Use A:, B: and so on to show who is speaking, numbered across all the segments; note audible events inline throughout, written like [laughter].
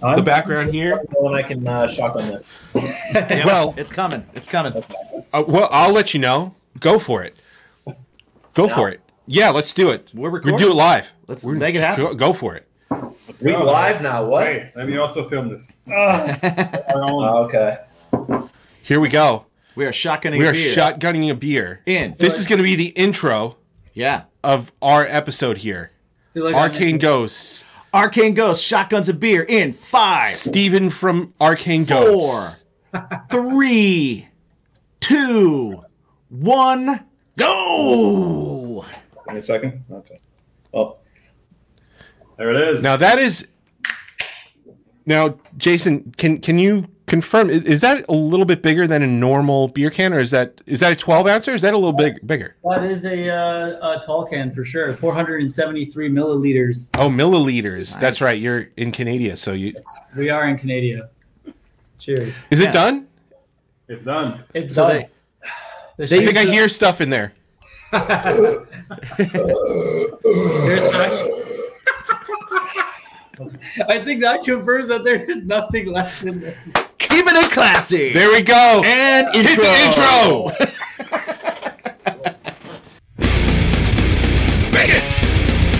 A: the background here.
B: When I can uh, shotgun this.
C: Yeah,
A: Well-
C: it's coming. It's coming.
A: Uh, well, I'll let you know. Go for it. Go for it. Yeah, let's do it.
C: We're
A: We
C: recording.
A: do it live.
C: Let's
A: We're-
C: make it happen.
A: Go, go for it.
B: We
D: Oh,
B: live now. What?
D: Hey, let me also film this. Our own-
B: Oh, okay.
A: Here we go.
C: we are shotgunning.
A: We are
C: beer.
A: shotgunning a beer.
C: in.
A: This is going to be the intro
C: Yeah.
A: of our episode here. Arcane Ghosts.
C: Arcane Ghost shotguns a beer in five,
A: Steven from Arcane Ghosts.
C: four, three, two, one, go.
B: Give me a second. Okay. Oh,
D: there it is.
A: Now that is. Now, Jason, can can you confirm? i- Is that a little bit bigger than a normal beer can, or is that is that a twelve ounce, or is that a little big bigger?
E: That is a, uh, a tall can for sure. 473 milliliters.
A: Oh, milliliters. That's
C: Nice.
A: right. You're in Canada, so you
E: We are in Canada. Cheers.
A: is
C: Yeah.
A: it done?
D: it's done.
E: It's
C: So
E: done.
C: they,
E: The
A: I think I
E: shakes-
A: hear stuff in there.
E: there's actually- I think that confirms that there is nothing left in there.
C: keeping it classy.
A: There we go.
C: and
A: Hit the
C: intro.
A: [laughs] intro.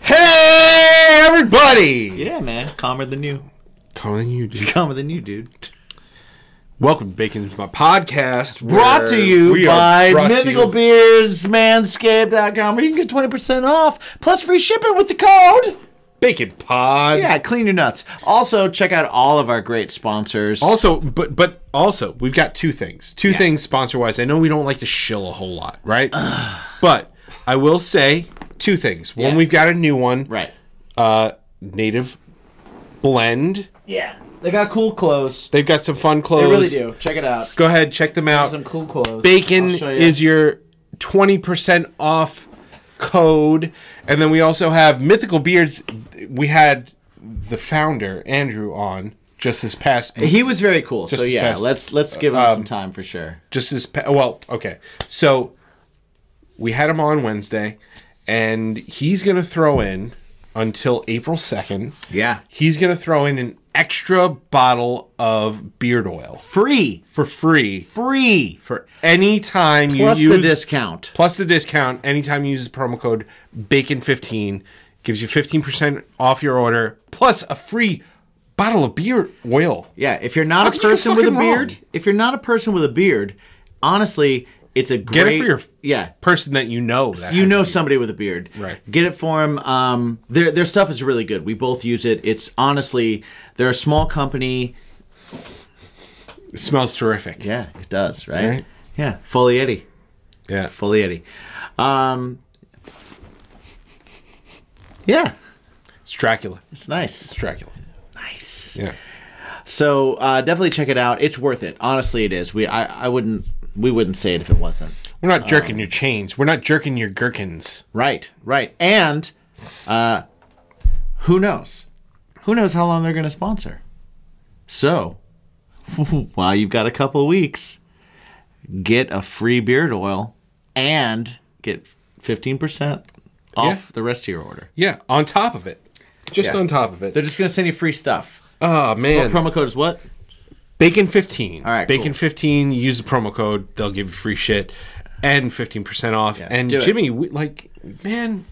A: Hey, everybody.
C: Yeah, man. Calmer than you.
A: Calling you. dude.
C: Calmer than you, dude.
A: Welcome to Bacon's My Podcast. where
C: Brought to you
A: we are
C: by
A: brought to
C: Mythical
A: you-
C: Beers, Manscaped.com, where you can get 20% off plus free shipping with the code.
A: Bacon Pod.
C: Yeah, clean your nuts. Also, check out all of our great sponsors.
A: Also, but but also, we've got two things. Two things sponsor wise. I know we don't like to shill a whole lot, right? but I will say two things. One,
C: Yeah.
A: we've got a new one,
C: Right.
A: uh, Native Blend.
C: Yeah. They got cool clothes.
A: They've got some fun
C: They
A: clothes.
C: really do. Check it out.
A: Go ahead, check them out.
C: Some cool clothes.
A: Bacon
C: I'll show you.
A: is your 20% off code. And then we also have Mythical Beards. We had the founder, Andrew, on just this past
C: He was very cool. so
A: Just
C: yeah,
A: best.
C: let's let's give him
A: Um,
C: some time for sure.
A: just this pa- well okay so we had him on wednesday and he's gonna throw in until april 2nd
C: Yeah.
A: he's gonna throw in an extra bottle of beard oil
C: Free.
A: for free
C: Free.
A: for any time
C: Plus
A: you use
C: the discount.
A: plus the discount anytime you use the promo code bacon 15 gives you 15% off your order plus a free bottle of beard oil
C: Yeah, if you're not
A: How
C: a
A: could you go
C: person with a
A: fucking
C: beard,
A: wrong?
C: if you're not a person with a beard, honestly, it's a
A: it
C: great
A: for your-
C: yeah.
A: person that you know that
C: You
A: has
C: know
A: a beard.
C: somebody with a beard,
A: Right.
C: Get it for them. Um, their their stuff is really good. We both use it. It's honestly, they're a small company.
A: it smells terrific
C: Yeah, it does right.
A: Right.
C: Yeah, Folietti,
A: yeah
C: Folietti. Um, yeah,
A: it's dracula it's
C: it's nice.
A: dracula
C: Nice.
A: yeah
C: So uh, definitely check it out. It's worth it. Honestly, it is. We I, I wouldn't we wouldn't say it if it wasn't.
A: We're not jerking your chains. We're not jerking your gherkins.
C: Right, right. And uh, who knows? Who knows how long they're going to sponsor? So, [laughs] while you've got a couple weeks, get a free beard oil and get 15% off
A: Yeah.
C: the rest of your order.
A: Yeah, on top of it. Just
C: Yeah.
A: on top of
C: They're
A: it.
C: just going to send you free stuff.
A: Oh,
C: Oh,
A: man.
C: promo code is what?
A: Bacon 15. All
C: right,
A: Bacon
C: cool.
A: 15, use the promo code. They'll give you free shit and 15% off.
C: Yeah,
A: and
C: do it.
A: Jimmy, we, like, man,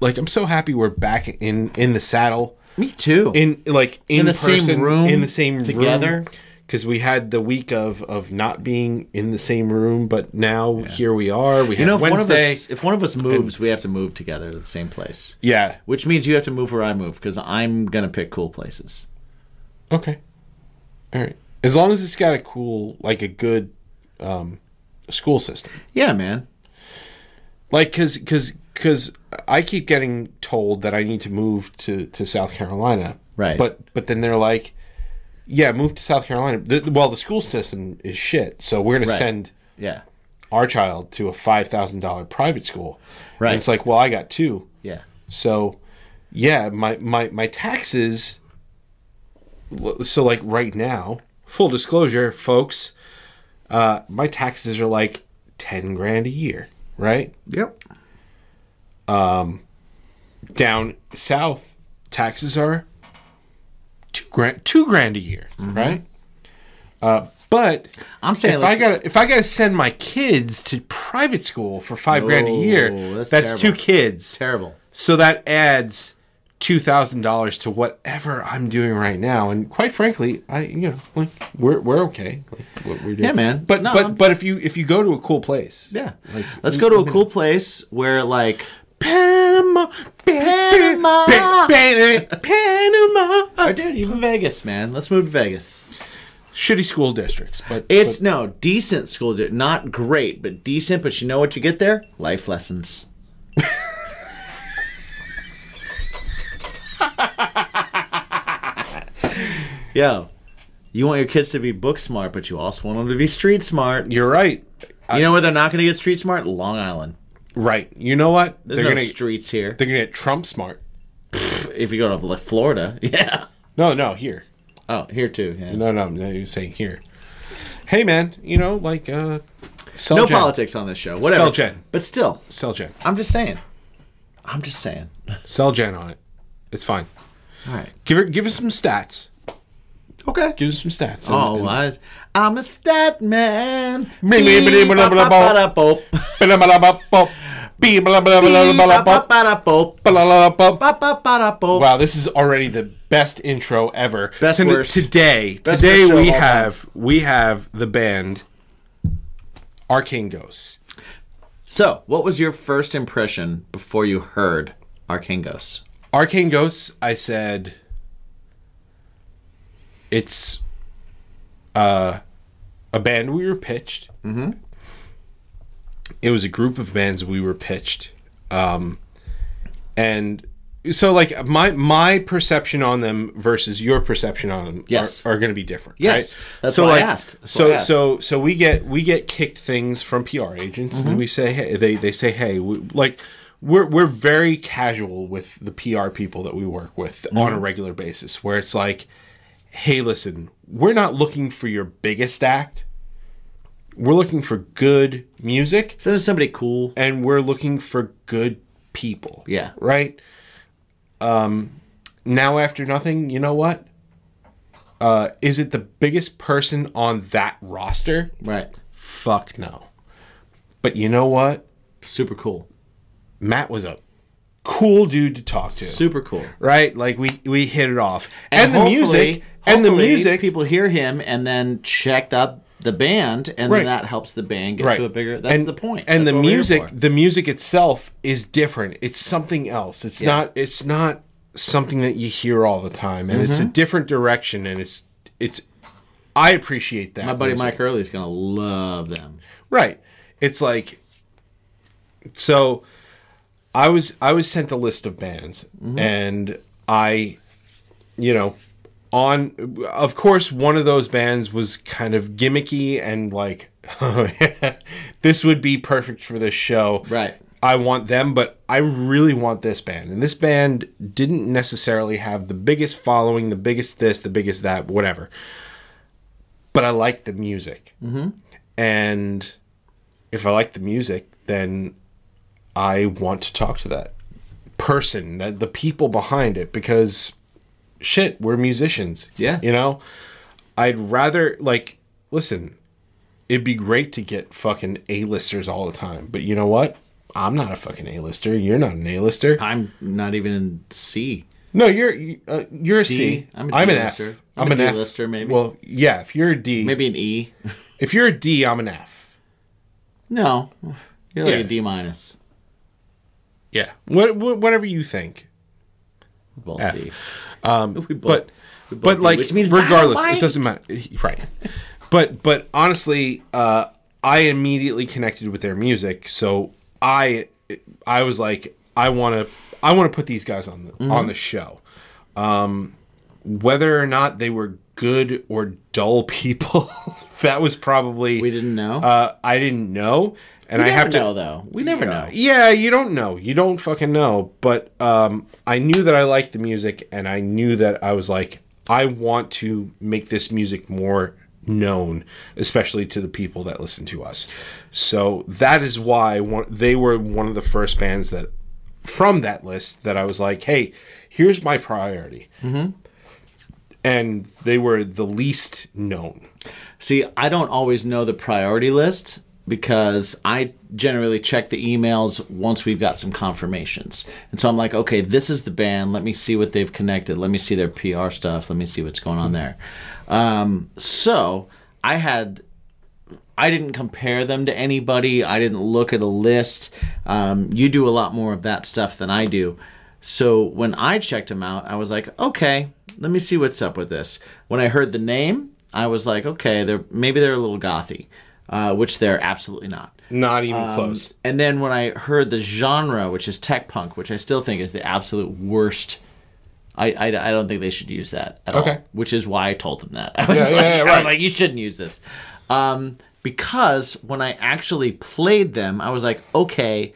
A: like, I'm so happy we're back in, in the saddle.
C: Me too.
A: In like in,
C: the same
A: person,
C: room
A: in the same
C: together.
A: because we had the week of of not being in the same room, but now here we are. We
C: you
A: had
C: know, if one, of
A: Wednesday.
C: us, if one of us moves, we have to move together to the same place.
A: yeah.
C: Which means you have to move where I move because I'm going to pick cool places.
A: Okay. All right. As long as it's got a cool, like a good um, school system,
C: Yeah, man.
A: like because because because I keep getting told that I need to move to to South Carolina,
C: Right.
A: But but then they're like, yeah, move to South Carolina. The, well, the school system is shit, so we're gonna
C: Right.
A: send
C: Yeah.
A: our child to a five thousand dollar private school. And
C: Right.
A: it's like, well, I got two,
C: Yeah.
A: so yeah, my my my taxes. So like right now, full disclosure, folks, uh, my taxes are like ten grand a year, right?
C: Yep.
A: Down south, taxes are two grand two grand a year, right? Uh, but
C: I'm saying
A: if
C: let's-
A: I gotta if I gotta send my kids to private school for five grand a
C: No,
A: year,
C: that's
A: that's, two
C: terrible.
A: kids.
C: terrible.
A: So that adds two thousand dollars to whatever I'm doing right now. And quite frankly, I you know like we're we're okay. Like, what we're doing.
C: Yeah, man.
A: But
C: No,
A: but
C: I'm-
A: but if you if you go to a cool place,
C: Yeah.
A: Like,
C: let's go to a cool place where like
A: Panama, Panama,
C: Panama.
A: Panama,
C: Oh, dude, even Vegas, man. Let's move to Vegas.
A: shitty school districts. But
C: It's no decent school, di- not great, but decent. But you know what you get there? Life lessons. [laughs] Yo, you want your kids to be book smart, but you also want them to be street smart.
A: you're right.
C: You know where they're not going to get street smart? Long Island.
A: Right. You know what?
C: There's
A: they're
C: no
A: gonna
C: streets here.
A: they're gonna get Trump smart.
C: If you go to like, Florida, [laughs] yeah.
A: No, no, here.
C: Oh, here too. Yeah.
A: No, no, no. You're saying here. Hey, man. You know, like uh, sell
C: No
A: gen.
C: politics on this show. Whatever.
A: Sell gen.
C: But still,
A: Sell gen.
C: I'm just saying. I'm just saying.
A: Sell Jen on it. It's fine.
C: All right.
A: Give her, give us some stats.
C: Okay.
A: Give us some stats. and-
C: Oh,
A: and-
C: I, I'm a stat man.
A: Bing, bing, bing, bing, bing, bing,
C: Ba-ba-ba-da-bop.
A: Ba-da-ba-da-ba-bop. Bee, ba-da-ba-da-ba-da-ba-bop.
C: Ba-ba-ba-da-bop.
A: Ba-da-ba-da-bop.
C: Ba-ba-ba-da-bop.
A: Wow, this is already the best intro ever.
C: Best
A: Tonight-
C: worst.
A: Today,
C: Best
A: today
C: worst show
A: we
C: of all time.
A: have we have the band Arcane Ghosts.
C: So, what was your first impression before you heard Arcane Ghosts?
A: Arcane Ghosts, I said it's uh, a band we were pitched. Mm-hmm. It was a group of bands we were pitched. Um, and so like my my perception on them versus your perception on them
C: Yes.
A: are, are going to be different
C: Yes.
A: right?
C: That's
A: so
C: why I
A: like,
C: asked. That's
A: so
C: why I asked.
A: so so we get we get kicked things from PR agents,
C: Mm-hmm.
A: and we say hey, they they say hey, we, like we're we're very casual with the PR people that we work with
C: Mm-hmm.
A: on a regular basis, where it's like, hey, listen, we're not looking for your biggest act, we're looking for good music,
C: Isn't it somebody cool?
A: and we're looking for good people.
C: Yeah.
A: Right? Um now after nothing, you know what? Uh is it the biggest person on that roster?
C: Right.
A: Fuck no. But you know what?
C: Super cool.
A: Matt was a cool dude to talk to.
C: Super cool.
A: right? Like we we hit it off. And, the
C: hopefully-
A: music and the
C: hopefully
A: music
C: People hear him and then check out the band, and
A: Right.
C: then that helps the band get to a bigger. That's
A: and,
C: the point.
A: And
C: That's
A: the
C: what we're here
A: music,
C: for.
A: the music itself is different. It's something else. It's not. It's not something that you hear all the time, and it's a
C: Mm-hmm.
A: different direction. And it's it's. I appreciate that.
C: My buddy
A: music.
C: Mike Hurley's gonna love them.
A: Right. It's like so I was I was sent a list of bands and I you know on of course one of those bands was kind of gimmicky and like [laughs] this would be perfect for this show.
C: Right.
A: I want them but I really want this band. And this band didn't necessarily have the biggest following, the biggest this, the biggest that, whatever. But I liked the music.
C: Mm-hmm.
A: And if I like the music, then I want to talk to that person, that the people behind it, because shit, we're musicians.
C: Yeah.
A: You know? I'd rather like listen, it'd be great to get fucking A-listers all the time. But you know what? I'm not a fucking A-lister. You're not an A-lister.
C: I'm not even in C.
A: No, you're you- uh, you're a C.
C: I'm a
A: I'm an F.
C: D-lister.
A: I'm,
C: I'm
A: an
C: a
A: F.
C: D-lister, maybe.
A: Well, yeah. If you're a D,
C: Maybe an E.
A: if you're a D, I'm an F.
C: No, you're like
A: Yeah.
C: a D minus.
A: Yeah. What, what, whatever you think.
C: We're Both
A: F.
C: D.
A: Um,
C: [laughs] We both-
A: but
C: we both
A: but
C: D,
A: like
C: which means
A: regardless,
C: dynamite.
A: it doesn't matter. Right. but but honestly, uh, I immediately connected with their music, so I I was like, I want to
C: Mm-hmm.
A: I want to put these guys on the on the show, um, whether or not they were good or dull [laughs] people. that was probably
C: We didn't know.
A: uh, I didn't know, and
C: we
A: I
C: never
A: have to.
C: know though. We never know.
A: Yeah, you don't know. You don't fucking know. But um, I knew that I liked the music, and I knew that I was like, I want to make this music more known, especially to the people that listen to us. So that is why one, they were one of the first bands that from that list that I was like, hey, here's my priority. Mm-hmm. And they were the least known.
C: See, I don't always know the priority list because I generally check the emails once we've got some confirmations. And so I'm like, okay, this is the band. Let me see what they've connected. Let me see their PR stuff. Let me see what's going on there. Um, so I had. I didn't compare them to anybody. I didn't look at a list. Um, you do a lot more of that stuff than I do. So when I checked them out, I was like, okay, let me see what's up with this. When I heard the name, I was like, okay, they're maybe they're a little gothy, uh, which they're absolutely not.
A: Not even close.
C: Um, And then when I heard the genre, which is tech punk, which I still think is the absolute worst. I, I, I don't think they should use that at
A: Okay.
C: all, which is why I told them that. [laughs] I was,
A: Yeah,
C: like,
A: yeah, yeah,
C: I
A: right.
C: was like, you shouldn't use this. Um, because when I actually played them, I was like, okay,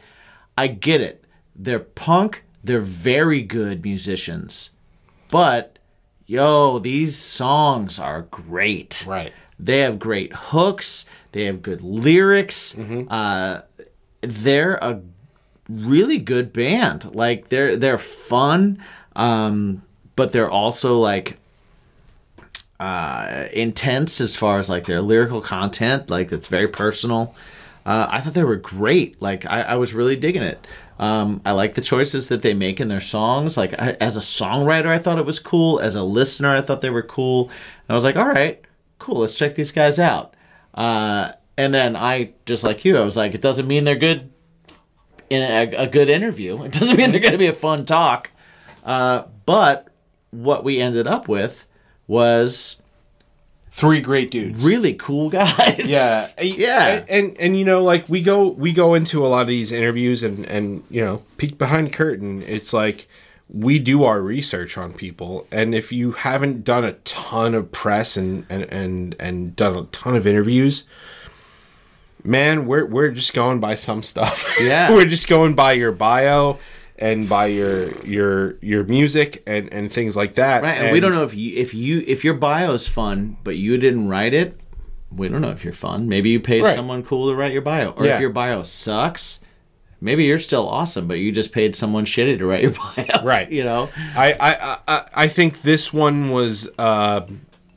C: I get it. They're punk, they're very good musicians. But, yo, these songs are great.
A: Right.
C: They have great hooks. They have good lyrics. Uh, they're a really good band. Like they're they're fun, um, but they're also like uh, intense as far as like their lyrical content. Like it's very personal. Uh, I thought they were great. Like I, I was really digging it. Um, I like the choices that they make in their songs. Like I, as a songwriter, I thought it was cool. As a listener, I thought they were cool. And I was like, all right, cool. Let's check these guys out. Uh, and then I just like you, I was like, it doesn't mean they're good in a, a good interview. [laughs] It doesn't mean they're going to be a fun talk. Uh, but what we ended up with was
A: Three great dudes.
C: really cool [laughs] guys.
A: yeah I-
C: yeah.
A: I- and and you know like we go we go into a lot of these interviews and and you know peek behind curtain it's like we do our research on people and if you haven't done a ton of press and and and, and done a ton of interviews man we're we're just going by some stuff [laughs]
C: Yeah.
A: we're just going by your bio and by your your your music and and things like that
C: Right, and, we don't know if you if you if your bio is fun, but you didn't write it. We don't know if you're fun. Maybe you paid
A: Right.
C: someone cool to write your bio, or
A: Yeah.
C: if your bio sucks. Maybe you're still awesome, but you just paid someone shitty to write your [laughs] bio.
A: Right.
C: You know.
A: I, I, I, I think this one was, uh,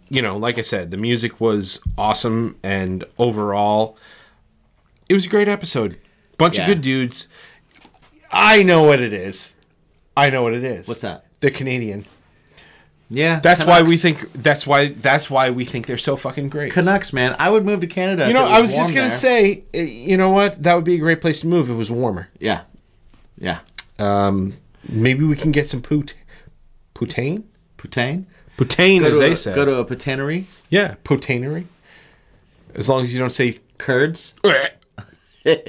A: you know, like I said, the music was awesome, and overall, it was a great episode. Bunch
C: Yeah.
A: of good dudes. I know what it is. I know what it is.
C: What's that?
A: They're Canadian.
C: Yeah.
A: That's why we
C: Canucks.
A: think. That's why. That's why we think they're so fucking great.
C: Canucks, man. I would move to Canada.
A: You
C: if
A: know,
C: it
A: I was just
C: warm
A: gonna
C: there.
A: say. eh, You know what? That would be a great place to move. If it was warmer.
C: Yeah. Yeah.
A: Um, maybe we can get some pout, poutine,
C: Putain.
A: poutine,
C: Go
A: as
C: to,
A: they
C: a,
A: say.
C: go to a patinery.
A: Yeah, potainery. As long as you don't say
C: [laughs] Curds.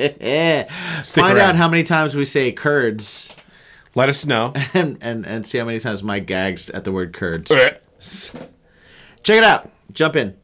C: Find
A: around.
C: out how many times we say curds
A: let us know.
C: [laughs] and, and, and see how many times Mike gags at the word curds.
A: now.
C: Check it out. Jump in.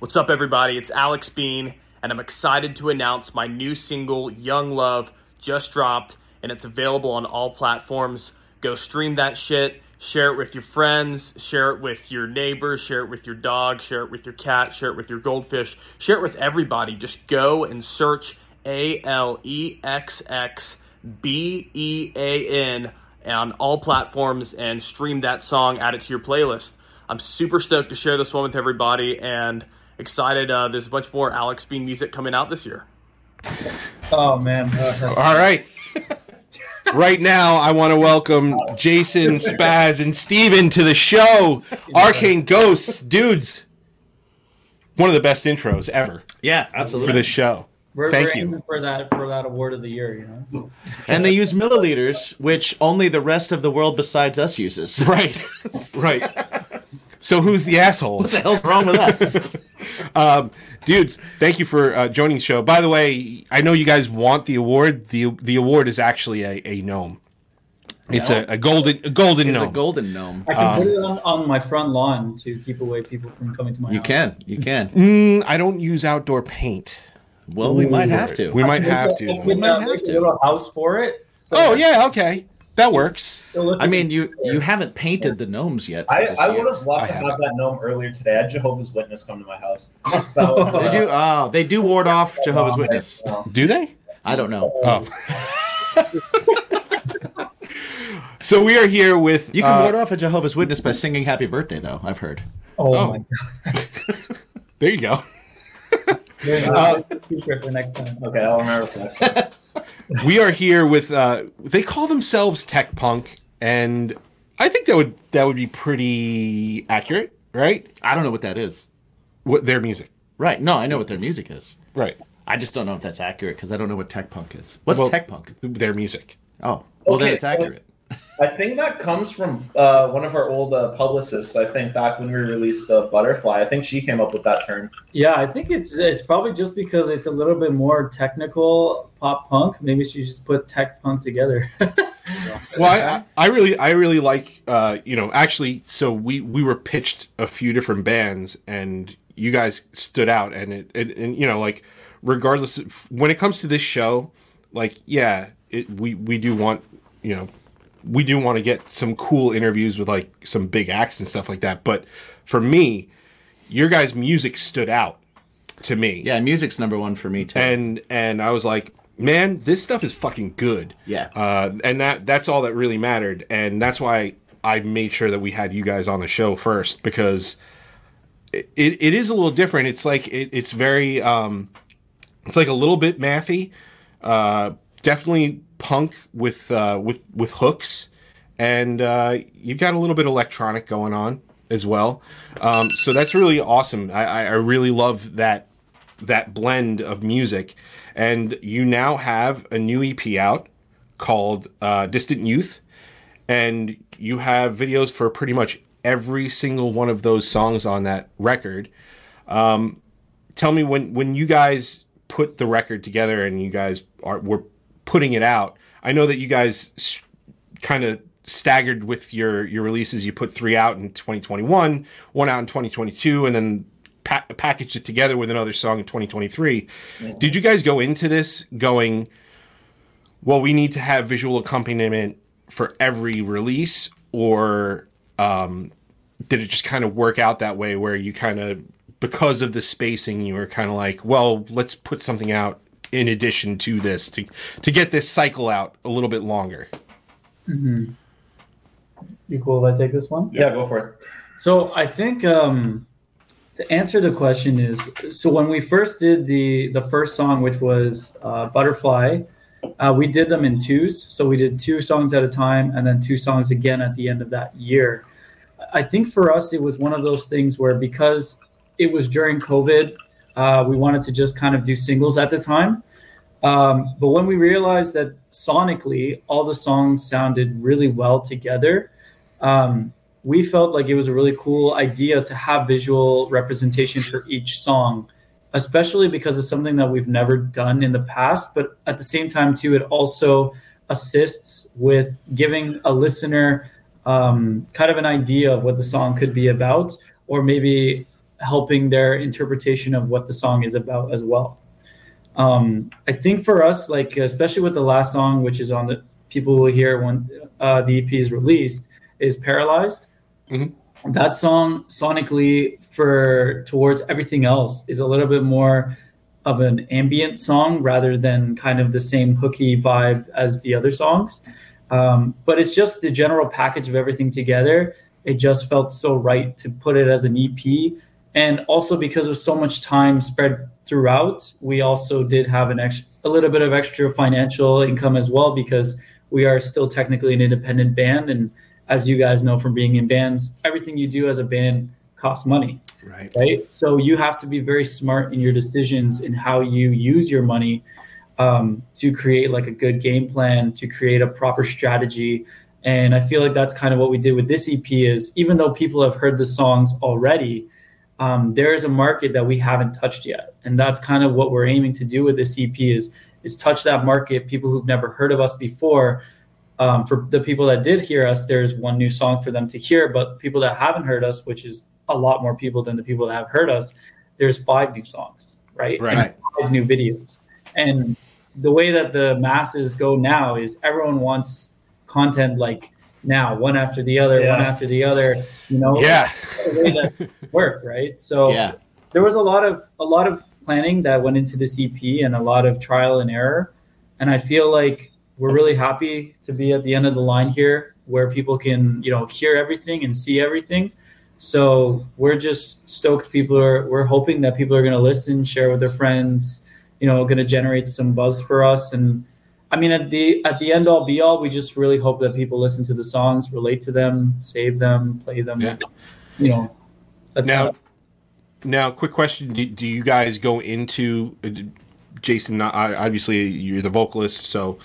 F: What's up, everybody? It's Alex Bean, and I'm excited to announce my new single, Young Love, just dropped, and it's available on all platforms. Go stream that shit, share it with your friends, share it with your neighbors, share it with your dog, share it with your cat, share it with your goldfish, share it with everybody. Just go and search A L E X X B E A N on all platforms and stream that song, add it to your playlist. I'm super stoked to share this one with everybody and excited. Uh, there's a bunch more Alex Bean music coming out this year.
E: Oh man, Uh, that's-
A: All right. Right now, I want to welcome Jason, Spaz, and Steven to the show. Arcane Ghosts, dudes. One of the best intros ever
C: Yeah,
A: for
C: absolutely.
A: this show.
E: we're,
A: Thank
E: we're
A: you.
E: aiming for that for that award of the year. You know,
C: And they use milliliters, which only the rest of the world besides us uses. [laughs] What
A: [laughs] Right.
E: [laughs]
A: Right. So, who's the assholes?
C: the hell's wrong with us?
A: dudes thank you for uh, joining the show by the way i know you guys want the award the the award is actually a, a gnome It's a, a golden a golden
C: It's
A: gnome.
C: a golden gnome.
E: I can
A: Um,
E: put it on, on my front lawn to keep away people from coming to my
C: You
E: house.
C: can, you can.
A: Mm, I don't use outdoor paint.
C: Well, we might have
A: We
C: to.
A: might have to.
E: We
C: might
E: might
C: have
E: have
C: to.
E: A little house for it. So
A: Oh yeah, okay, that works.
E: it'll look
C: I mean, you you haven't painted the gnomes yet. for
B: I,
C: this
B: I
C: year.
B: would have
A: I
B: loved to
A: have
B: have that gnome earlier today. I had Jehovah's Witness come to my house. That was, uh,
C: Did you? Oh, they do ward off Jehovah's Witness.
B: well,
A: Do they?
C: Oh, I don't know.
A: Oh. [laughs] so we are here with
C: You can
A: uh,
C: ward off a Jehovah's Witness by singing "Happy Birthday," though I've heard.
E: oh,
A: oh.
E: my god.
A: [laughs] There you go.
E: Very nice. Secret for next time.
B: Okay, I'll remember for next time.
A: We are here with uh, they call themselves Tech Punk, and I think that would that would be pretty accurate, right?
C: I don't know what that is.
A: What their music,
C: Right? No, I know what their music is.
A: right?
C: I just don't know if that's accurate because I don't know what tech punk is. What's
A: Well-
C: tech punk?
A: Their music.
C: Oh, well, then
B: Okay,
C: it's
B: so-
C: accurate.
B: I think that comes from uh, one of our old uh, publicists. I think back when we released uh, Butterfly, I think she came up with that term.
E: Yeah, I think it's it's probably just because it's a little bit more technical pop punk. Maybe she just put tech punk together. [laughs]
A: Well, I, I I really I really like uh, you know actually. So we we were pitched a few different bands, and you guys stood out, and it and, and you know like regardless of, when it comes to this show, like yeah, it, we we do want you know we do want to get some cool interviews with like some big acts and stuff like that. But for me, your guys' music stood out to me.
C: Yeah, music's number one for me too.
A: And and I was like, man, this stuff is fucking good.
C: Yeah.
A: Uh, and that that's all that really mattered, and that's why I made sure that we had you guys on the show first because it, it, it is a little different. It's like it, it's very um, it's like a little bit mathy, uh, definitely punk with uh, with with hooks, and uh, you've got a little bit electronic going on as well. Um, so that's really awesome. I, I, I really love that that blend of music, and you now have a new EP out called uh, Distant Youth, and you have videos for pretty much every single one of those songs on that record. Um, tell me when when you guys put the record together and you guys are were putting it out. I know that you guys s- kind of staggered with your your releases. You put three out in 2021, one out in 2022, and then pa- packaged it together with another song in 2023. Did you guys go into this going? well, we need to have visual accompaniment for every release, or um, did it just kind of work out that way where you kind of, because of the spacing, you were kind of like, well, let's put something out in addition to this to to get this cycle out a little bit longer.
E: Mm-hmm. You cool if I take this one?
B: Yeah, go for it.
E: So I think um, to answer the question is so when we first did the the first song, which was uh, Butterfly, uh, we did them in twos. So we did two songs at a time, and then two songs again at the end of that year. I think for us, it was one of those things where because it was during COVID, uh, we wanted to just kind of do singles at the time. Um, but when we realized that sonically all the songs sounded really well together, um, we felt like it was a really cool idea to have visual representation for each song, especially because it's something that we've never done in the past. But at the same time, too, it also assists with giving a listener um, kind of an idea of what the song could be about, or maybe helping their interpretation of what the song is about as well. Um, I think for us, like especially with the last song, which is on the people will hear when uh, the EP is released, is "Paralyzed." that song sonically for towards everything else is a little bit more of an ambient song rather than kind of the same hooky vibe as the other songs um, but it's just the general package of everything together it just felt so right to put it as an ep and also because of so much time spread throughout we also did have an extra a little bit of extra financial income as well because we are still technically an independent band and as you guys know from being in bands, everything you do as a band costs money,
C: right.
E: right? So you have to be very smart in your decisions in how you use your money um, to create like a good game plan, to create a proper strategy. And I feel like that's kind of what we did with this EP is even though people have heard the songs already, um, there is a market that we haven't touched yet. And that's kind of what we're E aiming to do with this EP is is touch that market, people who've never heard of us before, um, for the people that did hear us, there's one new song for them to hear. But people that haven't heard us, which is a lot more people than the people that have heard us, there's five new songs, right?
A: Right.
E: And five new videos. And the way that the masses go now is everyone wants content like now, one after the other, one
B: Yeah.
E: after the other. You know,
A: Yeah.
E: the way that work, right? So
C: Yeah.
E: there was a lot of a lot of planning that went into this EP and a lot of trial and error. And I feel like we're really happy to be at the end of the line here where people can, you know, hear everything and see everything. So we're just stoked people are we're hoping that people are gonna listen, share with their friends, you know, gonna generate some buzz for us and I mean at the at the end all be all, we just really hope that people listen to the songs, relate to them, save them, play them.
A: Yeah.
E: You know. That's
A: Now- Now, quick question: Do, do you guys go into uh, d- Jason? not- I- Obviously, you're the vocalist, so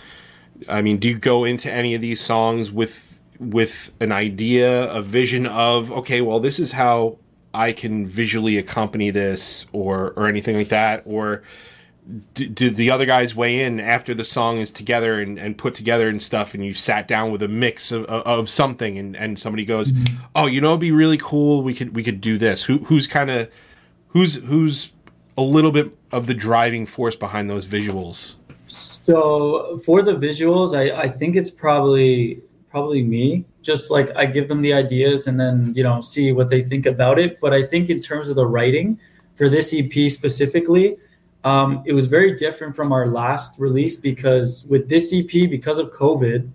A: I mean, do you go into any of these songs with with an idea, a vision of okay, well, this is how I can visually accompany this, or or anything like that, or do, do the other guys weigh in after the song is together and, and put together and stuff and you've sat down with a mix of, of, of something and, and somebody goes oh you know it'd be really cool we could we could do this Who, who's kind of who's who's a little bit of the driving force behind those visuals
E: So for the visuals, I, I think it's probably probably me. Just like I give them the ideas and then you know see what they think about it. But I think in terms of the writing for this EP specifically, um, it was very different from our last release because with this EP, because of COVID,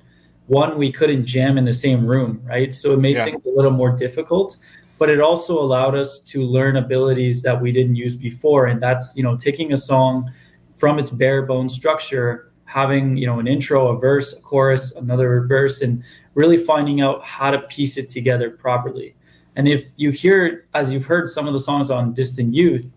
E: one we couldn't jam in the same room, right? So it made
A: Yeah.
E: things a little more difficult. But it also allowed us to learn abilities that we didn't use before, and that's you know taking a song from its bare bone structure having you know an intro a verse a chorus another verse and really finding out how to piece it together properly and if you hear as you've heard some of the songs on distant youth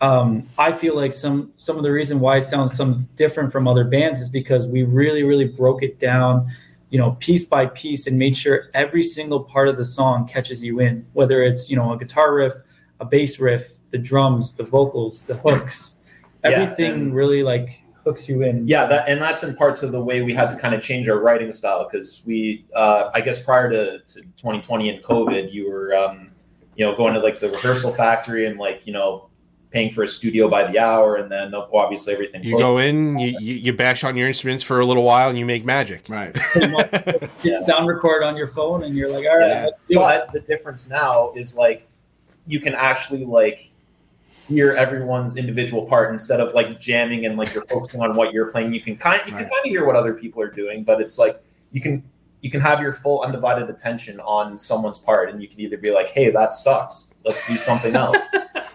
E: um, i feel like some some of the reason why it sounds some different from other bands is because we really really broke it down you know piece by piece and made sure every single part of the song catches you in whether it's you know a guitar riff a bass riff the drums the vocals the hooks
B: Yeah,
E: everything
B: and-
E: really like hooks you in.
B: Yeah, that and that's in parts of the way we had to kind of change our writing style because we, uh, I guess, prior to, to 2020 and COVID, you were, um, you know, going to like the rehearsal factory and like you know, paying for a studio by the hour, and then obviously everything.
A: you go in you, you you bash on your instruments for a little while and you make
C: [laughs]
A: magic
C: Right.
E: You sound record on your phone, and you're like, all right,
C: Yeah.
E: let's do it.
B: But the difference now is like you can actually like hear everyone's individual part instead of like jamming and like you're focusing on what you're playing. You can kind you
C: Right.
B: can kind of hear what other people are doing, but it's like you can you can have your full undivided attention on someone's part, and you can either be like, "Hey, that sucks. Let's do something else."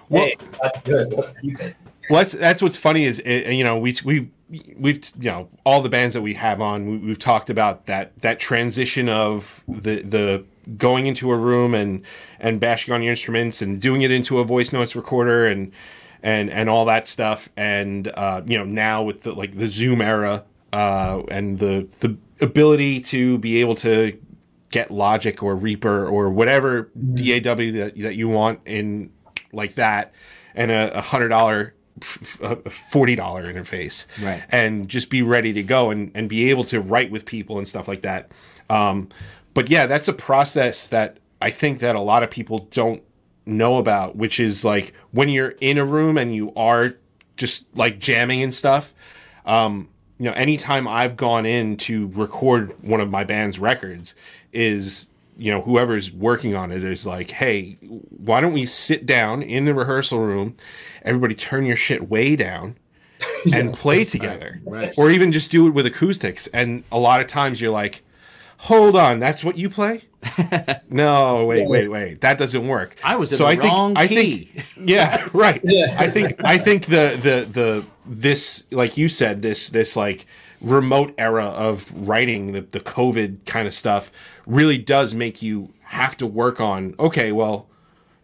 A: Well-
B: hey, that's good. Let's keep it.
A: well that's that's what's funny is eh, you know we we we've you know all the bands that we have on we, we've talked about that that transition of the the going into a room and and bashing on your instruments and doing it into a voice notes recorder and and and all that stuff and uh you know now with the like the zoom era uh and the the ability to be able to get logic or reaper or whatever daw that, that you want in like that and a, a hundred dollar a forty dollar interface
C: Right.
A: and just be ready to go and, and be able to write with people and stuff like that um, but yeah that's a process that i think that a lot of people don't know about which is like when you're in a room and you are just like jamming and stuff um, you know, anytime I've gone in to record one of my band's records is, you know, whoever's working on it is like, hey, why don't we sit down in the rehearsal room? Everybody turn your shit way down and play together.
C: Right.
A: Or even just do it with acoustics. And a lot of times you're like, hold on, that's what you
C: [laughs]
A: play? no, wait, wait, wait. That doesn't work.
C: I was in the wrong key.
A: I think, [laughs]
C: [laughs]
A: yeah, right.
E: Yeah.
A: I think I think the the the this like you said this this like remote era of writing the the COVID kind of stuff really does make you have to work on okay well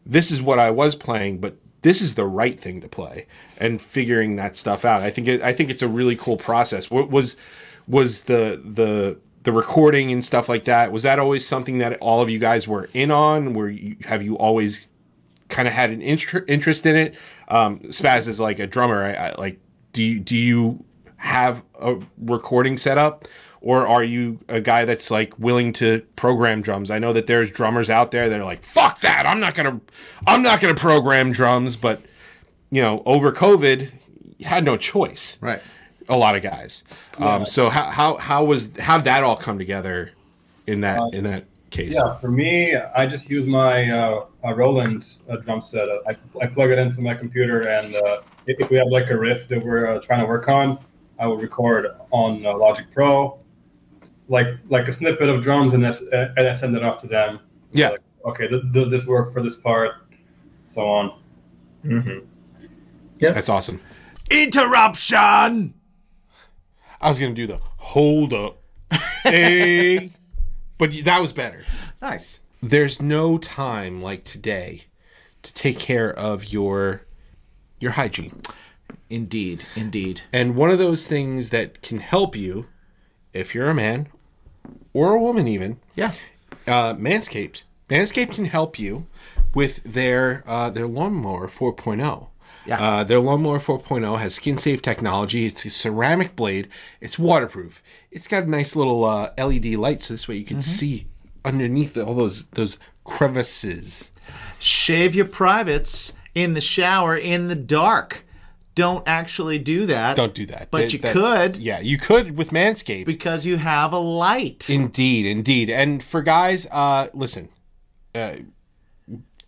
A: this is what I was playing but this is the right thing to play and figuring that stuff out I think it, I think it's a really cool process what was was the the the recording and stuff like that was that always something that all of you guys were in on where you have you always kind of had an inter- interest in it. Um, Spaz is like a drummer. I, I, like, do you, do you have a recording set up, Or are you a guy that's like willing to program drums? I know that there's drummers out there that are like, fuck that. I'm not gonna I'm not gonna program drums, but you know, over COVID, you had no choice.
C: Right.
A: A lot of guys. Um, so how, how how was how'd that all come together in that in that case?
D: Yeah, for me, I just use my uh, uh, Roland uh, drum set. I, I plug it into my computer, and uh, if, if we have like a riff that we're uh, trying to work on, I will record on uh, Logic Pro, like like a snippet of drums, and, this, uh, and I send it off to them.
A: Yeah.
D: Like, okay, th- does this work for this part? So on.
A: That's awesome.
C: [laughs] Interruption.
A: I was gonna do the hold up, hey, but that was better.
C: Nice.
A: There's no time like today to take care of your your hygiene,
C: Indeed. Indeed.
A: and one of those things that can help you, if you're a man or a woman, even
C: Yeah.
A: uh, Manscaped. Manscaped can help you with their uh, their lawnmower 4.0.
C: Yeah.
A: Uh, their lawnmower 4.0 has skin safe technology. It's a ceramic blade. It's waterproof. It's got a nice little uh, LED light, so this way you
C: Mm-hmm.
A: can see underneath all those those crevices.
C: Shave your privates in the shower in the dark. Don't actually do that.
A: Don't do that.
C: But
A: That-
C: you
A: that-
C: could.
A: Yeah, you could with Manscaped.
C: because you have a light.
A: Indeed, indeed. And for guys, uh, listen, uh,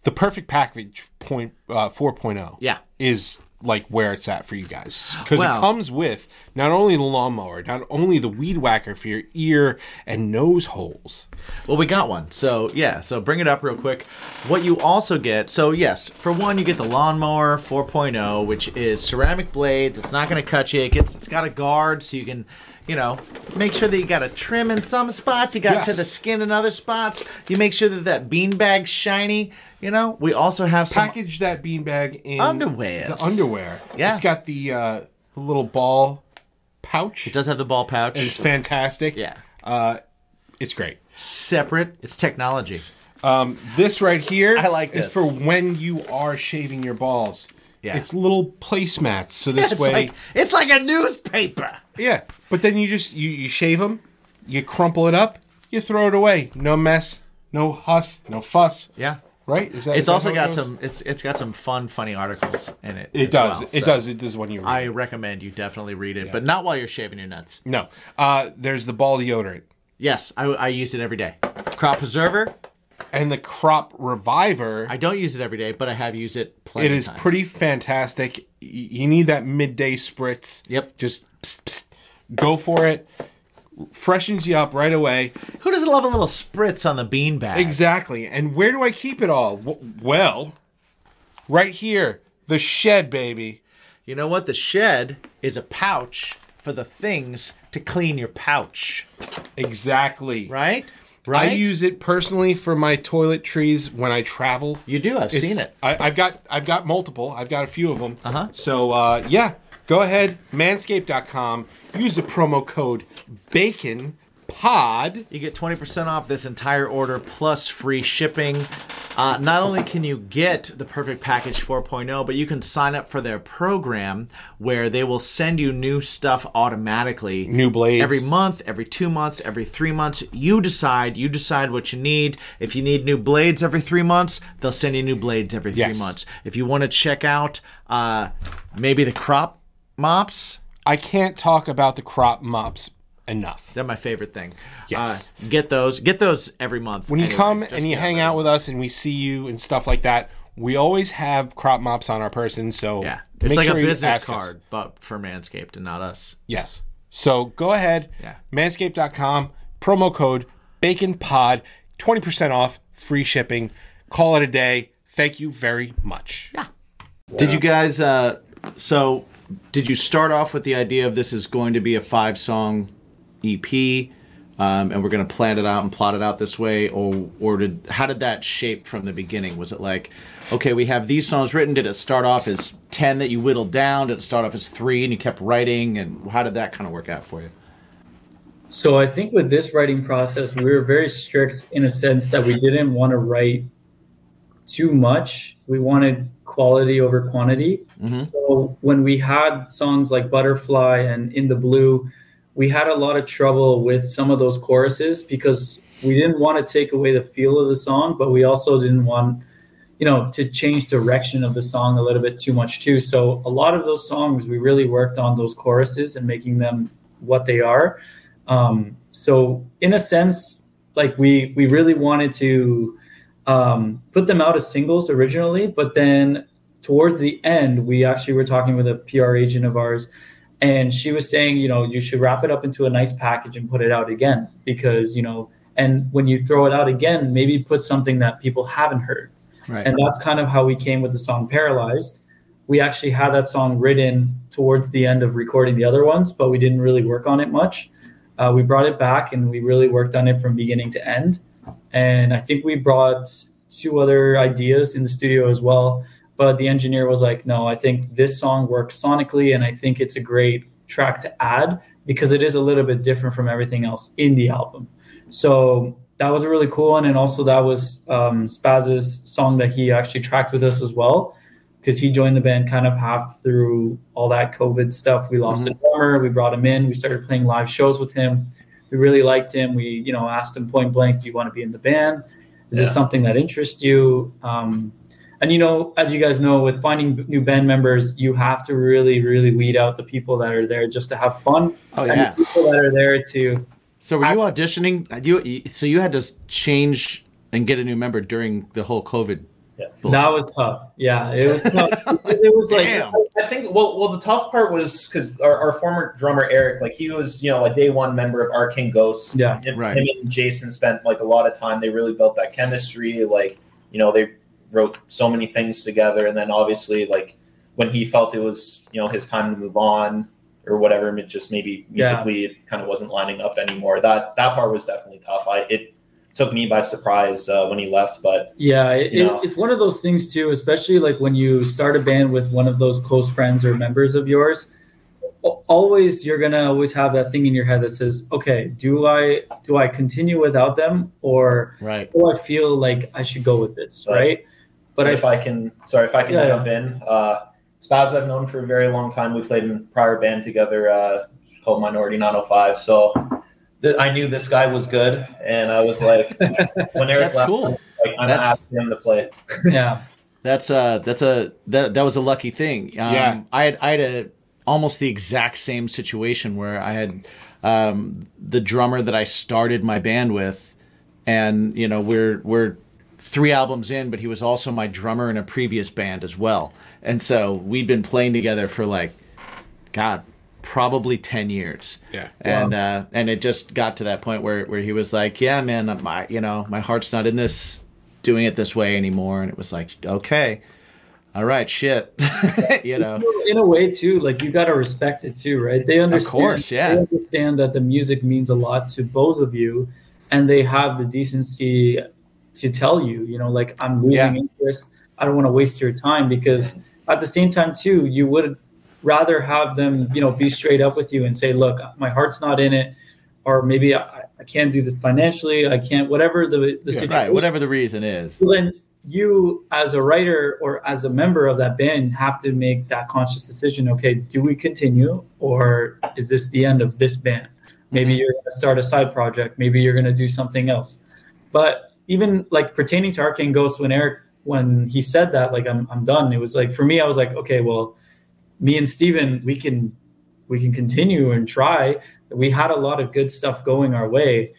A: the perfect package point uh, 4.0
C: Yeah.
A: is like where it's at for you guys because
C: Well-
A: it comes with not only the lawnmower, not only the weed whacker for your ear and nose holes.
C: Well, we got one. So, yeah, so bring it up real quick. What you also get so, yes, for one, you get the Lawnmower 4.0, which is ceramic blades. It's not going to cut you. It gets, it's got a guard so you can, you know, make sure that you got a trim in some spots, you got to
A: Yes.
C: the skin in other spots. You make sure that that beanbag's shiny. You know, we also have some.
A: Package that beanbag in
C: Underwears.
A: The underwear.
C: Yeah.
A: it's got the uh, the little ball pouch.
C: It does have the ball pouch.
A: It's fantastic.
C: yeah.
A: it's great.
C: Separate. It's technology.
A: This right here,
C: I like
A: is
C: this.
A: for when you are shaving your balls.
C: Yeah.
A: It's little placemats, so this
C: [laughs] It's
A: way,
C: like, it's like a newspaper.
A: [laughs] yeah. But then you just you you shave them, you crumple it up, you throw it away. No mess, no huss, no fuss.
C: Yeah.
A: right. Is that is
C: It's
A: that
C: also
A: how it
C: got
A: goes?
C: some. It's it's got some fun, funny articles in it.
A: It
C: as
A: does.
C: well,
A: it
C: so
A: does. It does when you read.
C: I recommend you definitely read it, but not while you're shaving your nuts.
A: no. Uh, there's the ball deodorant
C: Yes, I, I use it every day. Crop preserver.
A: and the crop reviver.
C: I don't use it every day, but I have used it plenty.
A: it
C: of
A: is
C: times.
A: pretty fantastic. Y- You need that midday spritz.
C: Yep.
A: Just psst, psst, go for it. Freshens you up right away.
C: Who doesn't love a little spritz on the beanbag?
A: Exactly. And where do I keep it all? W- Well, right here, the shed, baby.
C: You know what? The shed is a pouch for the things to clean your pouch.
A: Exactly.
C: Right. Right.
A: I use it personally for my toiletries when I travel.
C: You do. I've seen it.
A: I, I've got I've got multiple. I've got a few of them. Uh-huh. So uh, yeah, go ahead manscaped.com. Use the promo code bacon pod.
C: You get 20% off this entire order plus free shipping. Uh, not only can you get the Perfect Package 4.0, but you can sign up for their program where they will send you new stuff automatically.
A: New blades.
C: Every month, every two months, every three months. You decide. You decide what you need. If you need new blades every three months, they'll send you new blades every three
A: Yes.
C: months. If you want to check out uh, maybe the crop mops,
A: I can't talk about the crop mops enough.
C: they're my favorite thing.
A: Yes.
C: Uh, get those. Get those every month.
A: When you come and you hang out with us and we see you and stuff like that, we always have crop mops on our person. So
C: Yeah. It's like a
A: you
C: business
A: ask us.
C: card, but for Manscaped and not us.
A: Yes. So go ahead,
C: Yeah.
A: manscaped.com, promo code baconpod, 20% off, free shipping. Call it a day. Thank you very much.
C: Yeah. Did you guys uh so did you start off with the idea of this is going to be a five song EP um, and we're going to plan it out and plot it out this way or or did how did that shape from the beginning? Was it like okay, we have these songs written, did it start off as 10 that you whittled down, did it start off as 3 and you kept writing and how did that kind of work out for you?
E: So I think with this writing process, we were very strict in a sense that we didn't want to write too much. We wanted quality over quantity. So when we had songs like Butterfly and In the Blue, we had a lot of trouble with some of those choruses because we didn't want to take away the feel of the song, but we also didn't want, you know, to change direction of the song a little bit too much too. So a lot of those songs, we really worked on those choruses and making them what they are. Um, so in a sense, like we we really wanted to um, put them out as singles originally, but then towards the end, we actually were talking with a PR agent of ours and she was saying you know you should wrap it up into a nice package and put it out again because you know and when you throw it out again maybe put something that people haven't heard
C: Right.
E: and that's kind of how we came with the song paralyzed we actually had that song written towards the end of recording the other ones but we didn't really work on it much uh, we brought it back and we really worked on it from beginning to end and i think we brought two other ideas in the studio as well but the engineer was like no i think this song works sonically and i think it's a great track to add because it is a little bit different from everything else in the album so that was a really cool one and also that was um, spaz's song that he actually tracked with us as well because he joined the band kind of half through all that covid stuff we lost a
C: Mm-hmm.
E: drummer we brought him in we started playing live shows with him we really liked him we you know asked him point blank do you want to be in the band is
B: Yeah.
E: this something that interests you um, and you know as you guys know with finding b- new band members you have to really really weed out the people that are there just to have fun
C: Oh
E: and
C: yeah.
E: the people that are there to
C: So were you auditioning? You you- so you had to change and get a new member during the whole COVID.
E: that was tough yeah it [laughs] was tough because it was like
C: Damn.
B: I think well, well, the tough part was because our, our former drummer Eric, like he was, you know, a day one member of Arcane Ghosts.
E: Yeah.
B: him,
C: Right.
B: him and Jason spent like a lot of time. They really built that chemistry. Like, you know, they wrote so many things together, and then obviously, like when he felt it was, you know, his time to move on or whatever, it just maybe
E: Yeah.
B: musically it kind of wasn't lining up anymore. That that part was definitely tough. I it took me by surprise uh, when he left, but
E: yeah it,
B: You know.
E: it, it's one of those things too especially like when you start a band with one of those close friends or members of yours al- always you're gonna always have that thing in your head that says okay do i do i continue without them or
C: Right.
E: do i feel like i should go with this
B: Right.
E: right but i
B: if I can, sorry, if I can
E: Yeah,
B: jump in, uh, Spaz I've known for a very long time. We played in prior band together uh, called Minority 905. So th- I knew this guy was good, and I was
E: [laughs]
B: like, when Eric
C: That's
B: left,
C: cool.
B: like, I'm
C: That's-
B: asking him to play.
E: yeah
C: That's a that's a that that was a lucky thing. Um,
A: Yeah.
C: I had I had a almost the exact same situation where I had um, the drummer that I started my band with, and you know we're we're three albums in, but he was also my drummer in a previous band as well, and so we'd been playing together for like, God, probably ten years.
A: Yeah.
C: and uh, and it just got to that point where where he was like, "Yeah, man, my you know my heart's not in this doing it this way anymore," and it was like, "Okay, all right, shit," [laughs] you know.
E: in a way too like you got to respect it too right they understand
C: course, yeah.
E: they understand that the music means a lot to both of you and they have the decency to tell you you know like i'm losing interest i don't want to waste your time because at the same time too you would rather have them you know be straight up with you and say look my heart's not in it or maybe i, I can't do this financially i can't whatever the,
A: Yeah,
E: the situation
C: Right, whatever the reason is.
E: well, then you as a writer or as a member of that band have to make that conscious decision okay do we continue or is this the end of this band maybe you're going to start a side project maybe you're going to do something else but even like pertaining to arcane ghost when eric when he said that like i'm, I'm done it was like for me i was like okay well me and steven we can we can continue and try we had a lot of good stuff going our way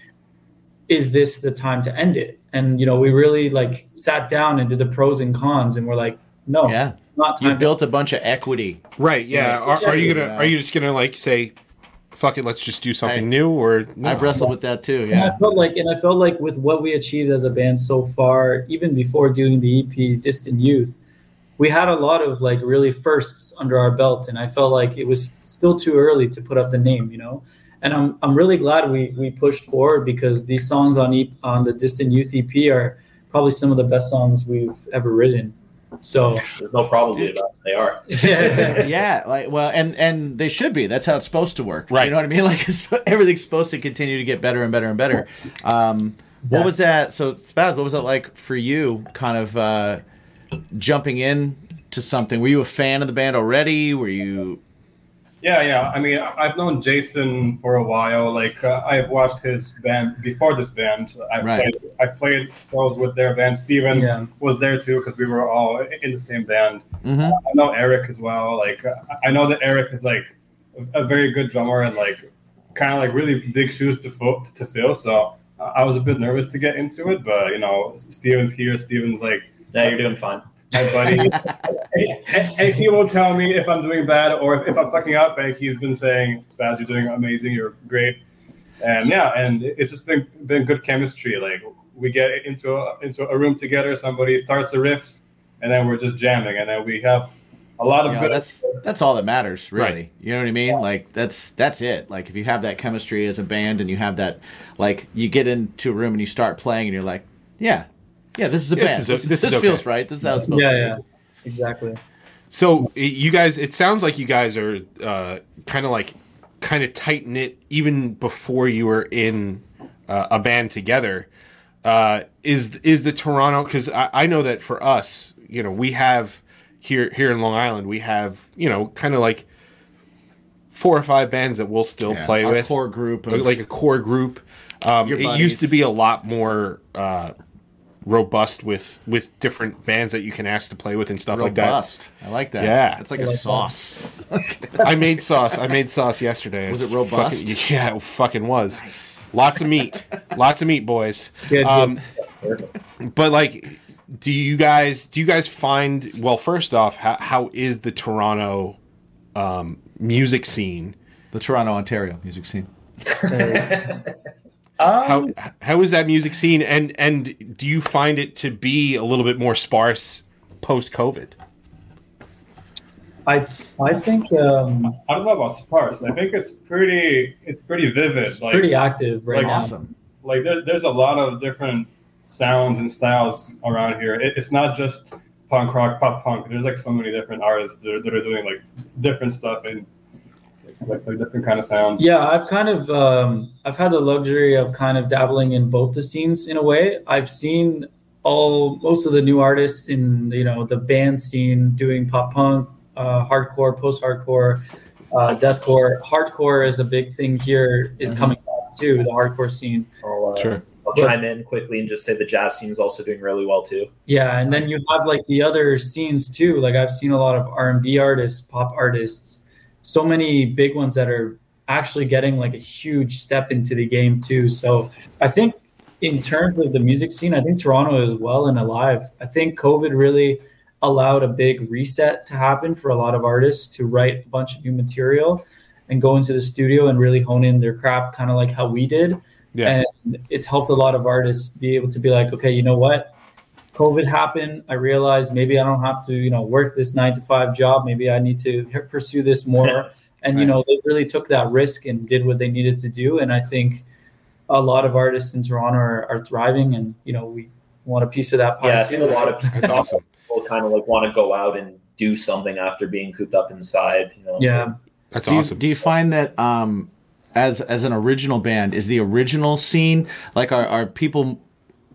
E: is this the time to end it? And you know, we really like sat down and did the pros and cons, and we're like, no,
C: Yeah,
E: not
C: you
E: Oh. time.
C: built a bunch of equity.
A: Right. Yeah.
C: Yeah.
A: Are, are you
C: Yeah.
A: gonna? Are you just gonna like say, "Fuck it, let's just do something
C: I-
A: new"? Or no.
C: I've wrestled with that too.
E: and
C: Yeah,
E: I felt like, and I felt like with what we achieved as a band so far, even before doing the EP Distant Youth, we had a lot of like really firsts under our belt, and I felt like it was still too early to put up the name, you know. And I'm I'm really glad we we pushed forward because these songs on e- on the Distant Youth EP are probably some of the best songs we've ever written. So
B: There's no probably about it. They are.
C: yeah. Like, well, and and they should be. That's how it's supposed to work.
A: Right.
C: You know what I mean? [laughs] Like, it's, everything's supposed to continue to get better and better and better. Um, What was that? So, Spaz, what was that like for you? Kind of uh, jumping in to something. Were you a fan of the band already? Were you?
D: Yeah, yeah. I mean, I've known Jason for a while. Like, uh, I've watched his band before this band. I've
C: Right.
D: played, I played shows with their band. Steven
E: Yeah.
D: was there too because we were all in the same band.
C: hmm
D: I know Eric as well. Like, I- I know that Eric is like a a very good drummer and like kind of like really big shoes to fill. To fill. So I I was a bit nervous to get into it, but you know, Steven's here. Steven's like
B: Yeah, you're doing fine.
D: my buddy. and, and he will tell me if I'm doing bad or if, if I'm fucking up. And he's been saying, "Spaz, you're doing amazing. You're great." And yeah, and it's just been been good chemistry. Like we get into a, into a room together. Somebody starts a riff, and then we're just jamming. And then we have a lot of
C: Yeah,
D: good.
C: that's that's all that matters, really.
A: Right.
C: You know what I mean? Like that's that's it. Like if you have that chemistry as a band and you have that, like you get into a room and you start playing and you're like, yeah, yeah, this is a
A: This
C: band.
A: is o-
C: this
A: this is
C: this feels
A: okay.
C: right. This is how it's supposed
E: Yeah,
C: to be.
E: yeah, [laughs] exactly.
A: So i- you guys, it sounds like you guys are uh, kind of like kind of tight knit even before you were in uh, a band together. Uh, is is the Toronto? Because I, I know that for us, you know, we have here here in Long Island, we have you know kind of like four or five bands that we'll still
C: Yeah,
A: play
C: our
A: with, uh,
C: core group of-
A: like a core group. Um,
C: Your
A: it used to
C: buddies.
A: be a lot more. Uh, robust with with different bands that you can ask to play with and stuff like that
C: Robust. I like that.
A: Yeah.
C: it's like
E: I
C: a
E: like that.
C: sauce.
A: I
C: [laughs]
A: made sauce. I made sauce yesterday.
C: Was
A: It's
C: it robust?
A: fucking- yeah, it fucking was. Lots of meat. Lots of meat, boys.
E: Yeah, dude.
A: Um, but like, do you guys do you guys find well? First off, how, how is the Toronto um, music scene?
C: The Toronto, Ontario music scene.
E: Um,
A: How
C: Um,
A: how is that music scene? And and do you find it to be a little bit more sparse post COVID?
E: I I think um,
D: I don't know about sparse. I think it's pretty it's pretty vivid.
E: it's
D: like
E: pretty active right
D: like
E: now.
C: Awesome.
D: like there, there's a lot of different sounds and styles around here. It, it's not just punk rock, pop punk. There's like so many different artists that are, that are doing like different stuff and like, like different kind of sounds.
E: Yeah, I've kind of um, I've had the luxury of kind of dabbling in both the scenes in a way. I've seen all most of the new artists in you know the band scene doing pop punk, uh, hardcore, post hardcore, uh, deathcore. Hardcore is a big thing here. is
C: Mhm.
E: coming back too. The hardcore scene.
B: [laughs] I'll, uh, I'll
E: But-
B: chime in quickly and just say the jazz scene's also doing really well too.
E: Yeah, and then you have like the other scenes too. Like I've seen a lot of R and B artists, pop artists, so many big ones that are actually getting like a huge step into the game too. So I think in terms of the music scene, I think Toronto is well and alive. I think COVID really allowed a big reset to happen for a lot of artists to write a bunch of new material and go into the studio and really hone in their craft, kind of like how we did.
A: Yeah.
E: And it's helped a lot of artists be able to be like, okay, you know what? COVID happened, I realized maybe I don't have to, you know, work this nine to five job. Maybe I need to h- pursue this
B: [laughs]
E: more. And you
C: Right.
E: know, they really took that risk and did what they needed to do. And I think a lot of artists in Toronto are, are thriving, and you know, we want a piece of that pie
B: Yeah, I
E: too.
B: think a lot of
E: [laughs]
A: That's awesome.
B: people kind of like want to go out and do something after being cooped up inside. You know?
E: yeah,
A: That's
C: [laughs] do you,
A: awesome.
C: Do you find that um, as as an original band is the original scene like are, are people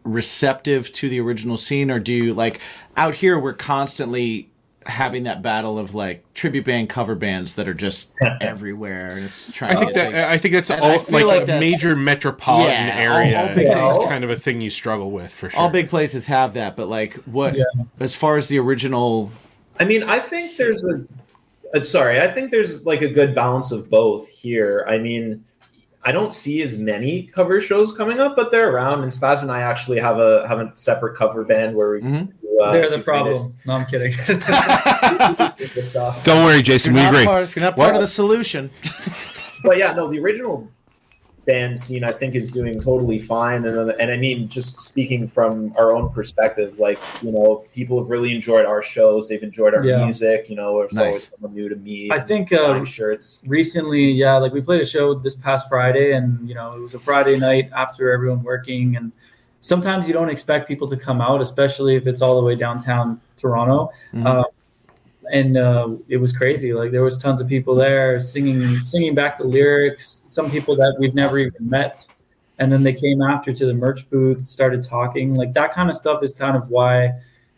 C: receptive to the original scene or do you like out here we're constantly having that battle of like tribute band cover bands that are just everywhere and it's trying
A: I
C: to
A: think
C: get, like-
A: that I think that's
C: Uh, And
A: all
C: I
A: like,
C: feel like
A: a
C: that's-
A: major metropolitan
C: Yeah, all-
A: area.
C: all big
A: is
E: cities.
A: kind of a thing you struggle with for sure.
C: all big places have that but like what
E: Yeah.
C: as far as the original
B: I mean, I think there's a. uh, Sorry, I think there's like a good balance of both here. I mean, I don't see as many cover shows coming up, but they're around. And Spaz and I actually have a have a separate cover band where we.
C: Mhm.
B: do, uh,
E: they're the
B: do
E: problem. No, I'm kidding.
B: greatest- it's off.
A: [laughs] Don't worry,
C: if you're,
A: Jason.
C: not part, if you're not part
B: Well-
C: of the solution
B: but yeah, no, the original band scene I think is doing totally fine, and uh, and I mean just speaking from our own perspective, like you know, people have really enjoyed our shows, they've enjoyed our
E: Yeah.
B: music, you know, it's
C: Nice.
B: always someone new to me.
E: [laughs] I think uh,
B: I'm sure it's
E: recently, yeah, like we played a show this past Friday, and you know it was a Friday night after everyone working, and sometimes you don't expect people to come out, especially if it's all the way downtown Toronto.
A: Mm-hmm.
C: Mhm.
E: Uh, and uh, it was crazy. Like there was tons of people there singing, singing back the lyrics. Some people that we've never even met, and then they came after to the merch booth, started talking. Like that kind of stuff is kind of why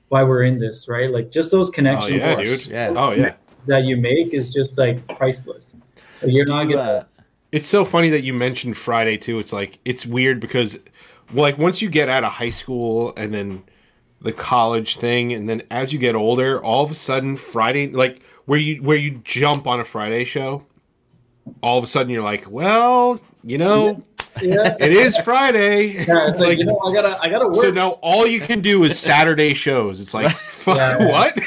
E: why we're in this, right? Like just those
A: Oh
E: connections.
A: yeah,
C: course.
A: dude.
C: Yeah.
A: Oh yeah.
E: that you make is just like priceless. Like, you're not
C: You, [laughs]
E: gonna.
C: uh,
A: It's so funny that you mentioned Friday too. It's like it's weird because like once you get out of high school and then the college thing and then as you get older, all of a sudden Friday like where you where you jump on a Friday show, all of a sudden you're like, well, you know,
E: yeah,
A: it is Friday.
E: [laughs] yeah,
A: it's like,
E: you know, I gotta, I gotta work.
A: so now all you can do is Saturday shows. It's like fuck,
E: Yeah.
A: [laughs] what?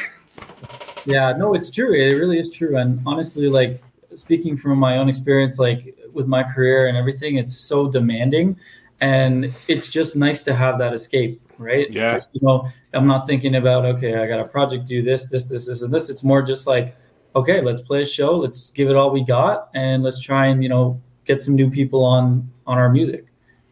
E: Yeah, no, it's true. It really is true. And honestly, like speaking from my own experience, like with my career and everything, it's so demanding. And it's just nice to have that escape, right?
A: Yeah.
E: You know, I'm not thinking about, okay, I got a project, do this, this, this, this, and this. It's more just like, okay, let's play a show, let's give it all we got, and let's try and, you know, get some new people on on our music.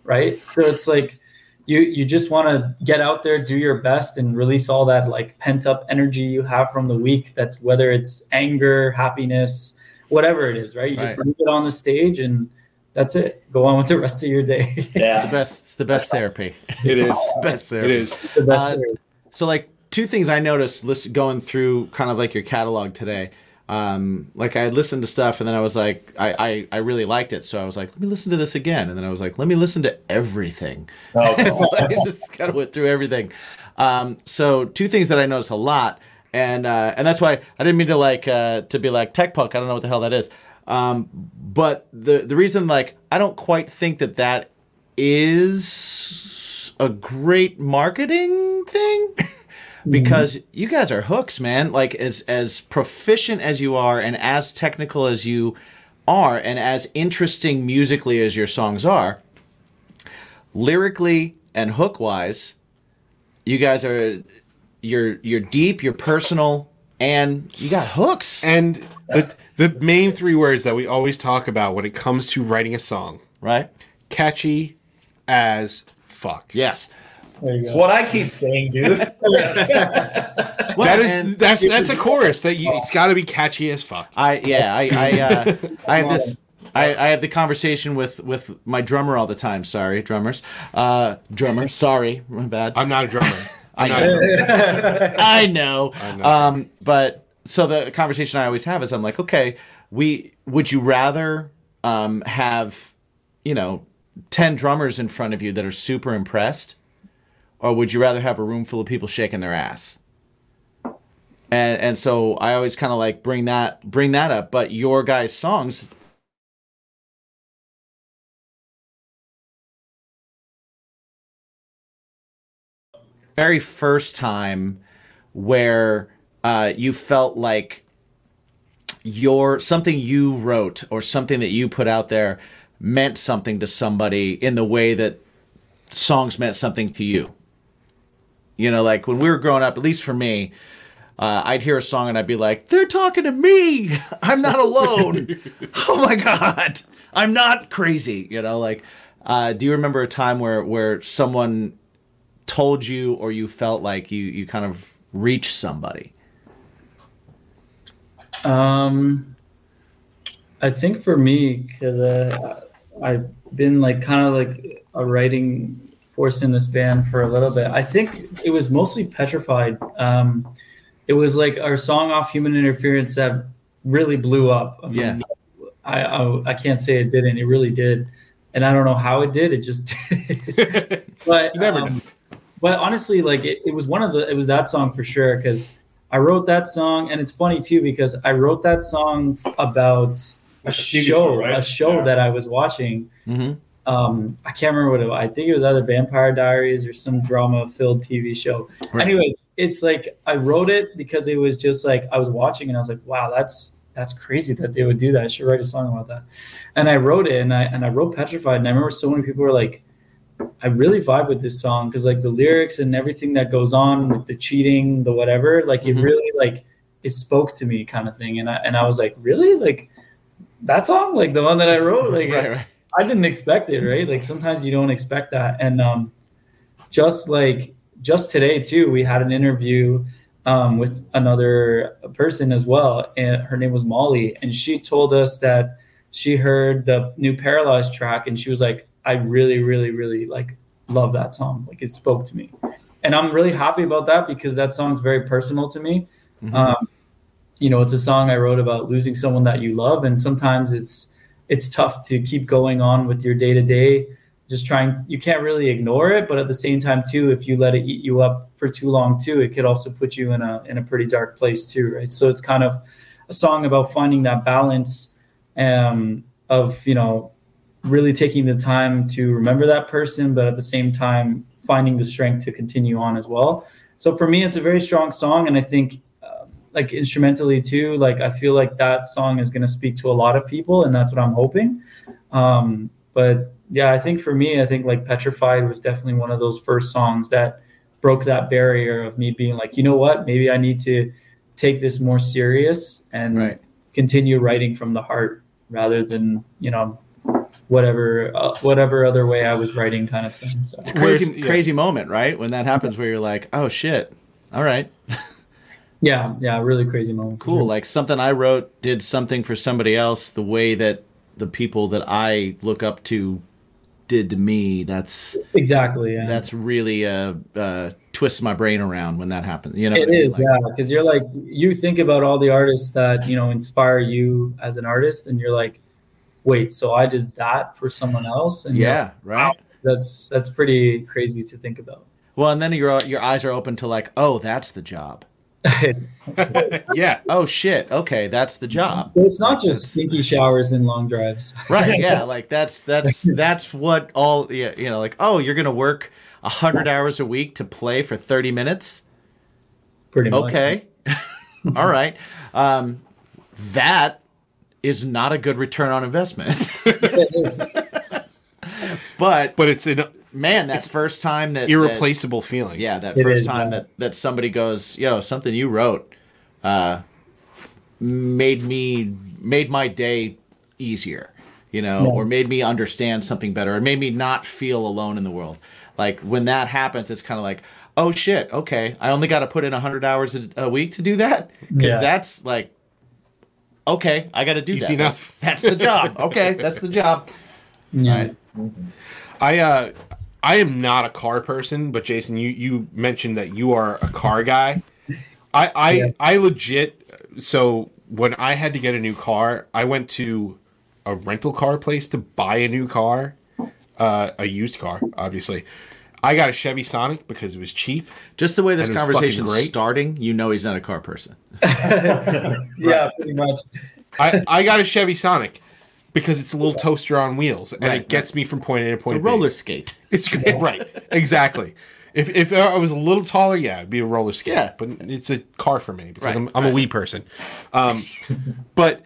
E: Right. So it's like you you just want to get out there do your best and release all that like pent up energy you have from the week that's whether it's anger happiness whatever it is right you just leave it on the stage and that's it go on with the rest of your day
C: It's the
B: Yeah.
C: best. It's the best therapy.
A: It is.
C: Best therapy.
A: It is.
E: It's [laughs] the best
C: Uh,
E: thing.
C: So like two things I noticed list, going through kind of like your catalog today. Um, like I listened to stuff and then I was like, I, I, I really liked it. So I was like, let me listen to this again. And then I was like, let me listen to everything.
B: Oh,
C: [laughs]
B: [laughs]
C: So I just kind of went through everything. Um, so two things that I noticed a lot, and uh, and that's why I didn't mean to like uh, to be like tech punk. I don't know what the hell that is. Um, but the the reason like I don't quite think that that is a great marketing thing. because you guys are hooks, man. Like as as proficient as you are, and as technical as you are, and as interesting musically as your songs are, lyrically and hook wise, you guys are you're you're deep, you're personal, and you got hooks,
A: And the the main three words that we always talk about when it comes to writing a song
C: right?
A: catchy as fuck.
C: Yes,
E: There you
B: it's
E: go.
B: what I keep saying, dude.
A: that
C: and-
A: is that's that's a chorus that you, it's got to be catchy as fuck.
C: I yeah, I
A: [laughs]
C: I, uh, I have this. I, I have the conversation with with my drummer all the time. Sorry, drummers, uh, drummer. Sorry, my bad.
A: I'm not a
C: [laughs]
A: drummer. I'm not a drummer.
C: I know.
A: know.
C: Um, but so the conversation I always have is I'm like, okay, we would you rather um, have, you know, 10 drummers in front of you that are super impressed? Or would you rather have a room full of people shaking their ass? And and so I always kind of like bring that bring that up, but your guys' songs very first time where uh, you felt like your something you wrote or something that you put out there meant something to somebody in the way that songs meant something to you. You know, like when we were growing up, at least for me, uh, I'd hear a song and I'd be like, "They're talking to me. [laughs] I'm not alone. oh my god, I'm not crazy." You know, like, uh, do you remember a time where where someone told you or you felt like you you kind of reached somebody
E: Um, I think for me, because uh, I've been like kind of like a writing force in this band for a little bit. I think it was mostly Petrified. Um, it was like our song off Human Interference that really blew up. I mean,
C: Yeah.
E: I, I I can't say it didn't. It really did, and I don't know how it did. It just [laughs]
C: [laughs]
E: did. but um,
A: You never know.
E: But honestly, like it, it was one of the it was that song for sure because I wrote that song, and it's funny too because I wrote that song about a
D: That's a TV
E: show,
D: show, right?
E: a show
D: Yeah.
E: that I was watching.
C: mm-hmm.
E: Um, I can't remember what it was. I think it was either Vampire Diaries or some drama-filled TV show.
C: Right.
E: Anyways, it's like I wrote it because it was just like I was watching and I was like, wow, that's that's crazy that they would do that. I should write a song about that. And I wrote it and I and I wrote Petrified and I remember so many people were like, I really vibe with this song because like the lyrics and everything that goes on with the cheating, the whatever, like
C: Mhm.
E: it really like it spoke to me kind of thing. And I and I was like, really? Like that song? Like the one that I wrote? Like
C: [laughs] right right
E: I didn't expect it, right? Like sometimes you don't expect that. And um, just like just today too, we had an interview um, with another person as well, and her name was Molly, and she told us that she heard the new Paralyzed track, and she was like, "I really, really, really like love that song. Like it spoke to me," and I'm really happy about that because that song's very personal to me.
C: Mhm.
E: Um, you know, it's a song I wrote about losing someone that you love, and sometimes it's it's tough to keep going on with your day to day. Just trying, you can't really ignore it, but at the same time, too, if you let it eat you up for too long, too, it could also put you in a in a pretty dark place, too, right? So it's kind of a song about finding that balance um, of you know really taking the time to remember that person, but at the same time finding the strength to continue on as well. So for me, it's a very strong song, and I think uh, like instrumentally too. Like I feel like that song is going to speak to a lot of people, and that's what I'm hoping. Um, but yeah, I think for me, I think like Petrified was definitely one of those first songs that broke that barrier of me being like, you know what, maybe I need to take this more serious and
C: Right.
E: continue writing from the heart rather than you know whatever uh, whatever other way I was writing kind of thing. So
C: Crazy,
A: Where's- yeah.
C: Mm-hmm. crazy moment, right? When that happens, where you're like, "Oh shit! All right,
E: yeah, yeah, really crazy moment. for
C: cool."
E: sure.
C: Like something I wrote did something for somebody else. The way that the people that I look up to did to me. That's
E: Exactly. Yeah.
C: that's really uh, uh twists my brain around when that happens. You know,
E: it
C: what I mean?
E: is,
C: Like,
E: yeah, because you're like you think about all the artists that you know inspire you as an artist, and you're like, wait, so I did that for someone else, and you're
C: yeah,
E: like,
C: right.
E: that's that's pretty crazy to think about.
C: Well, and then your your eyes are open to like, "Oh, that's the job."
A: [laughs] yeah.
C: Oh shit! Okay, that's the job.
E: [laughs] so it's not just
C: That's-
E: stinky showers and long drives.
C: right yeah like that's that's that's what all yeah, you know like oh you're gonna work 100 hours a week to play for 30 minutes
E: [laughs] Pretty much. [laughs]
C: okay [laughs] all right um that is not a good return on investment [laughs] but
A: But it's an
C: man that first time that that-
A: irreplaceable feeling.
C: yeah that
E: It
C: first
E: is,
C: time
E: yeah.
C: that that somebody goes yo something you wrote uh made me made my day easier you know
E: Yeah.
C: or made me understand something better or made me not feel alone in the world like when that happens it's kind of like oh shit okay i only got to put in 100 hours a, a week to do that because
E: Yeah.
C: that's like okay i got to do
A: Easy
C: that
A: enough.
C: That's, that's the
A: [laughs]
C: job okay that's the job
E: Yeah.
C: All right.
A: I uh I am not a car person, but Jason, you you mentioned that you are a car guy. I I I legit so when I had to get a new car, I went to a rental car place to buy a new car, uh, a used car, obviously. I got a Chevy Sonic because it was cheap.
C: just the way this
A: And it's fucking
C: conversation's
A: great.
C: starting you know he's not a car person
E: Yeah, pretty much.
A: I, I got a Chevy Sonic because it's a little toaster on wheels and
C: Right,
A: it gets me from point A to point
C: a
A: B.
C: roller skate
A: It's great, [laughs] right? Exactly. If if I was a little taller, yeah, it'd be a roller skate.
C: Yeah.
A: but it's a car for me because
C: Right,
A: I'm I'm a wee person. Um, but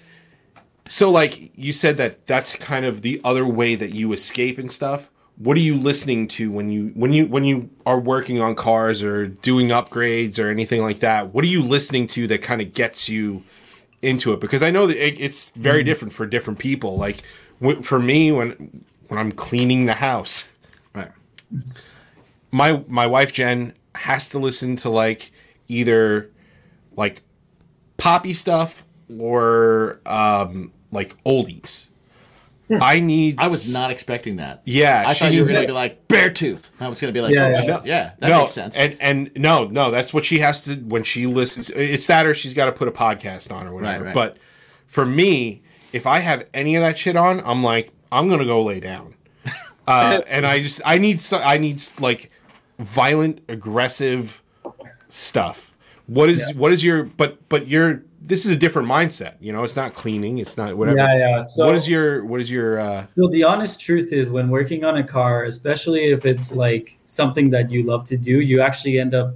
A: so like you said that that's kind of the other way that you escape and stuff. What are you listening to when you when you when you are working on cars or doing upgrades or anything like that? What are you listening to that kind of gets you into it? Because I know that it, it's very
C: Mm-hmm.
A: different for different people. Like w- for me, when when I'm cleaning the house
C: right
A: my my wife Jen has to listen to like either like poppy stuff or um like oldies. I need
C: Hmm. I was not expecting that.
A: Yeah,
C: I
A: she
C: thought you were
A: needs
C: going
A: it.
C: to be like bear tooth. I was going to be like,
E: Yeah,
C: yeah,
E: yeah.
C: oh,
A: No,
C: yeah. yeah, that
A: no,
C: makes sense.
A: And and no, no, that's what she has to when she listens. It's that or she's got to put a podcast on or whatever.
C: Right, right.
A: But for me, if I have any of that shit on, I'm like, I'm gonna go lay
C: [laughs]
A: down. Uh, and I just I need so, I need like violent, aggressive stuff. What is what is your but but your this is a different mindset. You know, it's not cleaning. It's not whatever.
E: Yeah, yeah. So
A: what is your what is your uh,
E: So the honest truth is, when working on a car, especially if it's like something that you love to do, you actually end up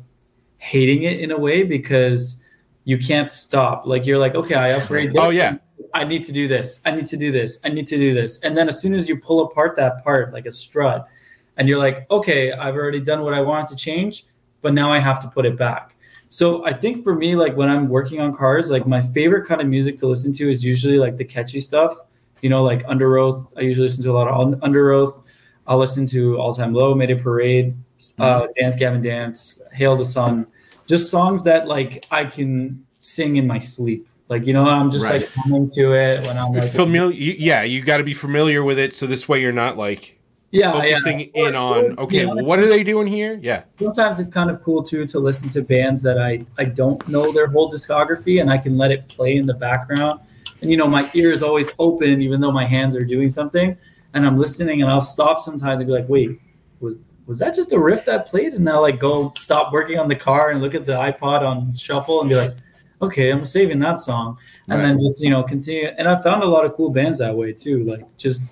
E: hating it in a way because you can't stop. Like you're like, okay, I upgrade this.
A: Oh, yeah.
E: I need to do this. I need to do this. I need to do this. And then as soon as you pull apart that part, like a strut, and you're like, okay, I've already done what I wanted to change, but now I have to put it back. So I think for me, like when I'm working on cars, like my favorite kind of music to listen to is usually like the catchy stuff. You know, like Under Oath. I usually listen to a lot of Un- Under Oath. I'll listen to All Time Low, Made It Parade, uh, Dance Gavin Dance, Hail the Sun. Just songs that like I can sing in my sleep. Like you know, I'm just
C: Right.
E: like humming to it when I'm like
A: familiar? Yeah, you got to be familiar with it, so this way you're not like
E: yeah,
A: focusing
E: yeah.
A: in
E: Or-
A: on
E: or,
A: okay,
E: you know,
A: well, what are they doing here? Yeah,
E: sometimes it's kind of cool too to listen to bands that I, I don't know their whole discography and I can let it play in the background. And you know, my ear is always open even though my hands are doing something and I'm listening and I'll stop sometimes and be like, wait, was was that just a riff that played? And I'll like go stop working on the car and look at the iPod on shuffle and be like, Okay, I'm saving that song. And
A: Right.
E: then just, you know, continue and I found a lot of cool bands that way too. Like just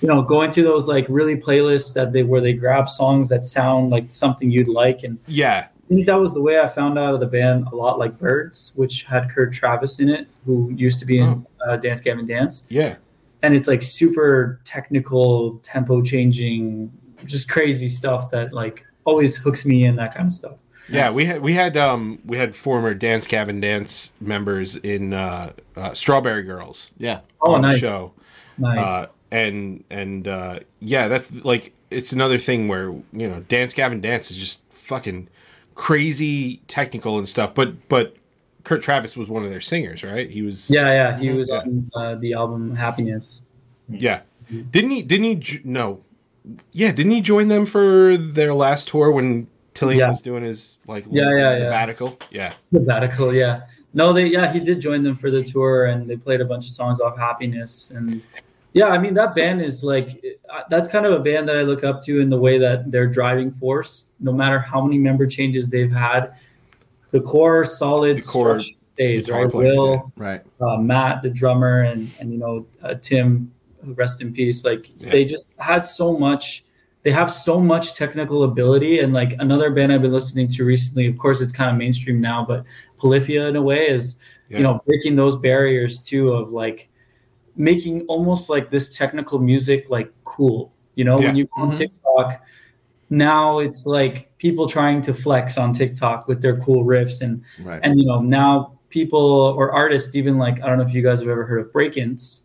E: you know, going to those like really playlists that they where they grab songs that sound like something you'd like, and
A: yeah,
E: I think that was the way I found out of the band a lot like Birds, which had Kurt Travis in it, who used to be in
A: Oh.
E: uh, Dance Gavin Dance,
A: yeah.
E: and it's like super technical, tempo changing, just crazy stuff that like always hooks me in that kind of stuff.
A: Yeah, we had we had um we had former Dance Cabin Dance members in uh, uh Strawberry Girls
C: Yeah.
E: Oh,
A: on
E: nice,
A: the show.
E: nice.
A: Uh and and uh yeah, that's like it's another thing where, you know, Dance Gavin Dance is just fucking crazy technical and stuff, but but Kurt Travis was one of their singers, right? He was
E: yeah, yeah, he was
A: Yeah.
E: on uh, the album Happiness.
A: Yeah. Didn't he didn't he j- no. Yeah, didn't he join them for their last tour when Tillian
E: Yeah.
A: was doing his like
E: Yeah, yeah, yeah.
A: sabbatical? Yeah.
E: Sabbatical, yeah. No, they yeah, he did join them for the tour and they played a bunch of songs off Happiness and yeah, I mean that band is like uh, that's kind of a band that I look up to in the way that they're driving force. No matter how many member changes they've had, the core solid
A: The core
E: structure stays.
A: guitar
E: Right,
A: player,
E: Will,
C: Right.
E: uh, Matt, the drummer, and and you know uh, Tim, rest in peace. Like
A: Yeah.
E: they just had so much. They have so much technical ability, and like another band I've been listening to recently. Of course, it's kind of mainstream now, but Polyphia in a way is
A: Yeah.
E: you know breaking those barriers too of like making almost like this technical music like cool. You know,
A: Yeah.
E: when you go on
C: Mhm.
E: TikTok, now it's like people trying to flex on TikTok with their cool riffs and
C: Right.
E: and you know now people or artists even like i don't know if you guys have ever heard of break-ins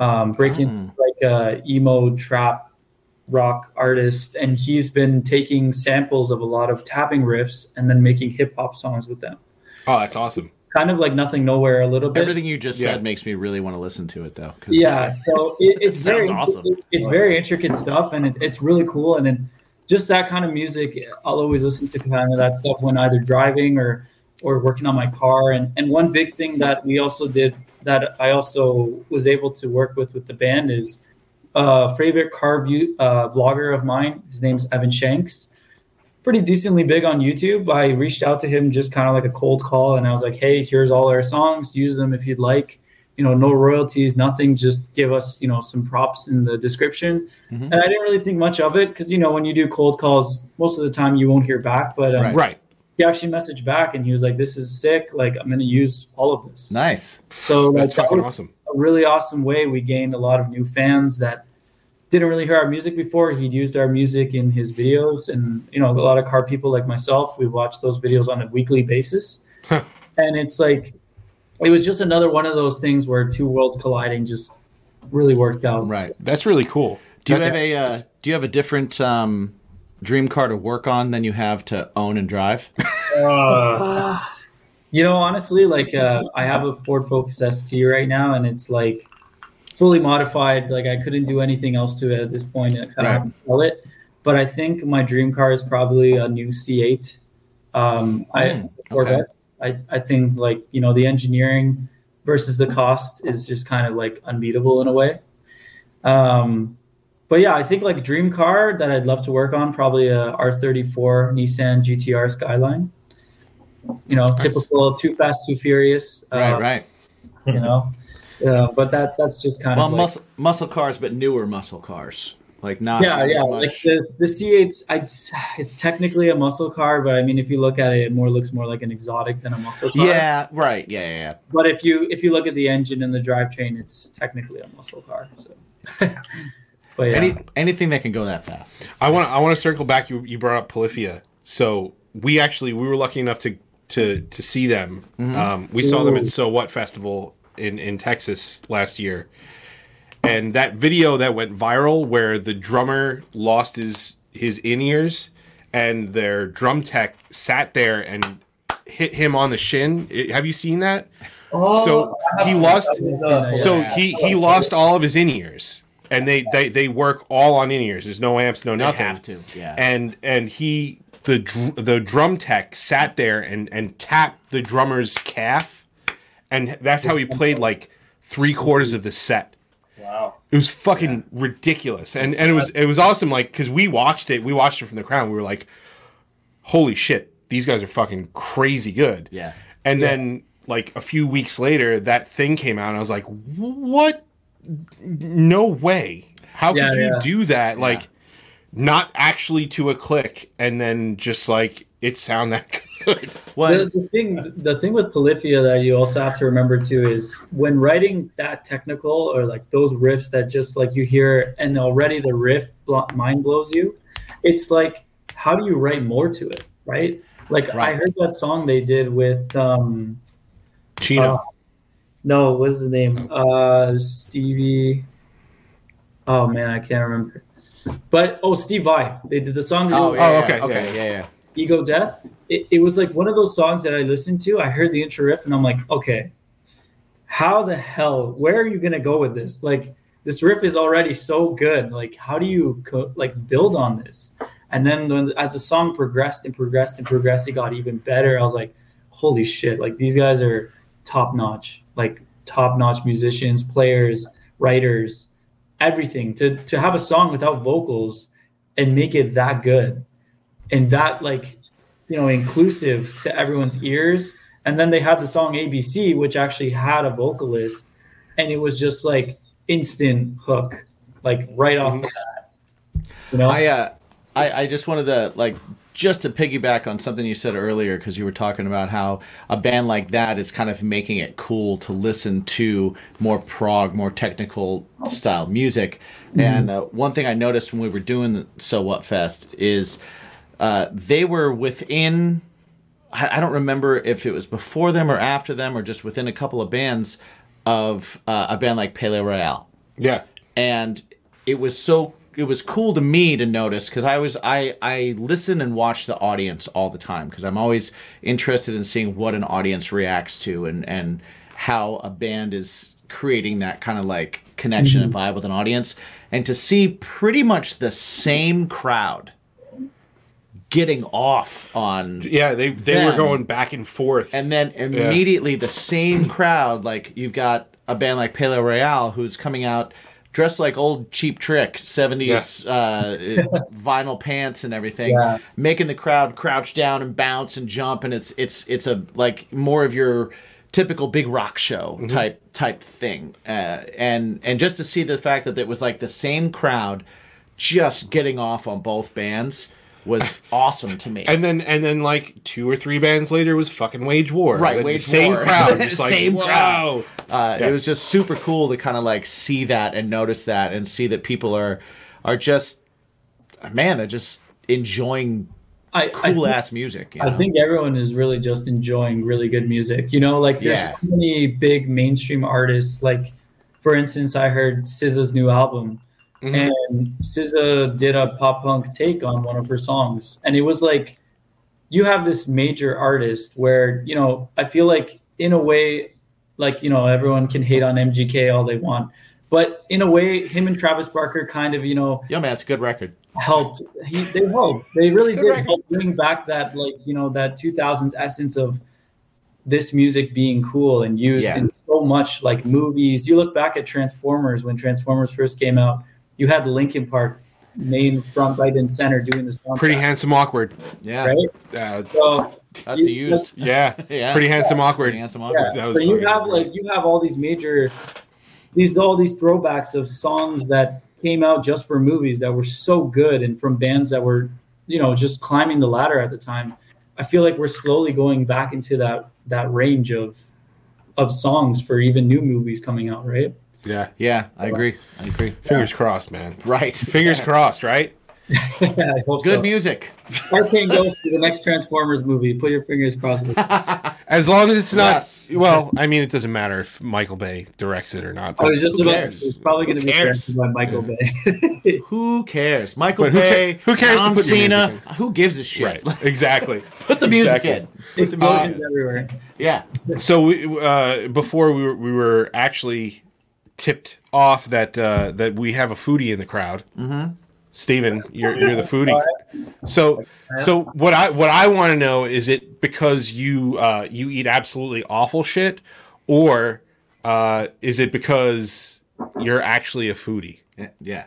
E: um, break-ins is like a emo trap rock artist and he's been taking samples of a lot of tapping riffs and then making hip-hop songs with them
A: Oh, that's awesome.
E: kind of like nothing nowhere a little bit
C: Everything you just
A: Yeah.
C: said makes me really want to listen to it though. 'cause- [laughs]
E: yeah so it, it's
C: Sounds
E: very
C: awesome.
E: it- it's very intricate stuff and it, it's really cool and then just that kind of music i'll always listen to kind of that stuff when either driving or or working on my car and and one big thing that we also did that i also was able to work with with the band is uh favorite car view, uh, vlogger of mine his name's evan shanks pretty decently big on youtube i reached out to him just kind of like a cold call and i was like hey here's all our songs use them if you'd like you know, no royalties, nothing. Just give us, you know, some props in the description.
C: Mhm.
E: And I didn't really think much of it because, you know, when you do cold calls, most of the time you won't hear back. But um,
C: Right.
A: Right.
E: he actually messaged back and he was like, "This is sick. Like, I'm going to use all of this."
C: Nice.
E: So like,
A: That's
E: that
A: fucking
E: was
A: awesome.
E: a really awesome way. We gained a lot of new fans that didn't really hear our music before. He'd used our music in his videos, and you know, a lot of car people like myself, we watch those videos on a weekly basis.
A: Huh.
E: And it's like, it was just another one of those things where two worlds colliding just really worked out.
C: Right.
A: That's really cool.
C: Do you
A: That's-
C: have a uh, Do you have a different um, dream car to work on than you have to own and drive?
D: uh,
E: You know, honestly, like uh, I have a Ford Focus ST right now, and it's like fully modified. Like I couldn't do anything else to it at this point. I kind of have
C: Right.
E: to sell it. But I think my dream car is probably a new C8. Um, I
C: Mm,
E: Corvettes. I I think like you know the engineering versus the cost is just kind of like unbeatable in a way. Um, but yeah, I think like dream car that I'd love to work on probably a R34 Nissan GTR Skyline. You know, typical too fast, too furious. Uh,
C: right. Right.
E: You know, uh, but that that's just kind
C: Well,
E: of like,
C: muscle muscle cars, but newer muscle cars. Like not.
E: yeah,
C: as
E: yeah.
C: much-
E: Like the the C8, I'd, s- it's technically a muscle car, but I mean, if you look at it, it more looks more like an exotic than a muscle car.
C: yeah. Right. Yeah. Yeah. yeah.
E: But if you if you look at the engine and the drivetrain, it's technically a muscle car. So. [laughs] but yeah.
C: Any, anything that can go that fast.
A: I want to I want to circle back. You you brought up Polyphia, so we actually we were lucky enough to to to see them. Um, we saw them at
E: Mm-hmm. Ooh.
A: So What Festival in in Texas last year, and that video that went viral where the drummer lost his his in ears, and their drum tech sat there and hit him on the shin. It- have you seen
E: Oh,
A: that? [laughs] so he lost.
E: I've seen that, yeah.
A: So he he lost all of his in ears, and they they they work all on in ears. There's no amps, no
C: I
A: nothing.
C: have to. Yeah.
A: And and he the dr- the drum tech sat there and and tapped the drummer's calf, and that's how he played like three quarters of the set.
D: Wow.
A: It was fucking ridiculous, and and it was it was awesome. Like because we watched it, we watched it from the crowd. We were like, "Holy shit, these guys are fucking crazy good."
C: yeah.
A: And then like a few weeks later, that thing came out, and I was like, "What? No way! How
E: Yeah,
A: could you
E: yeah.
A: do that? Like, not actually to a click, and then just like it sound that [laughs] good."
C: Well,
E: The, the thing, the thing with Polyphia that you also have to remember too is when writing that technical or like those riffs that just like you hear and already the riff blo- mind blows you. It's like how do you write more to it, right? Like I
C: Right.
E: heard that song they did with um
A: Chino,
E: uh,
C: Oh.
E: no, what's his name? Uh Stevie. Oh man, I can't remember. But oh, Steve Vai. They did the song.
C: oh,
A: yeah,
C: yeah,
A: okay,
C: yeah, okay, yeah, yeah.
E: Ego Death. It, it was like one of those songs that I listened to. I heard the intro riff and I'm like, okay, how the hell? Where are you gonna go with this? Like, this riff is already so good. Like, how do you co- like build on this? And then when, as the song progressed and progressed and progressed, it got even better. I was like, holy shit! Like these guys are top notch. Like top notch musicians, players, writers, everything. To to have a song without vocals and make it that good and that like you know inclusive to everyone's ears and then they had the song abc which actually had a vocalist and it was just like instant hook like right off the bat you know
C: I, uh, I, I just wanted to like just to piggyback on something you said earlier because you were talking about how a band like that is kind of making it cool to listen to more prog, more technical style music. And uh, one thing I noticed when we were doing the So What Fest is uh, they were within I, I don't remember if it was before them or after them or just within a couple of bands of uh, a band like Pele Royale
A: yeah,
C: and it was so it was cool to me to notice because I was I I listen and watch the audience all the time because I'm always interested in seeing what an audience reacts to and and how a band is creating that kind of like connection and vibe with an audience and to see pretty much the same crowd getting off on
A: yeah. They they were
C: Then-
A: going back and forth,
C: and then immediately the same crowd, like you've got a band like Pele Royale who's coming out dressed like old cheap trick, 70s uh, vinyl pants and everything,
E: Yeah.
C: making the crowd crouch down and bounce and jump and it's it's it's a like more of your typical big rock show type type thing. Uh, and and just to see the fact that it was like the same crowd just getting off on both bands was awesome to me.
A: and then and then like two or three bands later was fucking Wage War,
C: Right,
A: Like, the
C: Wage
A: same
C: War. [laughs]
A: crowd, just like
C: Same
A: wow.
C: Uh,
A: Yeah.
C: It was just super cool to kind of like see that and notice that and see that people are are just man, they're just enjoying
E: I, I
C: cool
E: think-
C: ass music. You know?
E: I think everyone is really just enjoying really good music. You know, like there's
C: Yeah.
E: so many big mainstream artists. Like, for instance, I heard SZA's new album,
C: Mm-hmm.
A: Mhm.
E: and SZA did a pop punk take on one of her songs, and it was like, you have this major artist where you know I feel like in a way, like you know everyone can hate on MGK all they want, but in a way, him and Travis Barker kind of you know
C: Yo man, it's a good record.
E: helped. He, they helped. They really
C: It's
E: did
C: correct.
E: help bring back that like you know that 2000s essence of this music being cool and used
C: Yeah.
E: in so much like movies. You look back at Transformers when Transformers first came out. You had Linkin Park main front right and center doing the soundtrack.
A: Pretty handsome, awkward.
C: Yeah,
E: right?
A: Uh,
E: So
C: that's the
E: You-
C: used.
A: yeah,
C: [laughs] Yeah,
A: pretty handsome, awkward.
C: Pretty handsome.
E: yeah.
A: That
E: So
A: was
E: you
A: fucking
E: have
A: great.
E: like you have all these major these all these throwbacks of songs that came out just for movies that were so good and from bands that were you know just climbing the ladder at the time i feel like we're slowly going back into that that range of of songs for even new movies coming out
A: [laughs]
E: right
A: Yeah,
C: Yeah, I agree. I agree.
A: fingers crossed,
C: [laughs]
A: man.
C: Right.
A: [laughs] Fingers crossed, right?
E: yeah i hope
C: Good
E: so
C: music.
E: arcane goes to the next transformers movie put your fingers
A: [laughs]
E: crossed i
A: As long as it's not.
C: Yes.
A: Well, I mean, it doesn't matter if Michael Bay directs it or not.
C: Oh,
E: was just
A: who
E: about to
A: cares?
E: say, it's probably
A: Who
E: going to be
A: cares?
E: directed by michael bay [laughs]
C: Who cares? Michael
A: But who ca-
C: Bay.
A: who cares to
C: John
A: put music
C: Cena. Who gives a shit?
A: Right. Exactly.
C: [laughs] Put the music
A: Exactly.
C: in.
E: explosions everywhere
C: Yeah.
A: So we, uh, before we were, we were actually tipped off that uh, that we have a foodie in the crowd. Mm-hmm. Steven, you're you're the foodie. So so what I what I want to know is it because you uh, you eat absolutely awful shit, or uh, is it because you're actually a
C: [laughs]
A: foodie?
C: Yeah, yeah.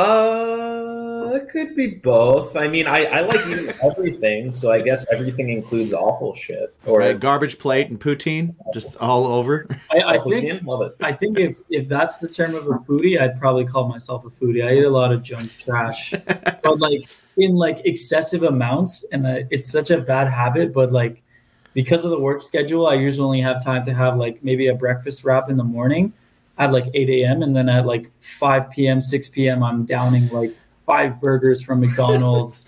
B: Uh, it could be both. I mean, I, I like
A: [laughs]
B: eating everything, so I guess everything includes awful shit. Or
C: Uh, garbage plate and poutine, just all over.
E: I, I
B: awful
E: think
B: scene. love it.
E: I think if if that's the term of a foodie, I'd probably call myself a foodie. I eat a lot of junk trash, but like in like excessive amounts, and I, it's such a bad habit. But like because of the work schedule, I usually only have time to have like maybe a breakfast wrap in the morning at like eight a.m. and then at like five p.m., six p.m., I'm downing like five burgers from McDonald's,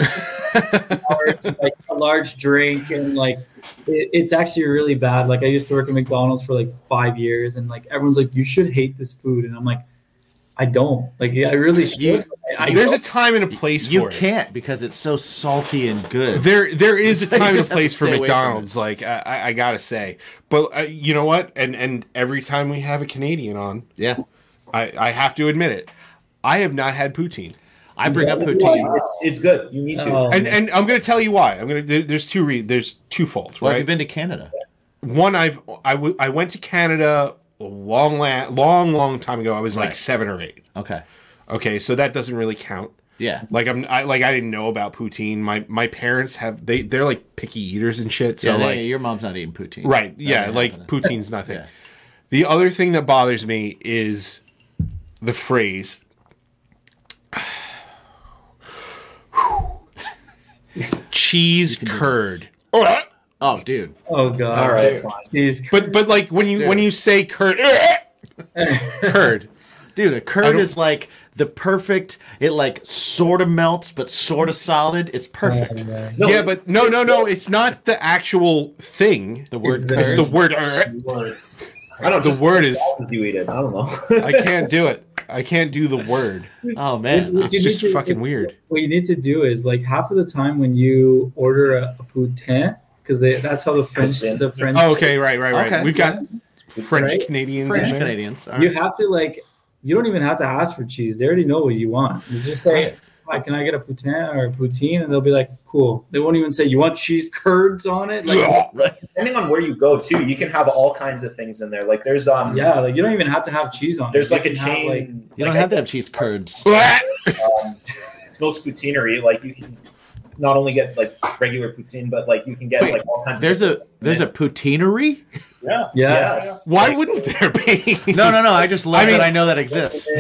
E: large, like a large drink, and like it, it's actually really bad. Like I used to work at McDonald's for like five years, and like everyone's like, "You should hate this food," and I'm like, "I don't. Like yeah, I
B: [laughs]
E: really should.
C: You-
E: I, I
A: There's a
E: don't.
A: time and a place
C: you
A: for it.
C: can't because it's so salty and good.
A: There, there is a
C: [laughs] You
A: time and
C: just have
A: place
C: to
A: for
C: stay away from
A: McDonald's. Like I, I, I gotta say, but uh, you know what? And and every time we have a Canadian on,
C: yeah,
A: I, I have to admit it. I have not had poutine,
C: I bring up poutine.
B: It's, it's good. You need to.
E: Oh.
A: and and I'm gonna tell you why. I'm gonna there, there's two re- there's twofold,
C: Well, have you
A: right?
C: been to Canada?
A: One, I've I, w- I went to Canada a long la- long long time ago. I was like
C: Right.
A: seven or eight.
C: Okay,
A: Okay, so that doesn't really count.
C: yeah,
A: Like I'm I like I didn't know about poutine. My my parents have they they're like picky eaters and shit. So
C: yeah. they-
A: like
C: your mom's not eating poutine,
A: Right.
C: That
A: Yeah.
C: ain't
A: Like
C: happening.
A: poutine's nothing.
C: Yeah.
A: The other thing that bothers me is the phrase. [sighs] cheese curd.
C: Oh, dude,
E: [laughs] Oh god.
B: All right. fine.
E: Jeez.
A: But but like when you when you say curd curd.
C: dude, a
A: I
C: curd
A: don't-
C: is like the perfect. It like sort of melts, but sort of solid. It's perfect.
E: Uh,
B: No,
A: yeah, but no no no, it's not the actual thing.
C: The word
E: It's the-
C: curd.
A: It's the word "er."
B: I don't know,
A: The
B: just-
A: word
B: just
A: is-
B: how You eat it. I don't know.
A: uh, [laughs] I can't do it. I can't do the word.
C: oh man,
E: It's
A: It's
E: You need
A: just
E: to-
A: fucking weird.
E: what you need to do is like half of the time when you order a, a poutine, because that's how the French
B: Poutine.
E: the French
A: Oh, okay, right, right, right.
C: Okay,
A: We've got French
E: Right?
A: Canadians
C: French
A: in there.
C: Canadians. all
E: you
C: right.
E: have to like you don't even have to ask for cheese. They already know what you want. You just say, Hi, can I get a poutine or a poutine? And they'll be like, Cool. They won't even say you want cheese curds on it. Like
A: [laughs] Ugh.
B: Depending on where you go, too, you can have all kinds of things in there. Like there's um,
E: yeah, like you don't even have to have cheese on
B: there's
E: it. You
B: like a
E: can have,
B: chain.
E: like-
C: You don't
B: like,
C: have to have cheese curds.
E: Oh,
B: um, smoked poutinery. Like you can not only get like regular poutine, but like you can get
C: Wait,
B: like all kinds.
C: There's
B: of
C: a there's a poutineery.
D: Yeah.
E: yeah.
B: Yes.
A: Why
B: Like,
A: wouldn't there be?
C: No, no, no. I just
A: [laughs]
C: love
A: I mean-
C: that I know that exists.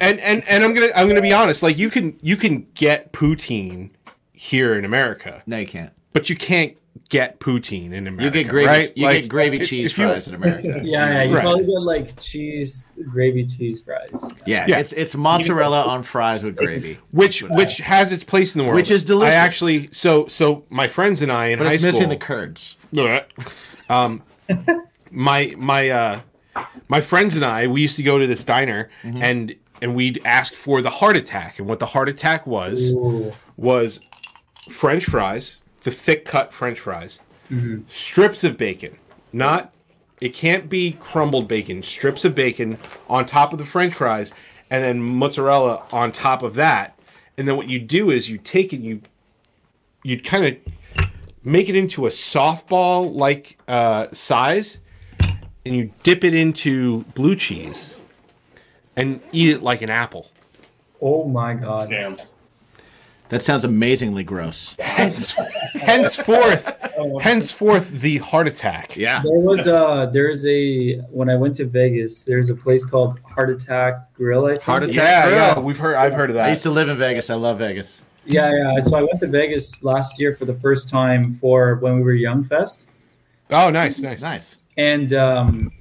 A: And and and I'm gonna I'm gonna be honest. Like you can you can get poutine here in America,
C: No, you can't.
A: but you can't get poutine in America.
C: You get gravy.
A: Right?
C: You
A: Like,
C: get gravy
A: if-
C: cheese
A: if you-
C: fries in America.
E: Yeah, yeah. You
A: Right.
E: probably get like cheese gravy cheese fries.
C: Yeah,
A: Yeah.
C: it's it's [laughs] mozzarella on fries with gravy.
A: which which has its place in the world,
C: Which is delicious.
A: I actually so so my friends and I in
C: But
A: high
C: it's
A: school
C: missing the curds.
A: Blech. [laughs] um, my my uh, my friends and I we used to go to this diner
C: Mm-hmm.
A: and and we'd ask for the heart attack and what the heart attack was was French fries, the thick cut French fries, strips of bacon, not it can't be crumbled bacon, strips of bacon on top of the French fries, and then mozzarella on top of that. And then what you do is you take it, you you'd kind of make it into a softball like uh, size and you dip it into blue cheese and eat it like an apple
E: Oh my god.
D: Damn.
C: That sounds amazingly gross.
A: Hence, henceforth henceforth the heart attack
C: Yeah.
E: Oh, There was uh there's a when I went to Vegas, there's a place called Heart Attack Grill, I think.
C: Heart Attack.
A: yeah yeah
C: Grill.
A: we've heard i've heard of
C: I
A: that
C: used to live in Vegas. I love Vegas.
E: Yeah, yeah. So I went to Vegas last year for the first time for when we were Young Fest.
A: oh nice nice
C: Nice.
E: And um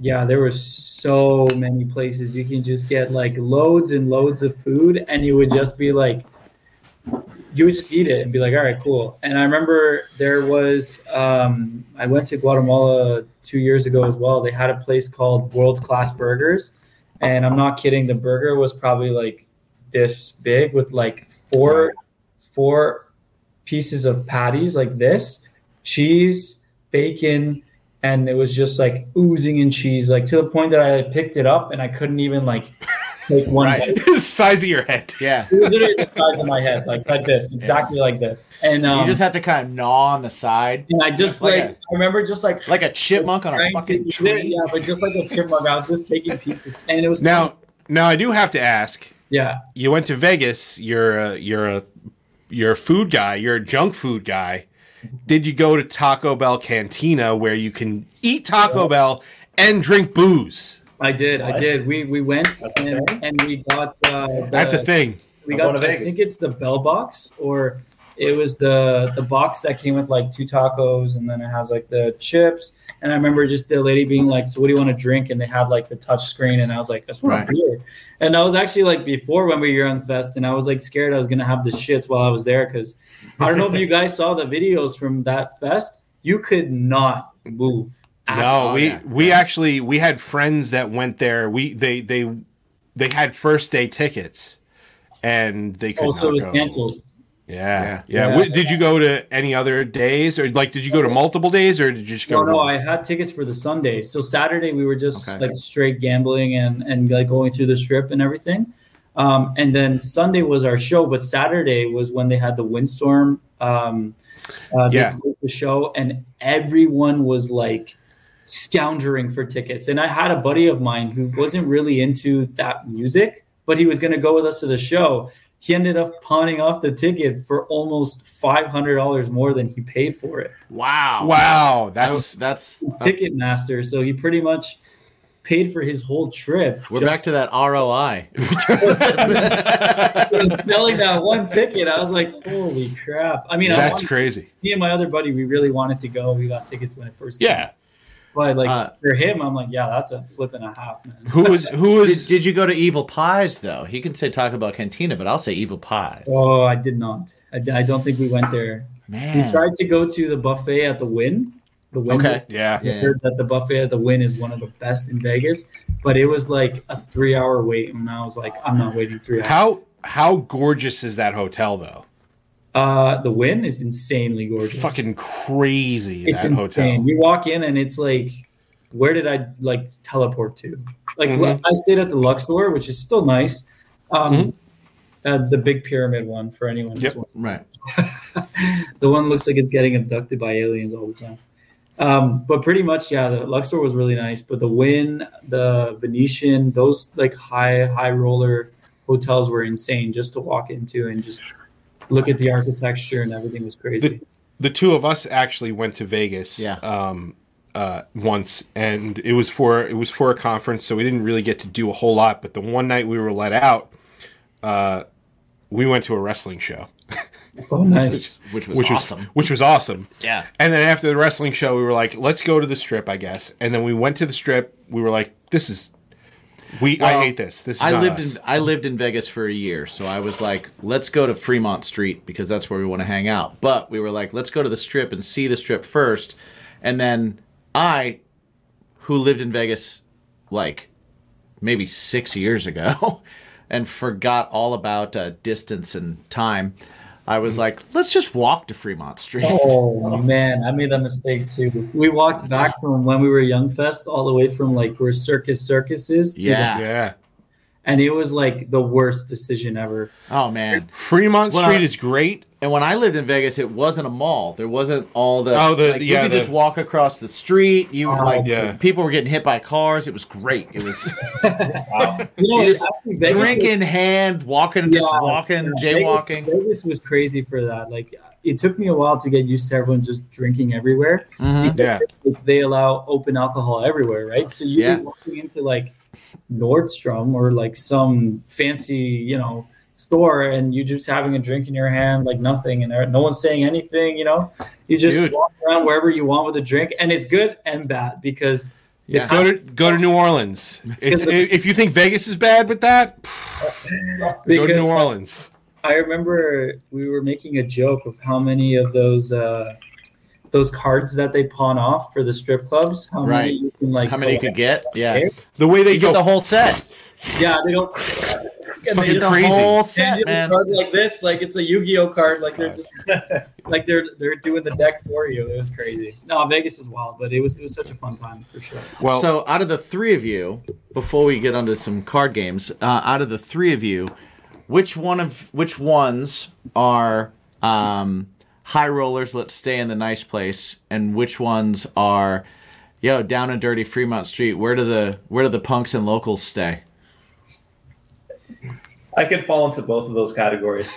E: yeah, there were so many places you can just get like loads and loads of food and you would just be like you would just eat it and be like, all right, cool. And I remember there was um I went to Guatemala two years ago as well. They had a place called World Class Burgers. And I'm not kidding, the burger was probably like this big with like four four pieces of patties like this, cheese, bacon, and it was just like oozing in cheese, like to the point that I had picked it up and I couldn't even like take one
A: [laughs]
E: bite.
A: Size of your head.
C: Yeah.
E: It was literally the size of my head, like like this, exactly like this. And um,
C: You just have to kind of gnaw on the side
E: and I just
C: like
E: like,
C: a-
E: I remember just like
C: like a chipmunk on a
E: trying to
C: fucking
E: eat it,
C: tree.
E: Yeah, but just like a chipmunk, I was just taking pieces, and it was
A: Now, now I do have to ask.
E: yeah,
A: You went to Vegas. You're a, you're a you're a food guy. You're a junk food guy. Did you go to Taco Bell Cantina where you can eat Taco Bell and drink booze?
E: I did, I
B: What?
E: did. We we went
D: That's a
E: and, and we got uh, the,
A: That's a thing.
E: We
B: I'm
E: got
B: going to
E: I
B: Vegas.
E: think it's the bell box or it was the the box that came with like two tacos and then it has like the chips and I remember just the lady being like, "So what do you want to drink?" and they had like the touch screen and I was like, "I just
C: Right.
E: want a beer." And I was actually like before when we were on fest and I was like scared I was gonna have the shits while I was there because I don't
B: [laughs]
E: know if you guys saw the videos from that fest. You could not move. at
A: No,
C: Oh,
A: we
C: yeah.
A: we actually we had friends that went there. We they they they had first day tickets, and they could
E: all. Oh, so
A: not
E: it was
A: go.
E: canceled.
A: Yeah,
E: Yeah.
A: yeah.
E: Yeah.
A: Wh- Did you go to any other days, or like did you go to multiple days, or did you just go?
E: No,
A: to
E: no,
A: one?
E: I had tickets for the Sunday. So Saturday we were just
C: Okay.
E: like straight gambling and and like going through the strip and everything. Um, and then Sunday was our show, but Saturday was when they had the windstorm. Um, uh, they
A: Yeah.
E: closed the show, and everyone was like scoundering for tickets. And I had a buddy of mine who wasn't really into that music, but he was going to go with us to the show. He ended up pawning off the ticket for almost five hundred dollars more than he paid for it
C: Wow.
A: Wow,
C: That's
A: that's
C: that's. uh,
E: ticket master, Uh, so he pretty much paid for his whole trip.
C: We're
E: just
C: back to that
E: [laughs]
C: [laughs] ROI.
E: from selling that one ticket. I was like, holy crap! I mean, I
A: that's
E: wanted,
A: crazy.
E: me and my other buddy, we really wanted to go. We got tickets when it first. came.
A: Yeah,
E: but like
C: Uh,
E: for him, I'm like, yeah, that's a flip and a half, man.
A: who was who
C: did,
E: [laughs]
A: was
C: did you go to Evil Pies though? He can say Taco Bell Cantina, but I'll say Evil Pies.
E: Oh, I did not. I, I don't think we went there.
C: man.
E: We tried to go to the buffet at the Win. The Win.
C: Okay.
A: yeah.
E: I heard that the buffet at the Win is one of the best in Vegas, but it was like a three-hour wait, and I was like, I'm not waiting three hours.
A: How how gorgeous is that hotel though?
E: Uh, the win is insanely gorgeous.
A: Fucking crazy
E: it's
A: that
E: insane.
A: hotel.
E: You walk in and it's like, where did I like teleport to? Like
A: Mhm.
E: I stayed at the Luxor, which is still nice. Um,
A: Mhm.
E: uh, the big pyramid one for anyone. who's
A: Yep.
E: wondering.
C: Right.
E: [laughs] The one looks like it's getting abducted by aliens all the time. Um, but pretty much, yeah, the Luxor was really nice. But the Win, the Venetian, those like high high roller hotels were insane just to walk into and just look at the architecture and everything was crazy.
A: The two of us actually went to Vegas.
C: Yeah.
A: Um, uh, once and it was for it was for a conference, so we didn't really get to do a whole lot. But the one night we were let out, uh, we went to a wrestling show,
E: Oh, nice.
C: Which was
A: which
C: awesome.
A: was which was awesome.
C: yeah.
A: And then after the wrestling show, we were like, let's go to the strip, I guess. And then we went to the strip. We were like, this is, we,
C: Well,
A: I hate this. This is
C: I
A: not
C: lived
A: us.
C: in I lived in Vegas for a year, so I was like, let's go to Fremont Street because that's where we want to hang out. But we were like, let's go to the strip and see the strip first. And then I, who lived in Vegas like maybe six years ago [laughs] and forgot all about uh, distance and time, I was like, let's just walk to Fremont Street.
E: Oh man, I made that mistake too. We walked back from when we were Young Fest all the way from like where Circus Circus is. To
C: Yeah.
A: yeah.
E: and it was like the worst decision ever.
C: [laughs] Oh man.
A: Fremont
C: Well,
A: Street
C: I-
A: is great.
C: And when I lived in Vegas, it wasn't a mall. There wasn't all the.
A: Oh, the-
C: like, you
A: yeah,
C: could
A: the-
C: just walk across the street. You
E: Oh,
C: like
A: yeah.
C: people were getting hit by cars. It was great. It was
E: You know,
C: You
E: it's
C: just
E: actually [laughs] Vegas
C: drink in hand, walking, just
E: Yeah,
C: walking,
E: was,
C: jaywalking.
E: Vegas, Vegas was crazy for that. Like it took me a while to get used to everyone just drinking everywhere.
C: Mhm.
A: Yeah.
E: Like, they allow open alcohol everywhere, right? So you're
C: Yeah.
E: walking into like Nordstrom or like some fancy, you know, store, and you just having a drink in your hand, like nothing, and there, no one's saying anything. You know, you just
A: Dude.
E: walk around wherever you want with a drink, and it's good and bad because
C: Yeah.
A: Go to, go to New Orleans. It's,
C: [laughs]
E: Because of-
A: if you think Vegas is bad with that, go to
E: because
A: New Orleans.
E: I remember we were making a joke of how many of those. uh those cards that they pawn off for the strip clubs, how
C: Right.
E: many you can like
C: How many you could
E: collect.
C: get? Yeah,
A: The way they
C: you get
A: go,
C: the whole set.
E: Yeah, they don't.
A: It's
E: and they
A: fucking
E: did a
A: crazy.
C: Whole
E: They
C: set,
E: did a
C: man.
E: card like this, like it's a Yu-Gi-Oh card, like they're just [laughs] like they're they're doing the deck for you. It was crazy. No, Vegas is wild, but it was it was such a fun time for sure. [laughs]
A: Well,
C: So, out of the three of you, before we get onto some card games, uh, out of the three of you, which one of which ones are um, high rollers? Let's stay in the nice place, and which ones are, yo, down and dirty Fremont Street? Where do the where do the punks and locals stay? [laughs]
B: I could fall into both of those categories.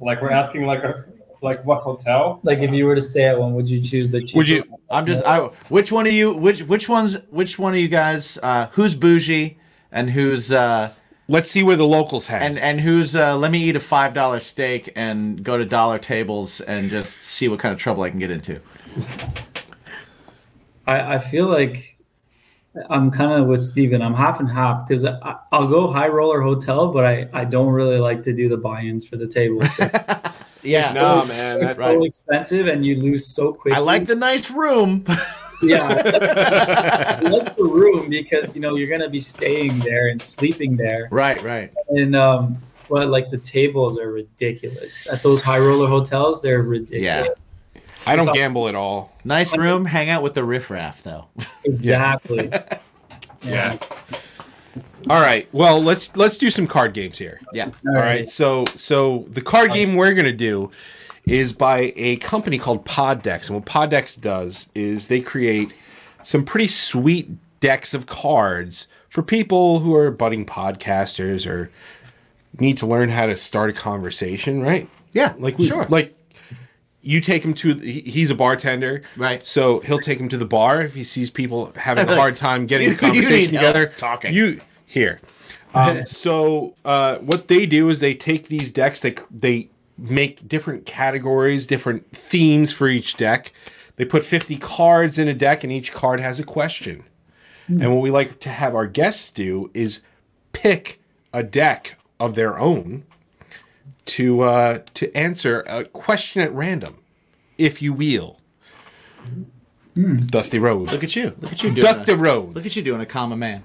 D: Like we're asking like a, like what hotel?
E: Like if you were to stay at one, would you choose the?
A: would you?
C: I'm just, I, which one of you, which which ones, which one of you guys, uh, who's bougie and who's uh,
A: Let's see where the locals hang. [laughs]
C: And and who's uh, let me eat a five dollar steak and go to dollar tables and just see what kind of trouble I can
A: [laughs]
C: get into.
E: I, I feel like I'm kind of with Steven. I'm half and half because I'll go high roller hotel, but I, I don't really like to do the buy-ins for
A: [laughs]
E: the tables.
C: Yeah,
A: no, man. That,
E: It's so
C: right.
E: expensive and you lose so quickly.
C: I like the nice room. [laughs]
E: yeah. I like the room because you know you're gonna be staying there and sleeping there,
C: right, right.
E: and um, but like the tables are ridiculous at those high roller hotels. They're ridiculous.
A: I don't gamble at all.
C: Nice room. Hang out with the riffraff though.
A: [laughs]
E: Exactly.
D: Yeah.
A: All right. Well, let's let's do some card games here.
C: Yeah.
A: All right. So so the card game we're gonna do is by a company called Poddex, and what Poddex does is they create some pretty sweet decks of cards for people who are budding podcasters or need to learn how to start a conversation, right?
C: Yeah.
A: Like we,
C: sure.
A: like you take him to he- he's a bartender,
C: Right.
A: So he'll take him to the bar if he sees people having a
C: [laughs] Like,
A: hard time getting
C: you-
A: a conversation
C: you need help
A: together.
C: talking.
A: you here.
C: [laughs]
A: Um, so uh, what they do is they take these decks, they they make different categories, different themes for each deck. They put fifty cards in a deck, and each card has a question.
C: Hmm.
A: And what we like to have our guests do is pick a deck of their own to uh, to answer a question at random, if you will. Dusty Rhodes.
C: look at you. Look at you doing.
A: Dusty
C: A,
A: Rhodes.
C: look at you doing a common man.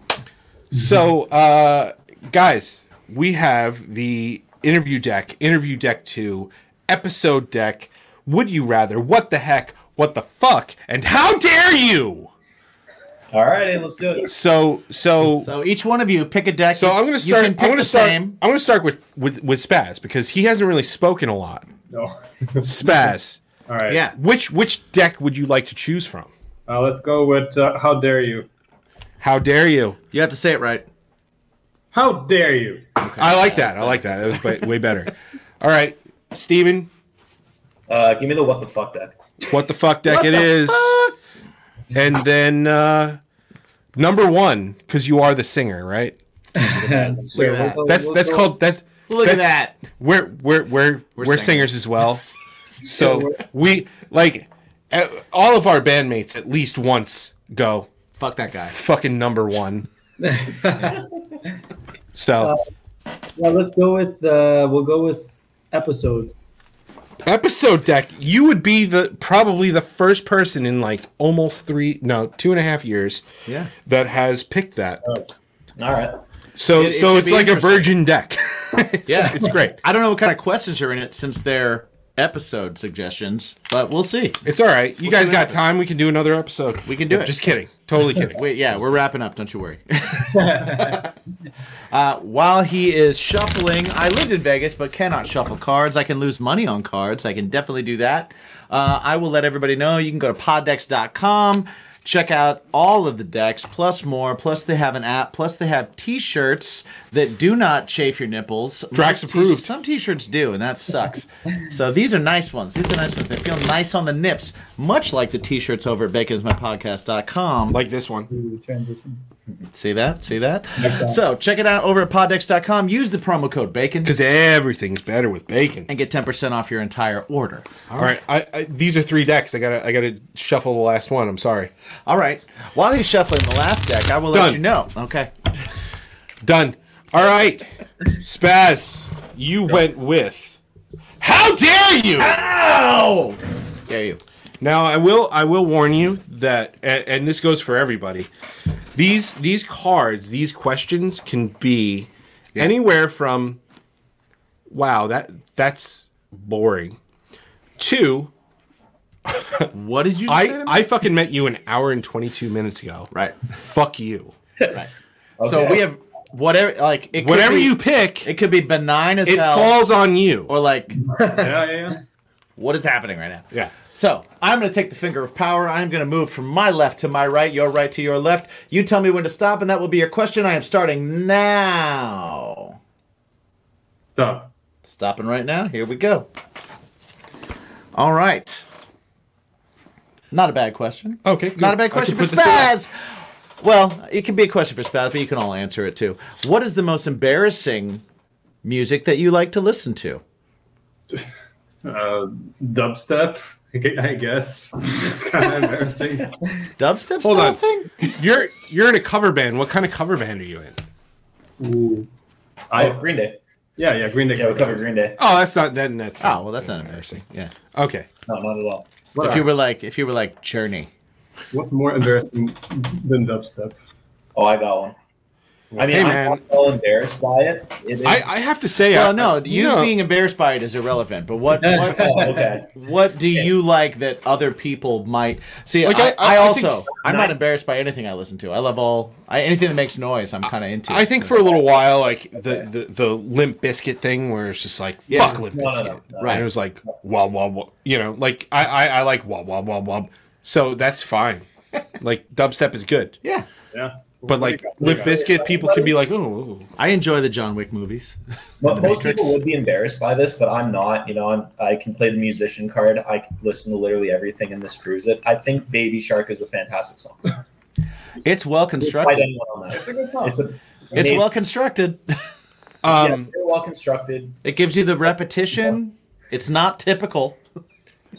A: So, uh, guys, we have the interview deck, interview deck two, episode deck. Would you rather? What the heck? What the fuck? And how dare you?
B: All right, let's do it.
A: So, so, so,
C: So each one of you pick a deck. You-
A: I'm gonna
C: you
A: start.
C: can
A: I'm
C: pick
A: gonna
C: the
A: start.
C: same.
A: I'm gonna start with with with Spaz because he hasn't really spoken a lot.
D: No. [laughs]
A: Spaz,
D: All right.
C: Yeah.
A: which which deck would you like to choose from?
D: Uh, let's go with uh, how dare you?
A: How dare you?
C: You have to say it right.
D: How dare you?
A: I like that. I like that. That was ba- way better. [laughs] All right, Steven,
B: Uh, give me the what the fuck deck.
A: what the fuck deck it is. And then uh number 1 cuz you are the singer, right?
E: So
C: Look at
E: we'll
C: that.
E: go-
A: That's
E: we'll
A: that's
E: go-
A: called that's
C: Look at
A: that's-
C: that.
A: We're we're we're we're,
C: singers.
A: singers. as well. so we like uh, all of our bandmates at least once go
C: Fuck that guy.
A: fucking number 1. so
E: Yeah, let's go with. Uh, we'll go with episodes.
A: episode deck you would be the probably the first person in like almost three no two and a half years
C: Yeah.
A: that has picked that
B: All right.
A: so
C: Uh, It- it
A: so
C: should
A: it's
C: be
A: like a
C: interesting.
A: virgin deck [laughs] it's,
C: Yeah.
A: it's great
C: I don't know what kind of questions are in it since they're episode suggestions, but we'll see.
A: it's all right you
C: We'll
A: guys
C: see what
A: got
C: happens.
A: time we can do another episode
C: We can do it.
A: just kidding
C: [laughs]
A: totally kidding
C: Wait, yeah, we're wrapping up. Don't you worry. [laughs] uh, while he is shuffling, I lived in Vegas but cannot shuffle cards. I can lose money on cards. I can definitely do that. Uh, I will let everybody know. You can go to poddex.com, check out all of the decks, plus more. Plus, they have an app. Plus, they have t shirts that do not chafe your nipples.
A: Drax
C: Most t-
A: approved.
C: Some t shirts do, and that sucks. so, these are nice ones. These are nice ones. They feel nice on the nips, much like the t shirts over at baconsmypodcast.com.
A: like this one
E: Ooh, Transition.
C: See that? See that? So check it out over at poddex.com. Use the promo code BACON
A: because everything's better with bacon
C: and get 10% off your entire order.
A: all right I, I these are three decks i gotta i gotta shuffle the last one i'm sorry
C: All right. While he's shuffling the last deck, I will let
A: Done.
C: you know. Okay.
A: done all
C: [laughs]
A: right spaz you went with how dare you
C: Ow! Dare you.
A: Now I will I will warn you that and, and this goes for everybody. These these cards, these questions can be Anywhere from wow, that that's boring. Two,
C: What did you say? to
A: I
C: me?
A: I fucking met you an hour and 22 minutes ago.
C: right.
A: Fuck you. [laughs]
C: Right. So we have whatever like it could
A: Whatever
C: be-
A: you pick,
C: it could be benign as
A: it
C: hell
A: falls on you.
C: or like
D: Yeah,
B: [laughs]
D: yeah, yeah.
C: what is happening right now.
A: yeah.
C: So I'm going to take the finger of power. I'm going to move from my left to my right, your right to your left. You tell me when to stop, and that will be your question. I am starting now.
D: Stop.
C: Stopping right now. Here we go. All right. Not a bad question.
A: Okay, good.
C: Not a
A: I
C: bad
A: can
C: question for
A: put this away.
C: Spaz. Well, it can be a question for Spaz, but you can all answer it too. What is the most embarrassing music that you like to listen to?
D: Uh, dubstep, I gue- I guess. It's kind of embarrassing. [laughs]
C: Dubstep
A: Hold
C: style
A: on.
C: thing?
A: [laughs] You're you're in a cover band. What kind of cover band are you in?
D: Ooh.
B: Oh,
D: I
B: Green Day.
D: yeah yeah Green Day.
B: Yeah, we covered Green Day.
A: Oh, that's not that. That's
C: Oh, well, that's not embarrassing. Yeah.
A: okay.
B: No, not at all.
D: What
C: If
D: are-
C: you were like, if you were like Journey.
D: What's more embarrassing than dubstep?
B: Oh, I got one. I mean,
A: Hey,
B: I'm
A: man.
B: all embarrassed by it. It is.
A: I, I have to say, I,
C: Well, no, you
A: know,
C: being embarrassed by it is irrelevant. But what, what, uh,
B: oh, okay.
C: what do you like that other people might see?
A: Like, I-
C: I,
A: I-
C: I
A: I
C: also,
A: think-
C: I'm not embarrassed by anything I listen to. I love all I, anything that makes noise. I'm kind of into.
A: I think for a little while, like the the, the limp biscuit thing, where it's just like fuck limp
B: No, no,
A: biscuit,
B: no, no.
A: right? it was like wob wob wob, you know, like I I, I like wob wob wob wob, so that's
C: [laughs]
A: fine. like dubstep is good,
C: yeah,
D: Yeah.
A: but like limp biscuit, people can be like, oh,
C: I enjoy the John Wick movies.
B: Mo- most
C: Matrix.
B: people would be embarrassed by this, but I'm not. You know, I'm, I can play the musician card. I can listen to literally everything, and this proves it. I think Baby Shark is a fantastic song.
C: It's well
B: Fight
C: constructed.
B: anyone on that. It's a
D: good song.
B: It's,
C: It's well constructed. [laughs]
B: yeah,
A: um,
B: very well constructed.
C: It gives you the repetition. It's not typical.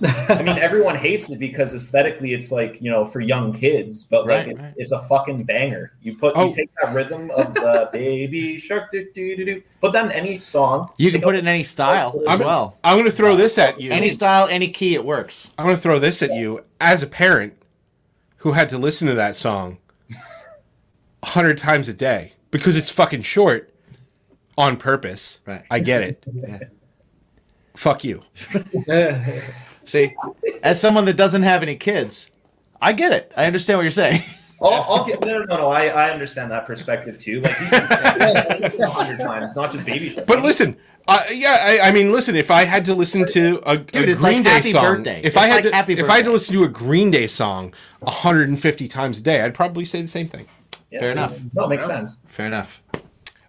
B: I mean, everyone hates it because aesthetically, it's like you know for young kids, but like
C: Right,
B: it's
C: right.
B: it's a fucking banger. You put
A: Oh.
B: you take that rhythm of
C: [laughs]
B: the Baby Shark, do do do do. But then any song
C: You can put it in any style as
A: I'm,
C: well.
A: I'm gonna throw this at you.
C: Any style, any key, it works.
A: I'm gonna throw this at you as a parent who had to listen to that song a hundred times a day because it's fucking short on purpose.
C: Right.
A: I get it. Fuck you.
C: See, as someone that doesn't have any kids, I get it. I understand what you're saying. [laughs]
B: I'll, I'll get no, no, no. no, I, I understand that perspective too. Like you
C: [laughs]
B: can say a hundred times, not just baby shark.
A: But listen, uh, yeah, I, I mean, listen. If I had to listen to a, a
C: it's
A: Green
C: like
A: Day
C: Happy
A: song,
C: Birthday.
A: if
C: It's
A: I had
C: like
A: to,
C: Happy
A: if I had
C: Birthday.
A: to listen to a Green Day song 150 times a day, I'd probably say the same thing.
B: Yeah,
C: fair enough.
B: No, it makes sense.
C: Fair enough.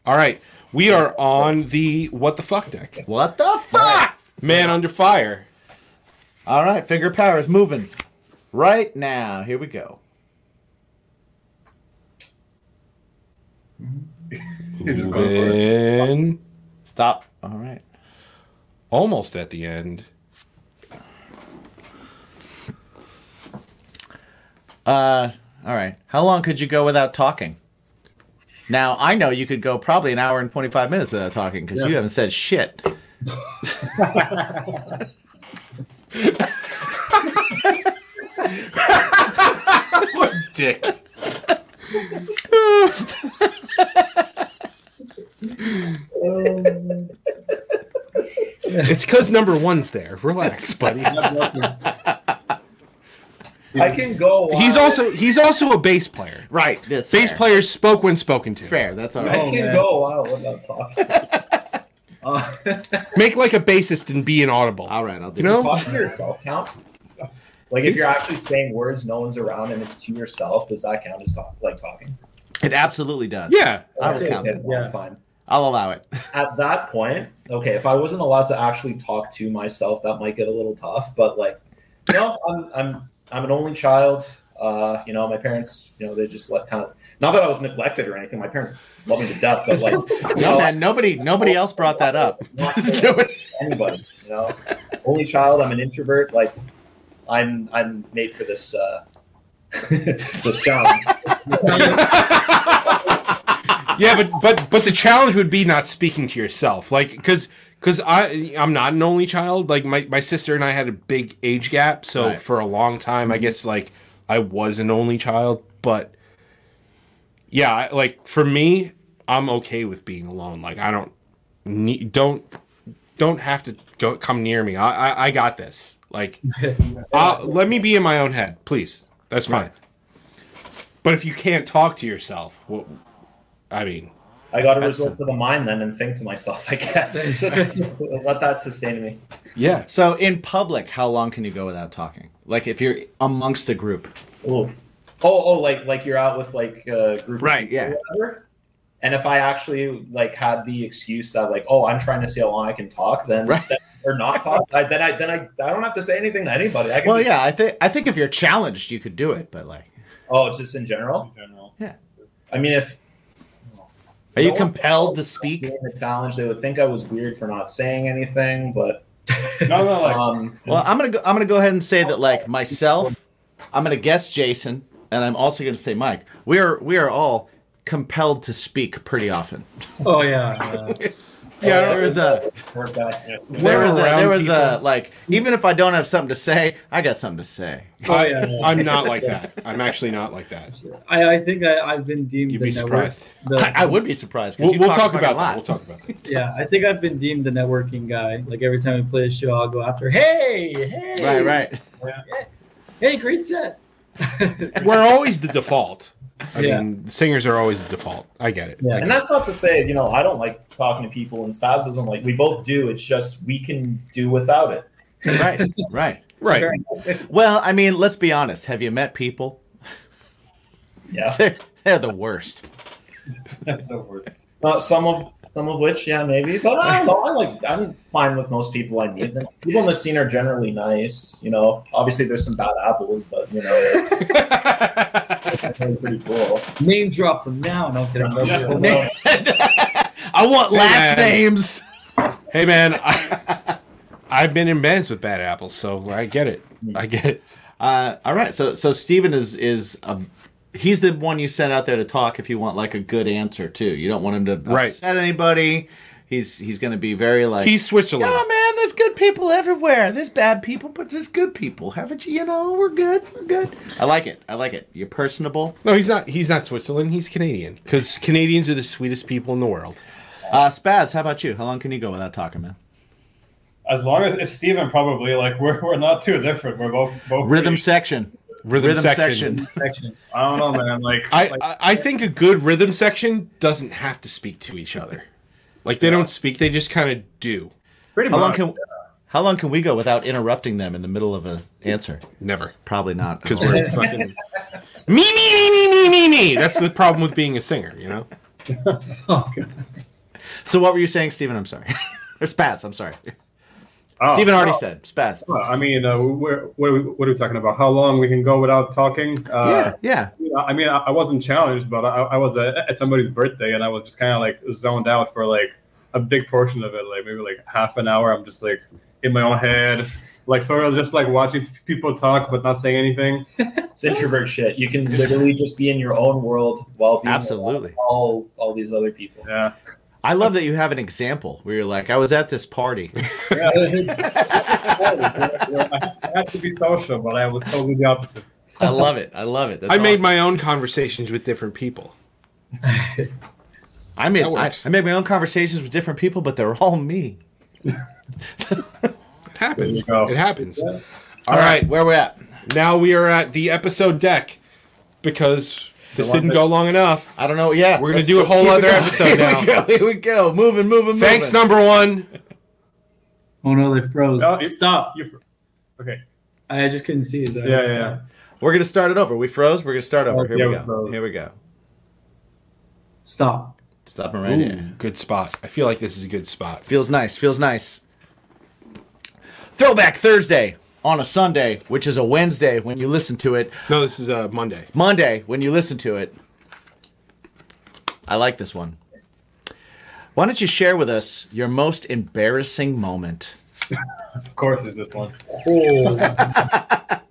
A: All right, we are on the what the fuck deck. Ah!
C: What the fuck?
A: Man under fire.
C: All right, finger power is moving right now. Here we go.
D: You're just going for it.
A: Moving
C: Stop. All right.
A: almost at the end.
C: Uh, all right. How long could you go without talking? Now I know you could go probably an hour and twenty-five minutes without talking because you haven't said shit.
A: dick. it's because number one's there. Relax, buddy.
B: I can go. a
A: He's
B: while.
A: also he's also a bass player.
C: Right. That's
A: Bass
C: fair.
A: players spoke when spoken to.
C: Fair. That's all
B: I
C: right.
B: can
D: man.
B: go a while without
C: [laughs]
B: talking. Uh,
A: Make like a bassist and be inaudible.
C: All right. I'll do.
A: You know?
B: talk to yourself count. Like if you're actually saying words, no one's around, and it's to yourself. Does that count as talk, like talking?
C: it. It absolutely does.
A: Yeah.
C: I
B: I'd
C: would
B: say
C: count
B: okay,
C: that.
B: well,
E: Yeah.
B: fine.
C: I'll allow it.
B: At that point, okay, if I wasn't allowed to actually talk to myself, that might get a little tough. But like, no, I'm I'm I'm an only child. Uh, you know, my parents, you know, they just let kind of not that I was neglected or anything. My parents love me to death, but like, you
C: [laughs] No,
B: know,
C: man. Nobody. Nobody else brought that up. [laughs]
B: not saying anybody. You know, only child. I'm an introvert. Like, I'm I'm made for this uh, [laughs] this job.
A: Yeah, but but but the challenge would be not speaking to yourself. Like because because I I'm not an only child. Like my, my sister and I had a big age gap, so
C: Right.
A: for a long time I guess like I was an only child, but yeah, I- like for me I'm okay with being alone. Like I don't need don't don't have to go come near me. I I, I got this. Like I'll, let me be in my own head, please. That's fine. But if you can't talk to yourself, what I mean,
B: I got to
A: That's
B: resort to the mind then and think to myself. I guess [laughs] let that sustain me.
A: yeah.
C: So in public, how long can you go without talking? Like if you're amongst a group.
B: Ooh. Oh, oh, like like you're out with like a group, of
A: Right,
B: people
C: yeah.
B: or whatever. And if I actually like had the excuse that like, oh, I'm trying to see how long I can talk, then,
C: Right.
B: then- or not talk, I, then I then I, I don't have to say anything to anybody. I can
C: Well,
B: just-
C: yeah, I think I think if you're challenged, you could do it. But like,
B: Oh, it's just in general.
D: in general.
B: I mean, if
C: are you
B: No one-
C: compelled to speak?
B: being the challenge, they would think I was weird for not saying anything, but
D: No, no, like
B: um,
C: Well, I'm gonna go, I'm gonna go ahead and say that like myself, I'm gonna guess Jason, and I'm also gonna say Mike. We are we are all compelled to speak pretty often.
E: [laughs] Oh yeah.
A: Yeah, I don't-
C: there was a
B: work that.
C: there was a
A: around
C: there was a
A: people.
C: like even if I don't have something to say, I got something to say.
E: Oh yeah.
A: uh, I'm not like that. I'm actually not like that.
E: I, I think I, I've been deemed.
A: You'd
E: the
A: be
E: network-
A: surprised.
E: the-
C: I, I would be surprised. 'cause
A: Uh, We'll,
C: you
A: we'll
C: a
A: talk
C: fucking
A: about
C: lot.
A: that. We'll talk about that.
E: Yeah, I think I've been deemed the networking guy. Like every time we play a show, I'll go after. Hey, hey,
C: Right,
A: [laughs]
C: right.
E: Hey, great set.
A: We're always the default. I
E: Yeah.
A: mean, singers are always the default. I get it. I
E: Yeah.
B: And
A: get
B: that's not to say, you know, I don't like talking to people and Stas doesn't like, we both do. It's just we can do without it.
C: right, right.
A: it. right. [laughs]
E: Sure.
C: Well, I mean, let's be honest. Have you met people? [laughs]
B: Yeah.
C: They're, they're the worst.
D: the worst.
B: Uh, some of some of which, yeah, maybe. But I don't know. I like I'm fine with most people I meet. And People in the scene are generally nice. You know, obviously there's some bad apples, but you know, they're pretty cool.
E: [laughs] Name drop them now. No, I'm kidding.
A: Oh,
B: Yeah.
C: [laughs]
A: [laughs]
C: I want last
A: man.
C: names.
A: hey, man, I, I've been in bands with bad apples, so I get it. I get it.
C: Uh, all right. So so Steven is is a, he's the one you sent out there to talk if you want like a good answer too. You don't want him to
A: Right.
C: upset anybody. He's he's going to be very like
A: He's Switzerland.
C: yeah, man. There's good people everywhere. There's bad people, but there's good people. Haven't you? You know, we're good. We're good. I like it. I like it. You're personable.
A: No, he's not. He's not Switzerland. He's Canadian because Canadians are the sweetest people in the world.
C: Uh, Spaz, how about you? How long can you go without talking, man?
D: As long as it's Steven, probably like we're, we're not too different. We're both both
C: Rhythm
D: pretty-
C: section.
A: Rhythm, section. [laughs]
E: Section.
D: I don't know, man. Like
A: I,
D: like,
A: I I think a good rhythm section doesn't have to speak to each other. Like they don't speak. They just kind of do.
D: pretty
C: How long
D: much.
C: can how long can we go without interrupting them in the middle of an answer?
A: Never.
C: Probably
A: [laughs]
C: not.
A: because
D: [laughs]
A: we're fucking me me me me me me me. That's the problem with being a singer, you know.
E: Oh, God.
C: So what were you saying, Steven? I'm sorry. [laughs] or Spaz, I'm sorry.
D: Oh,
C: Steven already
D: oh,
C: said. Spaz.
D: well, I mean, uh, we're, what, are we, what are we talking about? How long we can go without talking? Uh,
C: yeah, yeah.
D: You know, I mean, I, I wasn't challenged, but I, I was at, at somebody's birthday, and I was just kind of like zoned out for like a big portion of it, like maybe like half an hour. I'm just like in my own head, like sort of just like watching people talk but not saying anything.
B: It's introvert shit. You can literally just be in your own world while being around
C: Absolutely.
B: all all these other people.
D: [laughs] Yeah,
C: I love that you have an example where you're like, I was at
A: [laughs]
C: this party.
D: I had to be social, but I was totally the opposite.
C: I love it. I love it. That's
A: I made
C: awesome.
A: my own conversations with different people.
C: I made
A: That
C: I,
A: works.
C: I made my own conversations with different people, but they're all me.
A: It happens.
D: There you go.
A: It happens. All
C: all
A: right,
C: right, where we at?
A: now we are at the episode deck because this
D: The one
A: didn't
D: that-
A: go long enough.
C: I don't know. Yeah,
A: We're gonna
C: let's-
A: do a
C: let's
A: whole
C: keep it
A: other
C: going.
A: episode
C: [laughs] here
A: now.
C: We go, here we go. Moving, moving,
A: Thanks,
C: moving.
A: number one.
E: [laughs] Oh no, they froze.
D: No, it-
E: Stop.
D: You, okay.
E: I just couldn't see. So I
D: Yeah,
E: had to
D: yeah,
E: stop.
C: We're gonna start it over. We froze. We're gonna start over.
D: Oh,
C: Here
D: yeah,
C: we
D: we
C: go.
D: froze.
C: Here we go.
E: Stop.
C: Stopping right
A: Ooh,
C: here.
A: good spot. I feel like this is a good spot.
C: Feels nice. Feels nice. Throwback Thursday on a Sunday, which is a Wednesday when you listen to it.
A: No, this is uh, Monday.
C: Monday when you listen to it. I like this one. Why don't you share with us your most embarrassing moment?
D: Of course, is this one. Oh.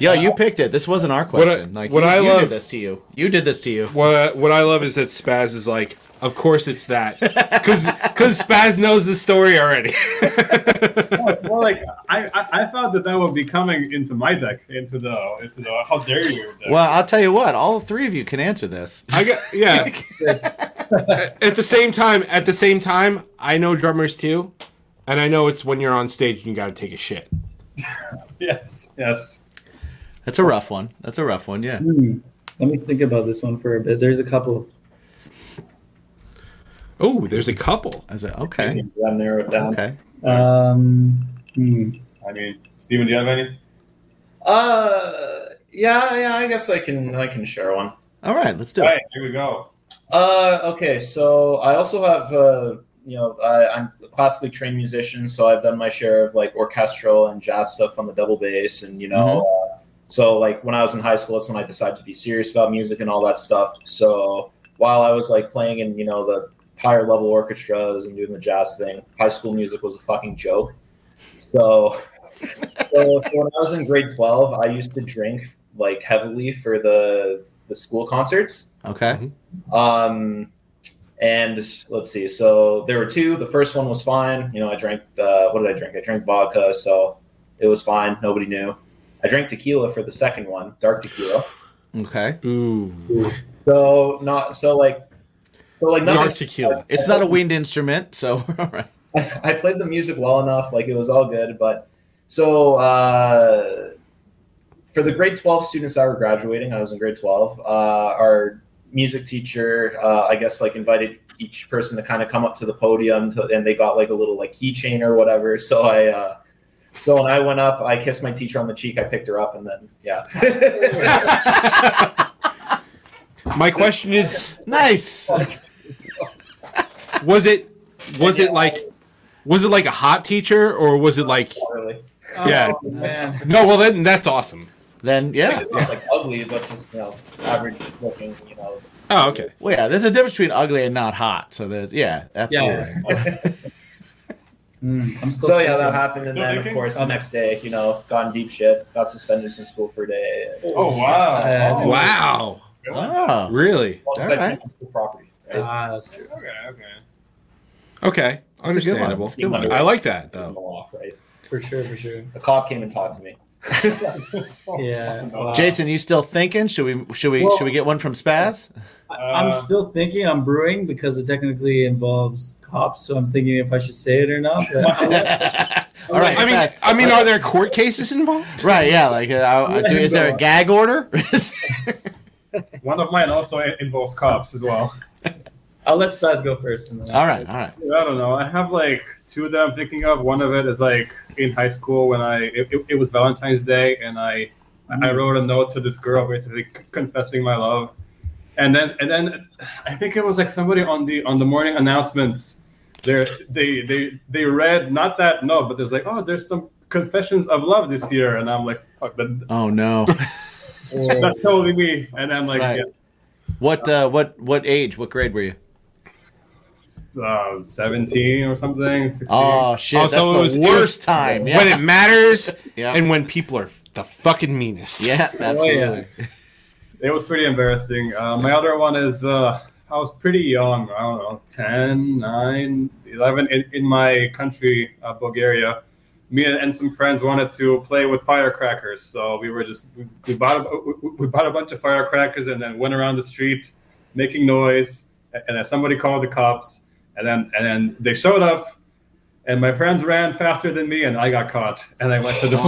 C: Yo, you picked it. This wasn't our
A: What I-
C: question. like
A: what
C: you,
A: I
C: you
A: love-
C: did this to you. You did this
A: [laughs]
C: to you.
A: What I, what I love is that Spaz is like, of [laughs] course it's that, because Spaz knows the story already.
D: [laughs] well, like I, I, I thought that that would be coming into my deck, into the, into the. How dare you? deck.
C: Well, I'll tell you what. All three of you can answer this.
A: I got yeah. at the same time, at the same time, I know drummers too, and I know it's when you're on stage and you got to take a shit.
D: yes, yes.
C: That's a rough one. That's a rough one. Yeah.
E: Hmm. Let me think about this one for a bit. There's a couple.
A: Oh, there's a couple.
C: I was like, okay,
B: I narrow it down.
C: okay.
E: Um, hmm.
D: I mean, Steven, do you have any?
B: Uh, yeah, yeah. I guess I can, I can share one.
C: All right, let's do
D: All
C: it.
D: right, here we go.
B: Uh, okay, so I also have, uh, you know, I, I'm a classically trained musician, so I've done my share of like orchestral and jazz stuff on the double bass, and you know, uh, so like when I was in high school, that's when I decided to be serious about music and all that stuff. So while I was like playing in, you know, the higher level orchestras and doing the jazz thing, high school music was a fucking joke. So, [laughs] so, so when I was in grade twelve, I used to drink like heavily for the the school concerts.
C: Okay.
B: Um, and let's see. So there were two. The first one was fine. You know, I drank. Uh, what did I drink? I drank vodka, so it was fine. Nobody knew. I drank tequila for the second one, dark tequila.
C: Okay.
A: Ooh, [laughs]
B: So not so like so like not
A: dark tequila.
C: It's not a wind instrument, so [laughs] we're all right.
B: [laughs] I, I played the music well enough, like it was all good. But so uh, for the grade twelve students that were graduating, I was in grade twelve. Uh, our music teacher, uh, I guess, like invited each person to kind of come up to the podium, to, and they got like a little like keychain or whatever. So I. Uh, so when I went up, I kissed my teacher on the cheek. I picked her up, and then yeah.
A: My question is,
C: Nice.
A: was it [laughs] was it like was it like a hot teacher or was it like
B: really.
A: Yeah.
E: Oh, man.
A: no? Well, then that's awesome.
C: Then yeah.
B: It's not like ugly, but just you know, average looking. You know,
A: Oh, okay.
C: Well, yeah. There's a difference between ugly and not hot. So there's yeah, absolutely.
E: Hmm. I'm still
B: So yeah,
E: thinking.
B: that happened, and
D: Still
B: then of
D: thinking?
B: course the next day, you know, got in deep shit, got suspended from school for a day.
D: Oh wow!
E: Uh,
D: Oh,
A: Wow,
C: Wow.
A: really?
B: Well, it's
C: All
B: like
C: right. Oh.
B: school property. right?
E: Ah, that's true.
D: Okay, okay.
A: Okay,
C: That's a good one.
A: understandable.
C: That's a good one.
A: I like that
B: In the
A: though.
B: law, right?
E: For sure, for sure.
B: A cop came and talked to me.
E: [laughs] Yeah. wow.
C: Oh, Jason, you still thinking? Should we should we
E: Well-
C: should we get one from Spaz?
E: I- I'm
D: Uh,
E: still thinking I'm brewing because it technically involves cops, so I'm thinking if I should say it or not. But
C: [laughs]
E: I'll let-
C: All right.
A: I mean,
C: Spaz.
A: I mean, are there court cases involved?
C: Right, yeah. Like, uh, I- I- do, is there a gag order? [laughs]
D: One of mine also involves cops as well.
E: I'll let Spaz go first. And then
C: all right, all right.
D: I don't know. I have like two that I'm thinking of. One of it is like in high school when I it, it- it was Valentine's Day and I I
C: Mm-hmm.
D: wrote a note to this girl basically c- confessing my love, and then and then I think it was like somebody on the on the morning announcements. They they they they read not that note, but there's like oh there's some confessions of love this year, and I'm like fuck that
C: Oh no. [laughs]
E: Or-
D: that's totally me, and I'm like
C: Right. [laughs] What uh, what what age? What grade were you?
D: yeah, uh, seventeen or something. 16.
C: Oh shit,
A: Oh,
C: that's
A: so
C: the
A: it was- it was-
C: worst time. Yeah.
A: When it matters
C: yeah.
A: and when people are the fucking meanest.
C: [laughs] yeah, absolutely.
D: It was pretty embarrassing. Uh, my other one is uh, I was pretty young. I don't know, 10, 9, 11 in, in my country, uh, Bulgaria. Me and some friends wanted to play with firecrackers, so we were just we, we bought a, we, we bought a bunch of firecrackers and then went around the street making noise, and then somebody called the cops, and then and then they showed up, and my friends ran faster than me, and I got caught, and I went to the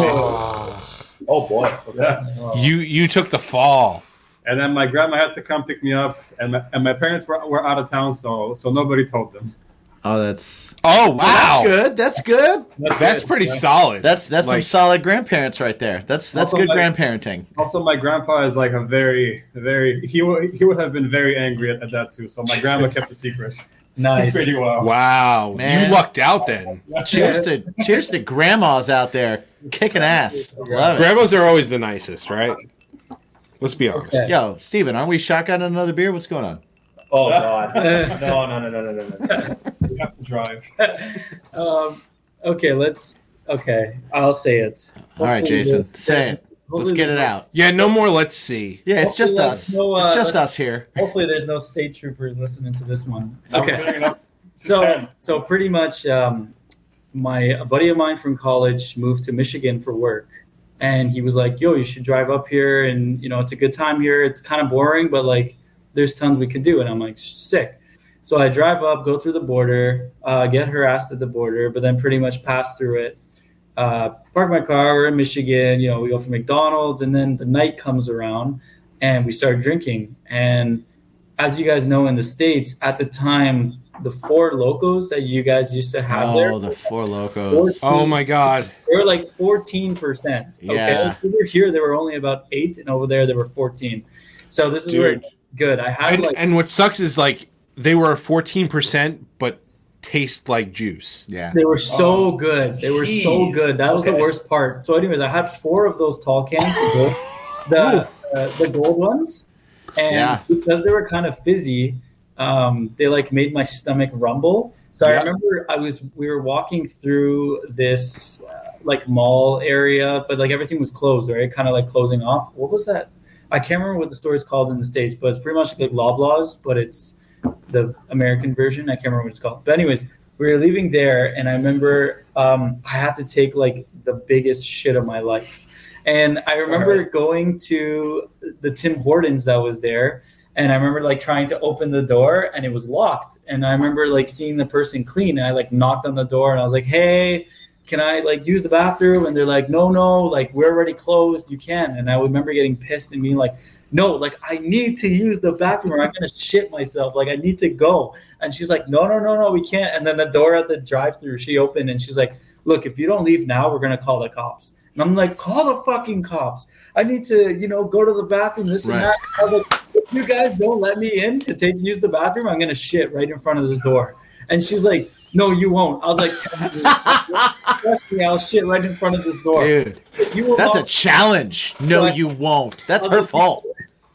B: Oh boy.
D: yeah.
E: Oh,
A: You you took the fall.
D: And then my grandma had to come pick me up, and my, and my parents were, were out of town, so so nobody told them.
C: Oh, that's
A: Oh wow,
C: that's good. That's good.
A: that's, pretty solid.
C: That's that's some
A: Like-
C: solid grandparents right there. That's that's
D: Also,
C: good
D: like-
C: grandparenting.
D: Also, my grandpa is like a very very he would he would have been very angry at, at that too. So my grandma kept the secret
B: [laughs]
E: nice.
D: pretty well.
A: wow.
C: Man.
A: You lucked out then.
D: [laughs]
C: Cheers to cheers to grandmas out there kicking ass. Love it.
A: Grandmas are always the nicest, right? Let's be honest.
E: Okay.
C: Yo, Steven, aren't we shotgunning another beer? What's going on?
B: Oh god. No, no, no, no, no, no, no.
D: We have to drive.
E: [laughs] Um, okay, let's. Okay, I'll say it.
C: All right,
E: Hopefully
C: Jason,
E: the-
C: say it. Let's
E: hopefully
C: get it
E: the-
C: out.
A: Yeah, no more let's see.
C: Yeah, it's just
E: Hopefully
C: us.
E: there's no, uh,
C: It's just
E: let's-
C: us here.
E: Hopefully, there's no state troopers listening to this one.
D: I'm
E: Okay,
D: clearing it up.
E: so
D: ten.
E: so pretty much, um, my a buddy of mine from college moved to Michigan for work, and he was like, "Yo, you should drive up here, and you know, it's a good time here. It's kind of boring, but like, there's tons we could do." And I'm like, "Sick." So I drive up, go through the border, uh, get harassed at the border, but then pretty much pass through it. Uh, park my car. We're in Michigan. You know, we go for McDonald's, and then the night comes around, and we start drinking. And as you guys know, in the states at the time, the four locos that you guys used to have there,
C: Oh, the four locos.
A: Oh my god.
E: they were like fourteen percent. Okay,
C: Yeah.
E: we were here. They were only about eight, and over there they were fourteen. So this is where
A: Dude.
E: good. I had
A: And,
E: like
A: and what sucks is like they were 14% but taste like juice.
C: Yeah.
E: They were so good. They were so
B: Oh, Jeez.
E: good. That was the
B: Okay.
E: worst part. So, anyways, I had four of those tall cans, the
B: [laughs]
E: gold, the, uh, the gold ones, and
C: Yeah.
E: because they were kind of fizzy, um, they like made my stomach rumble. So I
A: Yeah.
E: remember I was we were walking through this uh, like mall area, but like everything was closed, right? Kind of like closing off. What was that? I can't remember what the store is called in the states, but it's pretty much like Loblaws, but it's the American version. I can't remember what it's called. But anyways, we were leaving there, and I remember um, I had to take like the biggest shit of my life. And I remember going to the Tim Hortons that was there, and I remember like trying to open the door, and it was locked. And I remember like seeing the person clean, and I like knocked on the door, and I was like, "Hey, can I like use the bathroom?" And they're like, "No, no, like we're already closed. You can." And I remember getting pissed and being like, "No, like I need to use the bathroom, or I'm gonna shit myself. Like I need to go." And she's like, "No, no, no, no, we can't." And then the door at the drive-through she opened, and she's like, "Look, if you don't leave now, we're gonna call the cops." And I'm like, "Call the fucking cops! I need to, you know, go to the bathroom. This
C: Right.
E: and that." I was like, "If you guys don't let me in to take use the bathroom, I'm gonna shit right in front of this door." And she's like, "No, you won't." I was like, "Tell me. "Trust me, I'll shit right in front of this door."
C: Dude,
E: You will
C: that's a
E: not-
C: challenge. No,
E: Like-
C: you won't. That's her fault.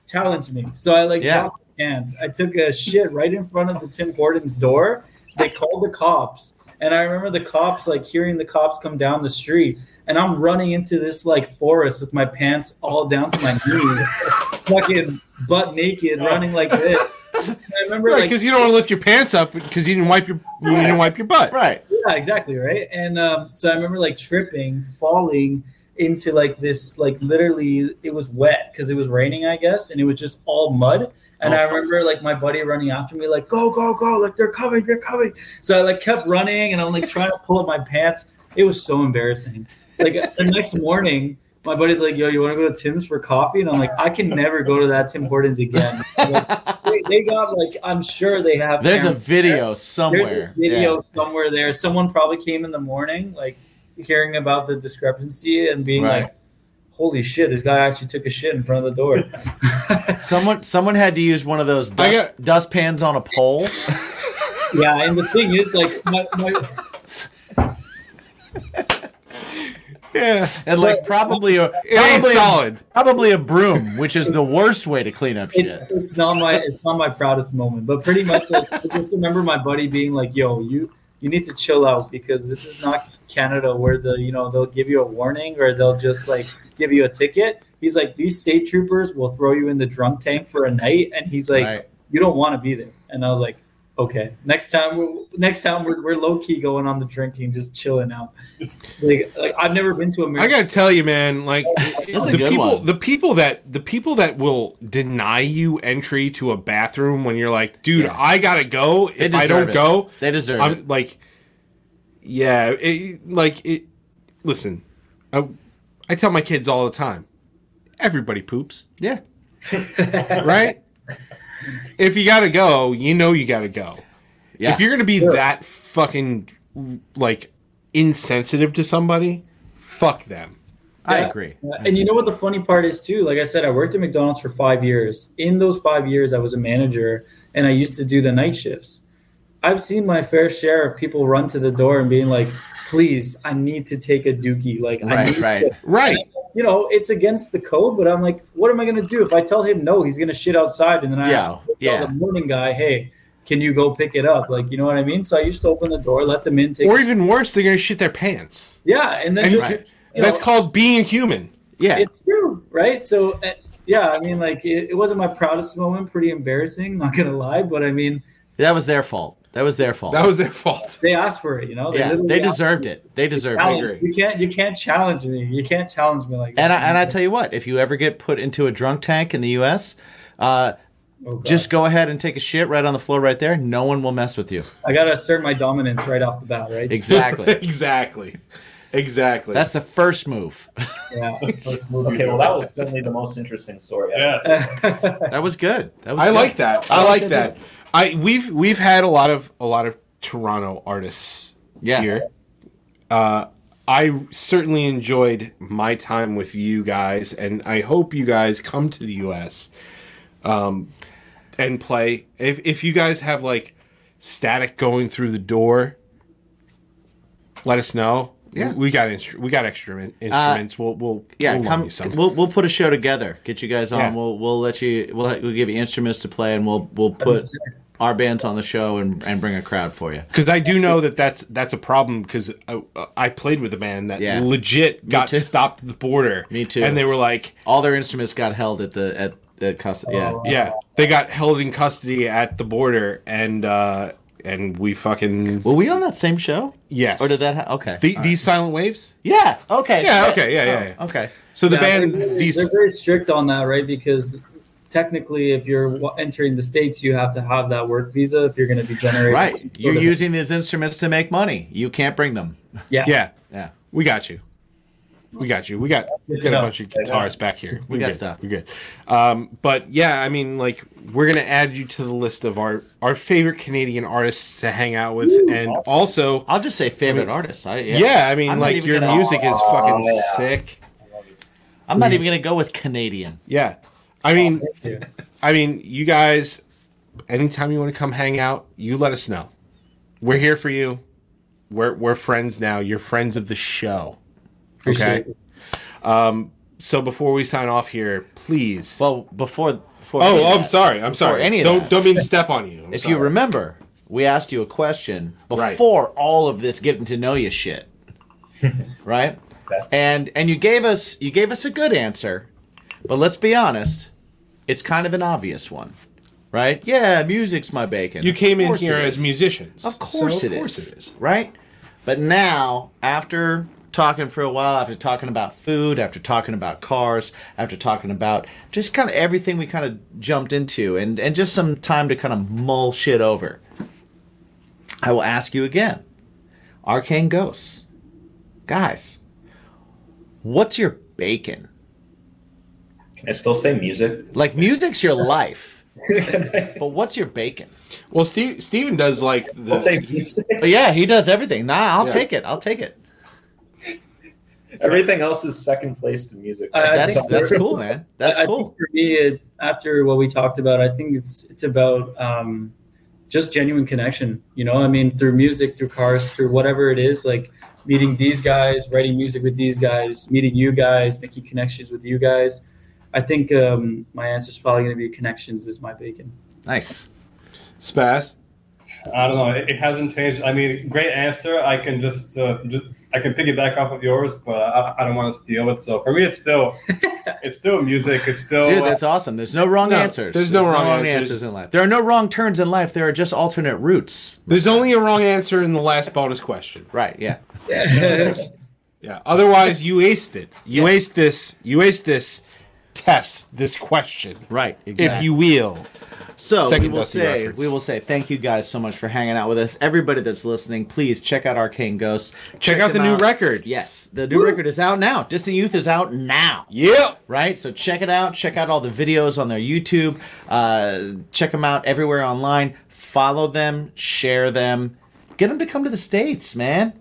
E: challenged me. So I like
C: Yeah.
E: dropped my pants. I took a shit right in front of the Tim Hortons door. They called the cops. And I remember the cops like hearing the cops come down the street and I'm running into this like forest with my pants all down to my knee, [laughs] fucking butt naked, running like this. And I remember
A: Right,
E: like
A: because you don't want to lift your pants up because you didn't wipe your you didn't wipe your butt.
C: Right.
E: yeah, exactly, right? And um, so I remember like tripping, falling into like this, like literally, it was wet because it was raining, I guess, and it was just all mud. And
C: Oh.
E: I remember like my buddy running after me, like, go, go, go, like they're coming, they're coming. So I like kept running and I'm like trying to pull up my pants. It was so embarrassing. Like the next morning, my buddy's like, yo, you want to go to Tim's for coffee? And I'm like, I can never go to that Tim Hortons again. Like, they, they got like, I'm sure they have.
C: There's a
E: cameras
C: video somewhere.
E: there's a video
C: Yeah.
E: somewhere there. Someone probably came in the morning, like hearing about the discrepancy and being
C: Right.
E: like, "Holy shit, this guy actually took a shit in front of the door."
C: Someone someone had to use one of those
A: I
C: dust,
A: got-
C: dustpans on a pole.
E: yeah, and the thing is, like, my, my,
A: Yeah.
C: And like probably a
A: It ain't
C: probably, a,
A: solid.
C: probably
A: [laughs]
C: a broom, which is the worst way to clean up shit.
E: it's it's not my it's not my proudest moment, but pretty much, like, I just remember my buddy being like, "Yo, you." You need to chill out because this is not Canada where the you know they'll give you a warning or they'll just like give you a ticket. He's like these state troopers will throw you in the drunk tank for a night, and he's like,
C: right.
E: you don't want to be there. And I was like, okay, next time, we're, next time we're, we're low key going on the drinking, just chilling out. Like, like I've never been to
A: I
E: America.
A: gotta tell you, man. Like
C: That's a
A: the
C: good
A: people,
C: one.
A: the people that the people that will deny you entry to a bathroom when you're like, dude,
C: Yeah.
A: I gotta go.
C: They
A: If I
C: deserve
A: don't
C: it.
A: go,
C: They deserve it.
A: I'm like, yeah, it, like it. Listen, I, I tell my kids all the time. Everybody poops,
C: Yeah.
A: right? if you gotta go, you know you gotta go.
C: Yeah.
A: If you're gonna be that fucking like insensitive to somebody, fuck them.
C: I
E: Yeah.
C: agree.
E: Uh,
C: Mm-hmm.
E: And you know what the funny part is too? Like I said, I worked at McDonald's for five years. In those five years, I was a manager and I used to do the night shifts. I've seen my fair share of people run to the door and being like, please, I need to take a dookie. Like, I
C: Right,
E: need
C: right.
E: to
A: Right.
E: you know, it's against the code, but I'm like, what am I going to do? If I tell him no, he's going to shit outside. And then I
C: Yeah,
E: have to tell
C: yeah.
E: the morning guy, hey, can you go pick it up? Like, you know what I mean? So I used to open the door, let them in, take
A: Or even worse, they're gonna shit their pants.
E: Yeah. And then
A: And
E: just,
A: right.
E: you
A: That's
E: know,
A: called being human.
C: Yeah.
E: it's true, right? So, uh, yeah, I mean, like, it, it wasn't my proudest moment, pretty embarrassing, not going to lie, but I mean,
C: that was their fault. That was their fault.
A: That was their fault.
E: They asked for it, you know.
C: yeah,
E: literally
C: they
E: asked
C: deserved
E: for
C: it. They deserved
A: I
C: it.
E: Challenge.
A: agree.
E: You can't you can't challenge me. You can't challenge me like that.
C: And I, and I tell you what, if you ever get put into a drunk tank in the U.S., uh,
E: Oh, God.
C: just go ahead and take a shit right on the floor right there. No one will mess
A: [laughs]
C: with you.
E: I gotta assert my dominance right off the bat, right?
C: Exactly.
A: exactly. Exactly.
C: That's the
A: [laughs]
C: first move.
E: Yeah.
D: First movie
B: Okay, well, that was certainly the most interesting story. ever.
D: yes.
C: [laughs] That was good. That was
A: I
C: good.
A: like that. I,
C: I
A: like
C: like that
A: that. I we've we've had a lot of a lot of Toronto artists
C: Yeah.
A: here. Uh, I certainly enjoyed my time with you guys, and I hope you guys come to the U.S. Um, and play. If if you guys have like static going through the door, let us know.
C: Yeah. Uh,
A: we got instru- we got instrument instruments. we'll we'll
C: Yeah,
A: we'll loan
C: come.
A: you some.
C: We'll, we'll put a show together. Get you guys on.
A: Yeah.
C: We'll we'll let you. We'll, we'll give you instruments to play, and we'll we'll put our bands on the show and, and bring a crowd for you.
A: Because I do know that that's that's a problem. Because I, I played with a man that
C: Yeah.
A: legit got
C: too.
A: stopped at the border.
C: Me too.
A: And they were like,
C: All their instruments got held at the at, at
E: Oh,
C: custody. Yeah.
A: yeah, they got held in custody at the border, and uh, and we fucking
C: Were we on that same show?
A: yes.
C: Or did that? Ha- okay.
A: the, these silent waves?
C: yeah. Okay.
A: Yeah. Okay. Yeah. Yeah. yeah.
C: Okay.
A: So the
E: Yeah,
A: band
E: they're very,
A: these
E: they're very strict on that, right? Because technically, if you're wa- entering the states, you have to have that work visa if you're going to be generating. some
C: Right.
E: sort
C: You're
E: of-
C: using these instruments to make money. You can't bring them.
E: yeah.
A: yeah,
C: Yeah.
A: we got you. We got you. We got we
E: to
A: got a
E: know.
A: bunch of guitarists back here. We,
C: got
A: good.
C: stuff.
A: We're good. Um, but yeah, I mean, like we're gonna add you to the list of our our favorite Canadian artists to hang out with, and also,
C: I'll just say favorite artists. I, yeah.
A: yeah, I mean,
C: I'm not
A: like
C: even
A: your
C: gonna-
A: music is fucking
B: yeah.
A: sick.
C: I'm
A: Mm-hmm.
C: not even gonna go with Canadian.
A: Yeah, I mean,
D: you.
A: I mean, you guys, anytime you want to come hang out, you let us know. We're here for you. We're we're friends now. You're friends of the show. okay.
E: Appreciate
A: Um,
E: it.
A: So before we sign off here, please.
C: Well, before before.
A: oh,
C: any of
A: I'm
C: that,
A: sorry. I'm sorry.
C: any of
A: don't
C: that.
A: don't mean to step on you. I'm
C: If
A: sorry.
C: you remember, we asked you a question
A: Right.
C: before all of this getting to know
A: [laughs]
C: you shit, right? And and you gave us you gave us a good answer, but let's be honest, it's kind of an obvious one, right? Yeah, music's my bacon.
A: you came
C: Of
A: in
C: course
A: here
C: it
A: as
C: is.
A: musicians.
C: Of course,
A: So
C: it is. Right? But now, after talking for a while, after talking about food, after talking about cars, after talking about just kind of everything we kind of jumped into and, and just some time to kind of mull shit over, I will ask you again Arcane Ghosts. Guys, what's your bacon?
B: Can I still say
C: [laughs]
B: music?
C: Like, music's your life, but what's your bacon?
A: Well, Steve, Steven does like
B: I'll
A: the
B: say music.
C: But yeah, he does everything. Nah, I'll
A: Yeah.
C: take it. I'll take it.
B: Everything else is second place to music.
E: I- I
C: That's
E: think
C: that's
E: we're-
C: cool, man. That's
E: I- I
C: cool.
E: think for me, it, after what we talked about, I think it's it's about um, just genuine connection. You know, I mean, through music, through cars, through whatever it is, like meeting these guys, writing music with these guys, meeting you guys, making connections with you guys. I think um, my answer is probably going to be connections is
C: [laughs]
E: my bacon.
C: Nice.
A: spaz.
D: I don't know. It, it hasn't changed. I mean, great answer. I can just, uh, just I can piggyback off of yours, but I, I don't want to steal it. So for me,
A: [laughs]
D: it's still it's still music. It's still
C: Dude, that's awesome. There's no wrong
A: No,
C: answers.
A: uh, there's no wrong answers.
C: in life. There are no wrong turns in life. There are just alternate routes.
A: There's only a wrong answer in the last bonus question.
C: Right. Yeah.
A: Yeah. Otherwise, you aced it. You aced this. You aced this test. This question,
C: Right.
A: if you will.
C: So we
A: Second
C: will
A: Dusty
C: say
A: reference.
C: we will say thank you guys so much for hanging out with us. Everybody that's listening, please check out Arcane Ghosts. Check,
A: out the
C: them
A: new record.
C: Yes, the new record is out now. Distant Youth is out now.
A: Yep.
C: right? So check it out. Check out all the videos on their YouTube. Uh, check them out everywhere online. Follow them, share them, get them to come to the states, man.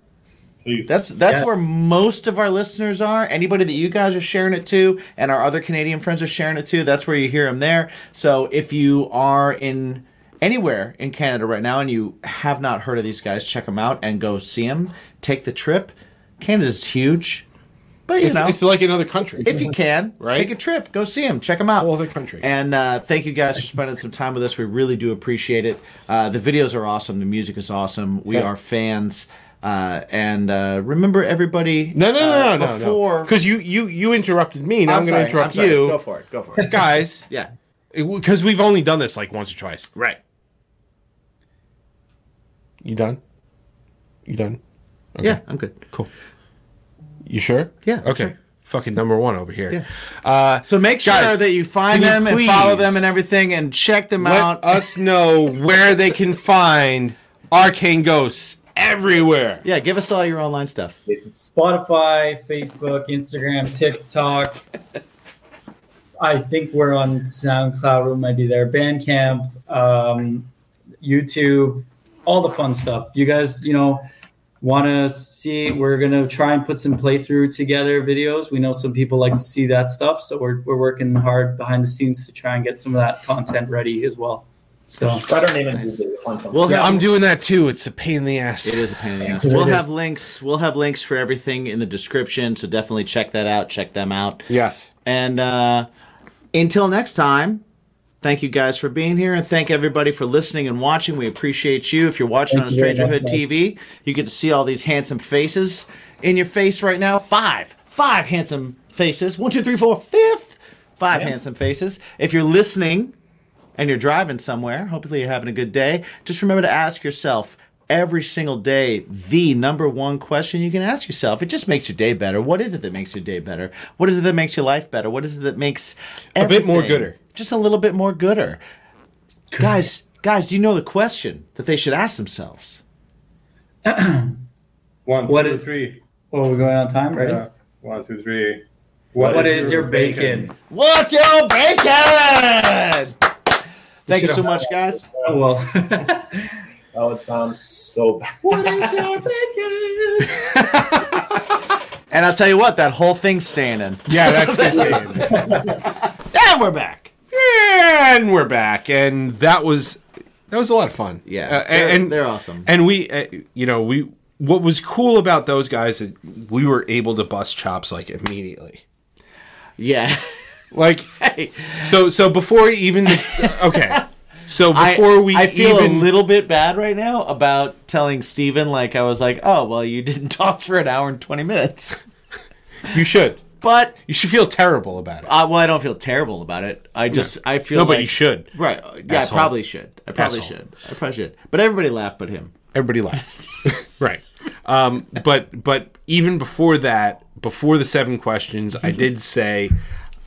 D: Please.
C: That's that's
E: Yes.
C: where most of our listeners are. Anybody that you guys are sharing it to, and our other Canadian friends are sharing it to. That's where you hear them there. So if you are in anywhere in Canada right now and you have not heard of these guys, check them out and go see them. Take the trip. Canada's huge, but you
A: It's,
C: know
A: it's like another country.
C: if you can,
A: Right?
C: take a trip, go see them, check them out.
A: Whole other country.
C: And uh, thank you guys for spending some time with us. We really do appreciate it. Uh, the videos are awesome. The music is awesome. We
A: Yeah.
C: are fans. Uh, and uh, remember, everybody.
A: no, no, no,
C: uh,
A: no, no,
C: before,
A: Because you you you interrupted me. Now I'm, going
C: sorry,
A: to interrupt
C: sorry.
A: you,
C: Go for it. Go for it.
A: guys.
C: [laughs] yeah.
A: Because we've only done this like once or twice.
C: Right.
A: You done? You done?
C: Yeah, I'm good.
A: Cool. You sure?
C: Yeah,
A: Okay.
C: sure.
A: Fucking number one over here.
C: Yeah.
A: Uh,
C: So make sure
A: Guys,
C: that you
A: can
C: find
A: you
C: them and follow
A: please
C: them and everything and check them
A: let
C: out.
A: us know where they can find arcane ghosts everywhere.
C: yeah, give us all your online stuff.
E: Spotify, Facebook, Instagram, TikTok. I think we're on SoundCloud. We might be there. Bandcamp, um, YouTube, all the fun stuff. You guys, you know, want to see? We're gonna try and put some playthrough together videos. We know some people like to see that stuff, so we're we're working hard behind the scenes to try and get some of that content ready as well. So
B: Try to name and Google it on something.
C: We'll
A: Yeah,
C: have
A: I'm doing that too. It's a pain in the ass.
C: It is a pain in the ass.
E: It
C: We'll
E: is.
C: have links. We'll have links for everything in the description. So definitely check that out. Check them out.
A: Yes.
C: And uh, until next time, thank you guys for being here and thank everybody for listening and watching. We appreciate you. If you're watching
E: Thank
C: on
E: you very
C: Strangerhood
E: much, guys.
C: TV, you get to see all these handsome faces in your face right now. Five, five handsome faces. One, two, three, four, fifth. Five handsome faces. If you're listening and you're driving somewhere, hopefully you're having a good day. Just remember to ask yourself every single day the number one question you can ask yourself. It just makes your day better. What is it that makes your day better? What is it that makes your life better? What is it that makes
A: A bit more
C: everything
A: gooder.
C: Just a little bit more gooder. Guys, guys, do you know the question that they should ask themselves?
D: One,
E: What
D: two,
E: it-
D: three.
E: well, oh, we're going on time, ready?
D: Uh, one, two, three.
E: what is, your bacon?
C: What's your bacon? Thank you so much, guys.
E: Oh, well. [laughs]
B: Oh, it sounds so bad.
C: And I'll tell you what, that whole thing's standing.
A: Yeah,
C: [laughs]
A: that's just it.
C: And we're back.
A: And we're back, and that was that was a lot of fun.
C: Yeah,
A: Uh,
C: they're,
A: and
C: they're awesome.
A: and we, uh, you know, we what was cool about those guys is we were able to bust chops like immediately. [laughs]
C: yeah.
A: Like so, so before even the, okay, so before
C: I,
A: we
C: I feel
A: even
C: a little bit bad right now about telling Steven like I was like, oh well, you didn't [laughs] talk for an hour and twenty minutes,
A: you should
C: but
A: you should feel terrible about it.
C: I, well, I don't feel terrible about it. I just I feel
A: Nobody
C: like-
A: should.
C: Right? uh, Yeah,
A: Asshole.
C: I probably should. I probably
A: Asshole.
C: should. I probably should. But everybody laughed but him.
A: everybody laughed. [laughs] right. Um, but but even before that, before the seven questions, [laughs] I did say,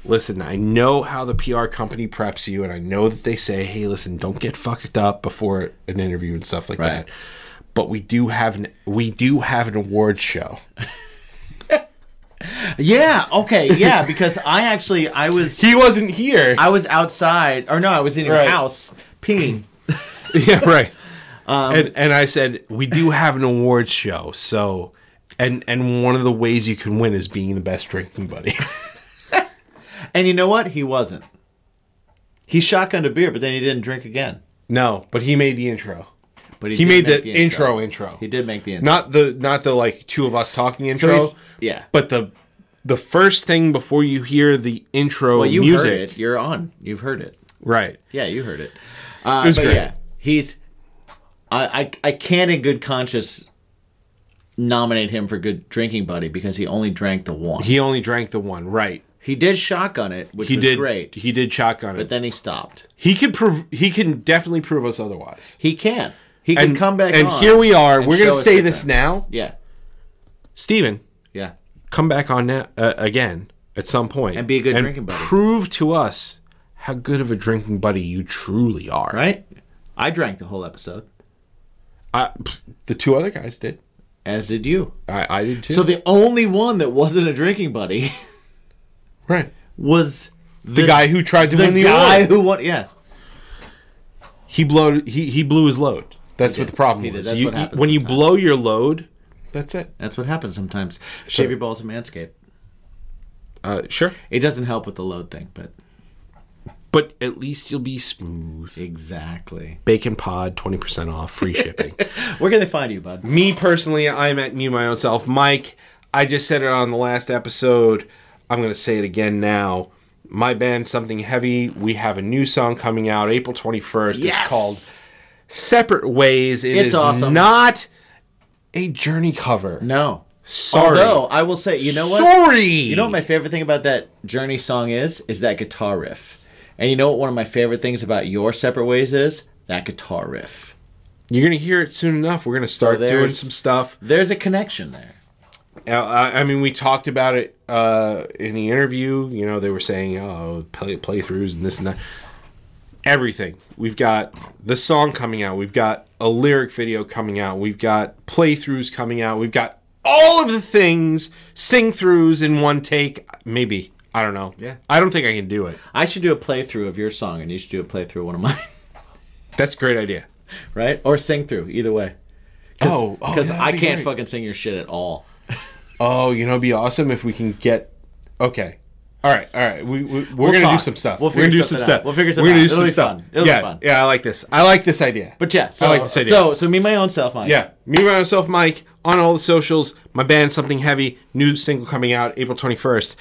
A: listen, I know how the PR company preps you, and I know that they say, hey, listen, don't get fucked up before an interview and stuff like
C: Right.
A: that. But we do have an we do have an award show.
C: Yeah. Okay. Yeah. Because I actually I was
A: [laughs] He wasn't here.
C: I was outside or no I was in your
A: Right.
C: house peeing.
A: [laughs] yeah, right. and and I said we do have an award show, so. And, and one of the ways you can win is being the best drinking buddy. [laughs]
C: And you know what? He wasn't. He shotgunned a beer, but then he didn't drink again.
A: no, but he made the intro.
C: But
A: he
C: did
A: made the,
C: make
A: intro intro.
C: He did make the intro.
A: Not the not the like two of us talking intro,
C: he's- yeah.
A: but the the first thing before you hear the intro
C: Well, you
A: music,
C: heard it. You're on. You've heard it.
A: right?
C: Yeah, you heard it. Uh,
A: It was
C: but
A: great.
C: yeah, he's. I, I I can't in good conscience nominate him for good drinking buddy because he only drank the one. He,
A: He only drank the one, right?
C: did shotgun it, which
A: He
C: was
A: did
C: great.
A: He did shotgun
C: but
A: it.
C: then he stopped.
A: he could prove. He can definitely prove us otherwise.
C: He can. He can come back.
A: And
C: on
A: here we are.
C: and
A: We're gonna
C: show us
A: say
C: the
A: this
C: thing.
A: now,
C: Yeah,
A: Steven,
C: yeah.
A: Come back on now, uh, again at some point
C: And be a good drinking buddy.
A: Prove to us how good of a drinking buddy you truly are.
C: Right. I drank the whole episode,
A: I, pff, the two other guys did.
C: as did you.
A: I, I did too.
C: So the only one that wasn't a drinking [laughs] buddy
A: right.
C: was
A: the, guy who tried to
C: the
A: win the
C: guy
A: award.
C: who won. Yeah.
A: He blew he he blew his load. That's what
C: did.
A: the problem
C: He did.
A: is.
C: That's
A: You-
C: what
A: you-
C: happens
A: when you
C: sometimes.
A: blow your load, that's it.
C: That's what happens sometimes.
A: Sure.
C: Shave your balls and manscape.
A: Uh, sure,
C: It doesn't help with the load thing, but
A: but at least you'll be smooth.
C: exactly.
A: Bacon pod, twenty percent off,
C: [laughs]
A: free shipping.
C: Where can they find you, bud?
A: Me personally, I'm at new my own self. Mike, I just said it on the last episode. I'm gonna say it again now. My band, Something Heavy, we have a new song coming out April 21st. It's called Separate Ways. It
C: It's
A: is
C: awesome.
A: not a journey cover.
C: No.
A: Sorry.
C: Although I will say, you know what?
A: Sorry.
C: You know what my favorite thing about that Journey song is? Is that guitar riff. And you know what one of my favorite things about your separate ways is? That guitar riff.
A: You're gonna hear it soon enough. We're gonna start doing
C: there's-
A: some stuff.
C: There's a connection there.
A: Uh, I I mean, we talked about it uh, in the interview. You know, they were saying, "Oh, play, playthroughs and this and that." Everything. We've got the song coming out. We've got a lyric video coming out. We've got playthroughs coming out. We've got all of the things, sing throughs in one take. Maybe I don't know.
C: Yeah.
A: I don't think I can do it.
C: I should do a playthrough of your song, and you should do a playthrough of one of mine, [laughs]
A: That's a great idea.
C: right? Or sing through, either way. Cause,
A: Oh, oh,
C: 'cause
A: yeah,
C: I
A: that'd be
C: can't
A: great.
C: fucking sing your shit at all.
A: Oh, you know, it'd be awesome if we can get. Okay. All right, all right. We, we, we're
C: We'll
A: gonna do
C: talk.
A: some stuff.
C: We'll
A: We're gonna
C: figure
A: do some
C: something out.
A: stuff.
C: We'll figure
A: We're gonna
C: something
A: do
C: out. It'll
A: some
C: be
A: stuff.
C: fun. It'll be
A: yeah,
C: fun.
A: yeah. I like this. I like this idea.
C: But yeah, so
A: I like this idea.
C: so so me my own self, Mike.
A: yeah, me myself, Mike, on all the socials. My band, something heavy, new single coming out April twenty first.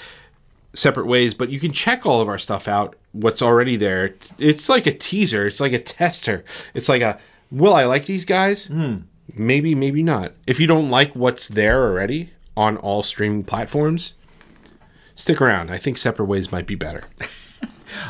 A: Separate ways, but you can check all of our stuff out. What's already there? It's- It's like a teaser. It's like a tester. It's like a will I like these guys?
C: Hmm.
A: Maybe, maybe not. If you don't like what's there already on all streaming platforms, stick around. I think Separate Ways might be better.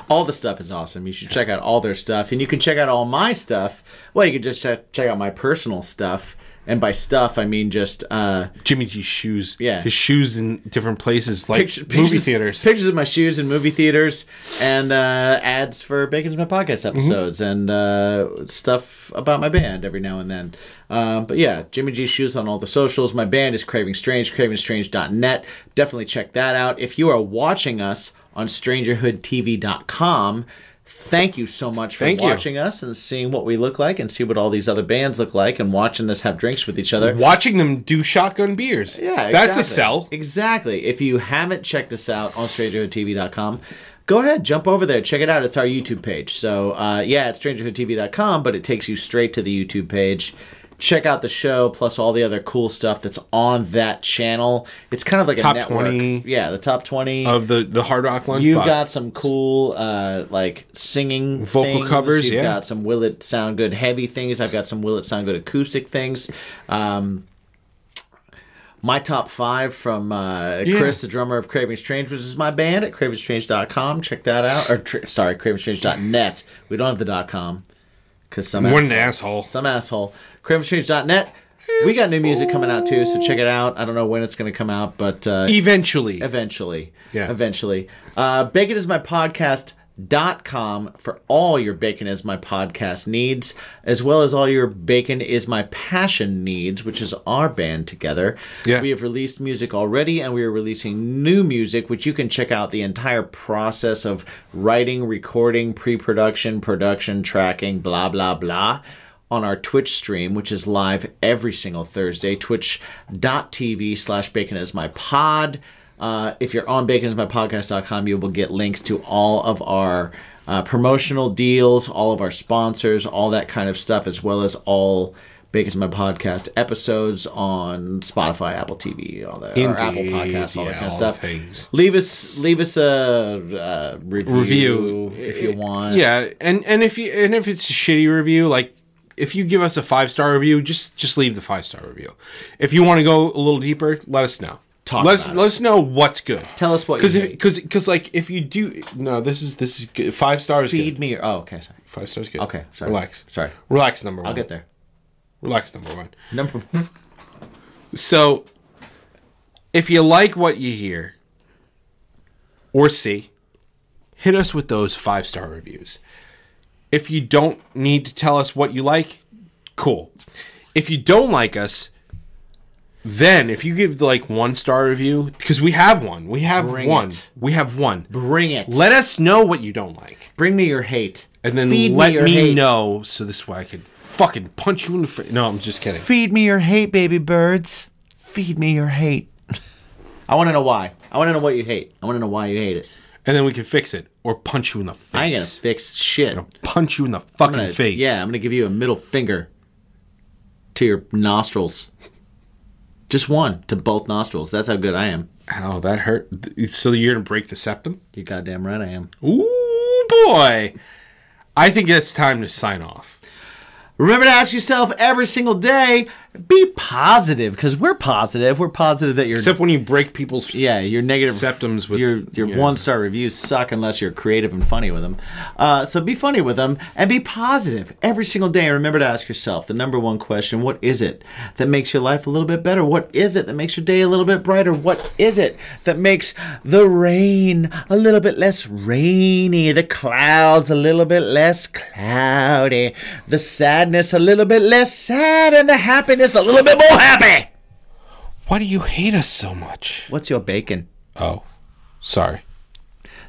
C: all the stuff is awesome. You should check out all their stuff, and you can check out all my stuff. Well, you can just check, check out my personal stuff, and by stuff I mean just uh,
A: Jimmy G's shoes.
C: Yeah.
A: His shoes in different places like
C: picture-
A: movie
C: pictures-
A: theaters.
C: pictures of my shoes in movie theaters, and uh, ads for Bacon's My Podcast
A: Mm-hmm.
C: episodes, and uh, stuff about my band every now and then. Um, but yeah, Jimmy G Shoes on all the socials. My band is Craving Strange, cravingstrange.net. Definitely check that out. If you are watching us on strangerhoodtv.com, Thank you so much for
A: Thank you.
C: watching us and seeing what we look like and see what all these other bands look like and watching us have drinks with each other.
A: Watching them do shotgun beers.
C: Yeah,
A: That's
C: exactly.
A: a sell.
C: Exactly. If you haven't checked us out on StrangerhoodTV.com, go ahead, jump over there, check it out. It's our YouTube page. So uh, yeah, it's StrangerhoodTV.com, but it takes you straight to the YouTube page. Check out the show, plus all the other cool stuff that's on that channel. It's kind of like
A: Top Oh,
C: a network.
A: 20.
C: Yeah, the top twenty.
A: Of the, the Hard Rock Lunch.
C: You
A: Box.
C: got some cool, uh, like singing
A: Vocal
C: things.
A: covers,
C: You've
A: yeah.
C: got some will it sound good heavy things. I've got some will it sound good acoustic things. Um, my top five from uh,
A: Yeah.
C: Chris, the drummer of Craving Strange, which is my band at cravingstrange.com. Check that out. Or tr- sorry, cravingstrange.net. We don't have the dot com because some
A: What an
C: asshole-
A: asshole.
C: some asshole. Cravingstrange.net. We got new music coming out too, so check it out. I don't know when it's going to come out, but uh,
A: Eventually.
C: eventually
A: Yeah.
C: eventually uh bacon is my podcast dot com for all your bacon is my podcast needs as well as all your bacon is my passion needs which is our band together
A: Yeah.
C: we have released music already and we are releasing new music which you can check out the entire process of writing recording pre-production production tracking blah blah blah on our Twitch stream, which is live every single Thursday, twitch.tv slash bacon is my pod. Uh, if you're on baconismypodcast.com, you will get links to all of our uh, promotional deals, all of our sponsors, all that kind of stuff, as well as all Bacon's My Podcast episodes on Spotify, Apple TV, all that, or Apple
A: Indeed.
C: Podcasts, all
A: Yeah, all
C: that kind of
A: the
C: stuff.
A: things.
C: Leave us, leave us a uh, review,
A: Review.
C: if you want.
A: Yeah, and and if you and if it's a shitty review, like if you give us a five star review, just just leave the five star review. If you want to go a little deeper, let us know.
C: Talk
A: let us
C: about it.
A: let us know what's good.
C: Tell us what you
A: because
C: hate.
A: because because like if you do no, this is this is good. five stars.
C: Feed
A: Good.
C: me. Oh, okay. Sorry.
A: Five stars. Good.
C: Okay, sorry.
A: Relax.
C: Sorry.
A: Relax. Number one.
C: I'll get there.
A: Relax. Number one.
C: Number
A: So, if you like what you hear or see, hit us with those five star reviews. If you don't need to tell us what you like, cool. If you don't like us, then if you give like one star review, because we have one, we have
C: Bring
A: one,
C: it.
A: we have one.
C: Bring it.
A: Let us know what you don't like,
C: Bring me your hate.
A: and then
C: Feed
A: let me,
C: your hate.
A: know so this way I could fucking punch you in the face. No, I'm just kidding.
C: Feed me your hate, baby birds. Feed me your hate. [laughs] I want to know why. I want to know what you hate. I want to know why you hate it.
A: And then we can fix it or punch you in the face.
C: I ain't gonna fix shit. I'm
A: punch you in the fucking
C: gonna-
A: face.
C: Yeah, I'm gonna give you a middle finger to your nostrils. Just one to both nostrils. That's how good I am.
A: Ow, that hurt. So you're gonna break the septum?
C: You goddamn right I am.
A: Ooh boy. I think it's time to sign off.
C: Remember to ask yourself every single day Be positive, because we're positive. We're positive that you're
A: Except when you break people's
C: yeah, your negative
A: Septums with-
C: your your
A: yeah.
C: one star reviews suck unless you're creative and funny with them. Uh, so be funny with them and be positive every single day. And remember to ask yourself the number one question: What is it that makes your life a little bit better? What is it that makes your day a little bit brighter? What is it that makes the rain a little bit less rainy, the clouds a little bit less cloudy, the sadness a little bit less sad, and the happiness a little bit more happy?
A: Why do you hate us so much?
C: What's your bacon?
A: Oh, sorry.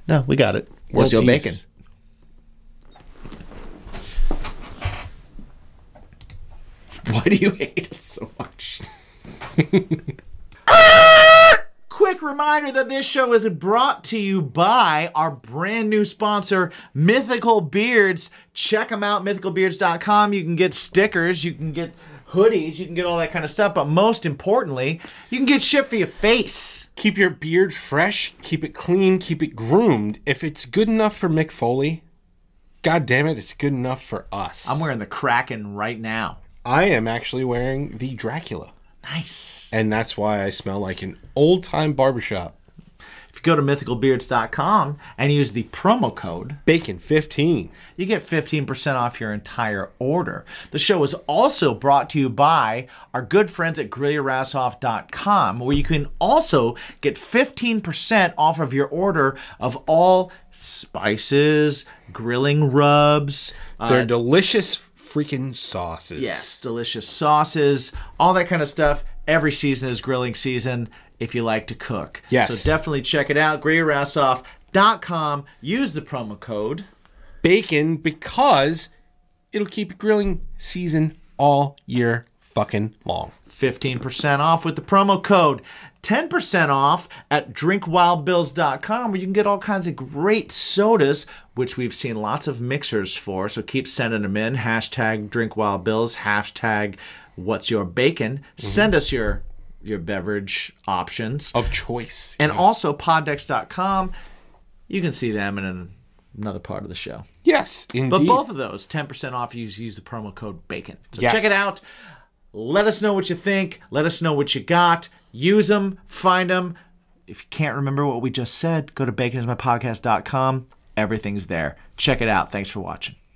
C: No, we got it. Where's your
A: World
C: bacon?
A: peace.
C: [laughs] Why do you hate us so much? Quick reminder that this show is brought to you by our brand new sponsor, Mythical Beards. Check them out, mythicalbeards.com. You can get stickers, you can get hoodies, you can get all that kind of stuff, but most importantly, you can get shit for your face.
A: Keep your beard fresh, keep it clean, keep it groomed. If it's good enough for Mick Foley, god damn it, it's good enough for us.
C: I'm wearing the Kraken right now.
A: I am actually wearing the Dracula.
C: Nice.
A: And that's why I smell like an old time barbershop.
C: If you go to mythicalbeards.com and use the promo code,
A: Bacon 15.
C: you get 15% off your entire order. The show is also brought to you by our good friends at grillyourassoff.com, where you can also get 15% off of your order of all spices, grilling rubs, uh,
A: They're delicious freaking sauces.
C: Yes, delicious sauces, all that kind of stuff. Every season is grilling season if you like to cook.
A: Yes.
C: So definitely check it out. GreerRassoff.com. Use the promo code.
A: Bacon because it'll keep your grilling season all year fucking long.
C: 15% off with the promo code. 10% off at drinkwildbills.com where you can get all kinds of great sodas, which we've seen lots of mixers for. So keep sending them in. Hashtag drinkwildbills, hashtag what's your bacon. Send us your your beverage options.
A: Of choice.
C: and also poddex.com. You can see them in an, another part of the show.
A: yes, indeed.
C: But both of those, 10% off, use, use the promo code BACON. So
A: Yes.
C: check it out. Let us know what you think. Let us know what you got. Use them, find them. If you can't remember what we just said, go to baconismypodcast.com. Everything's there. Check it out. Thanks for watching.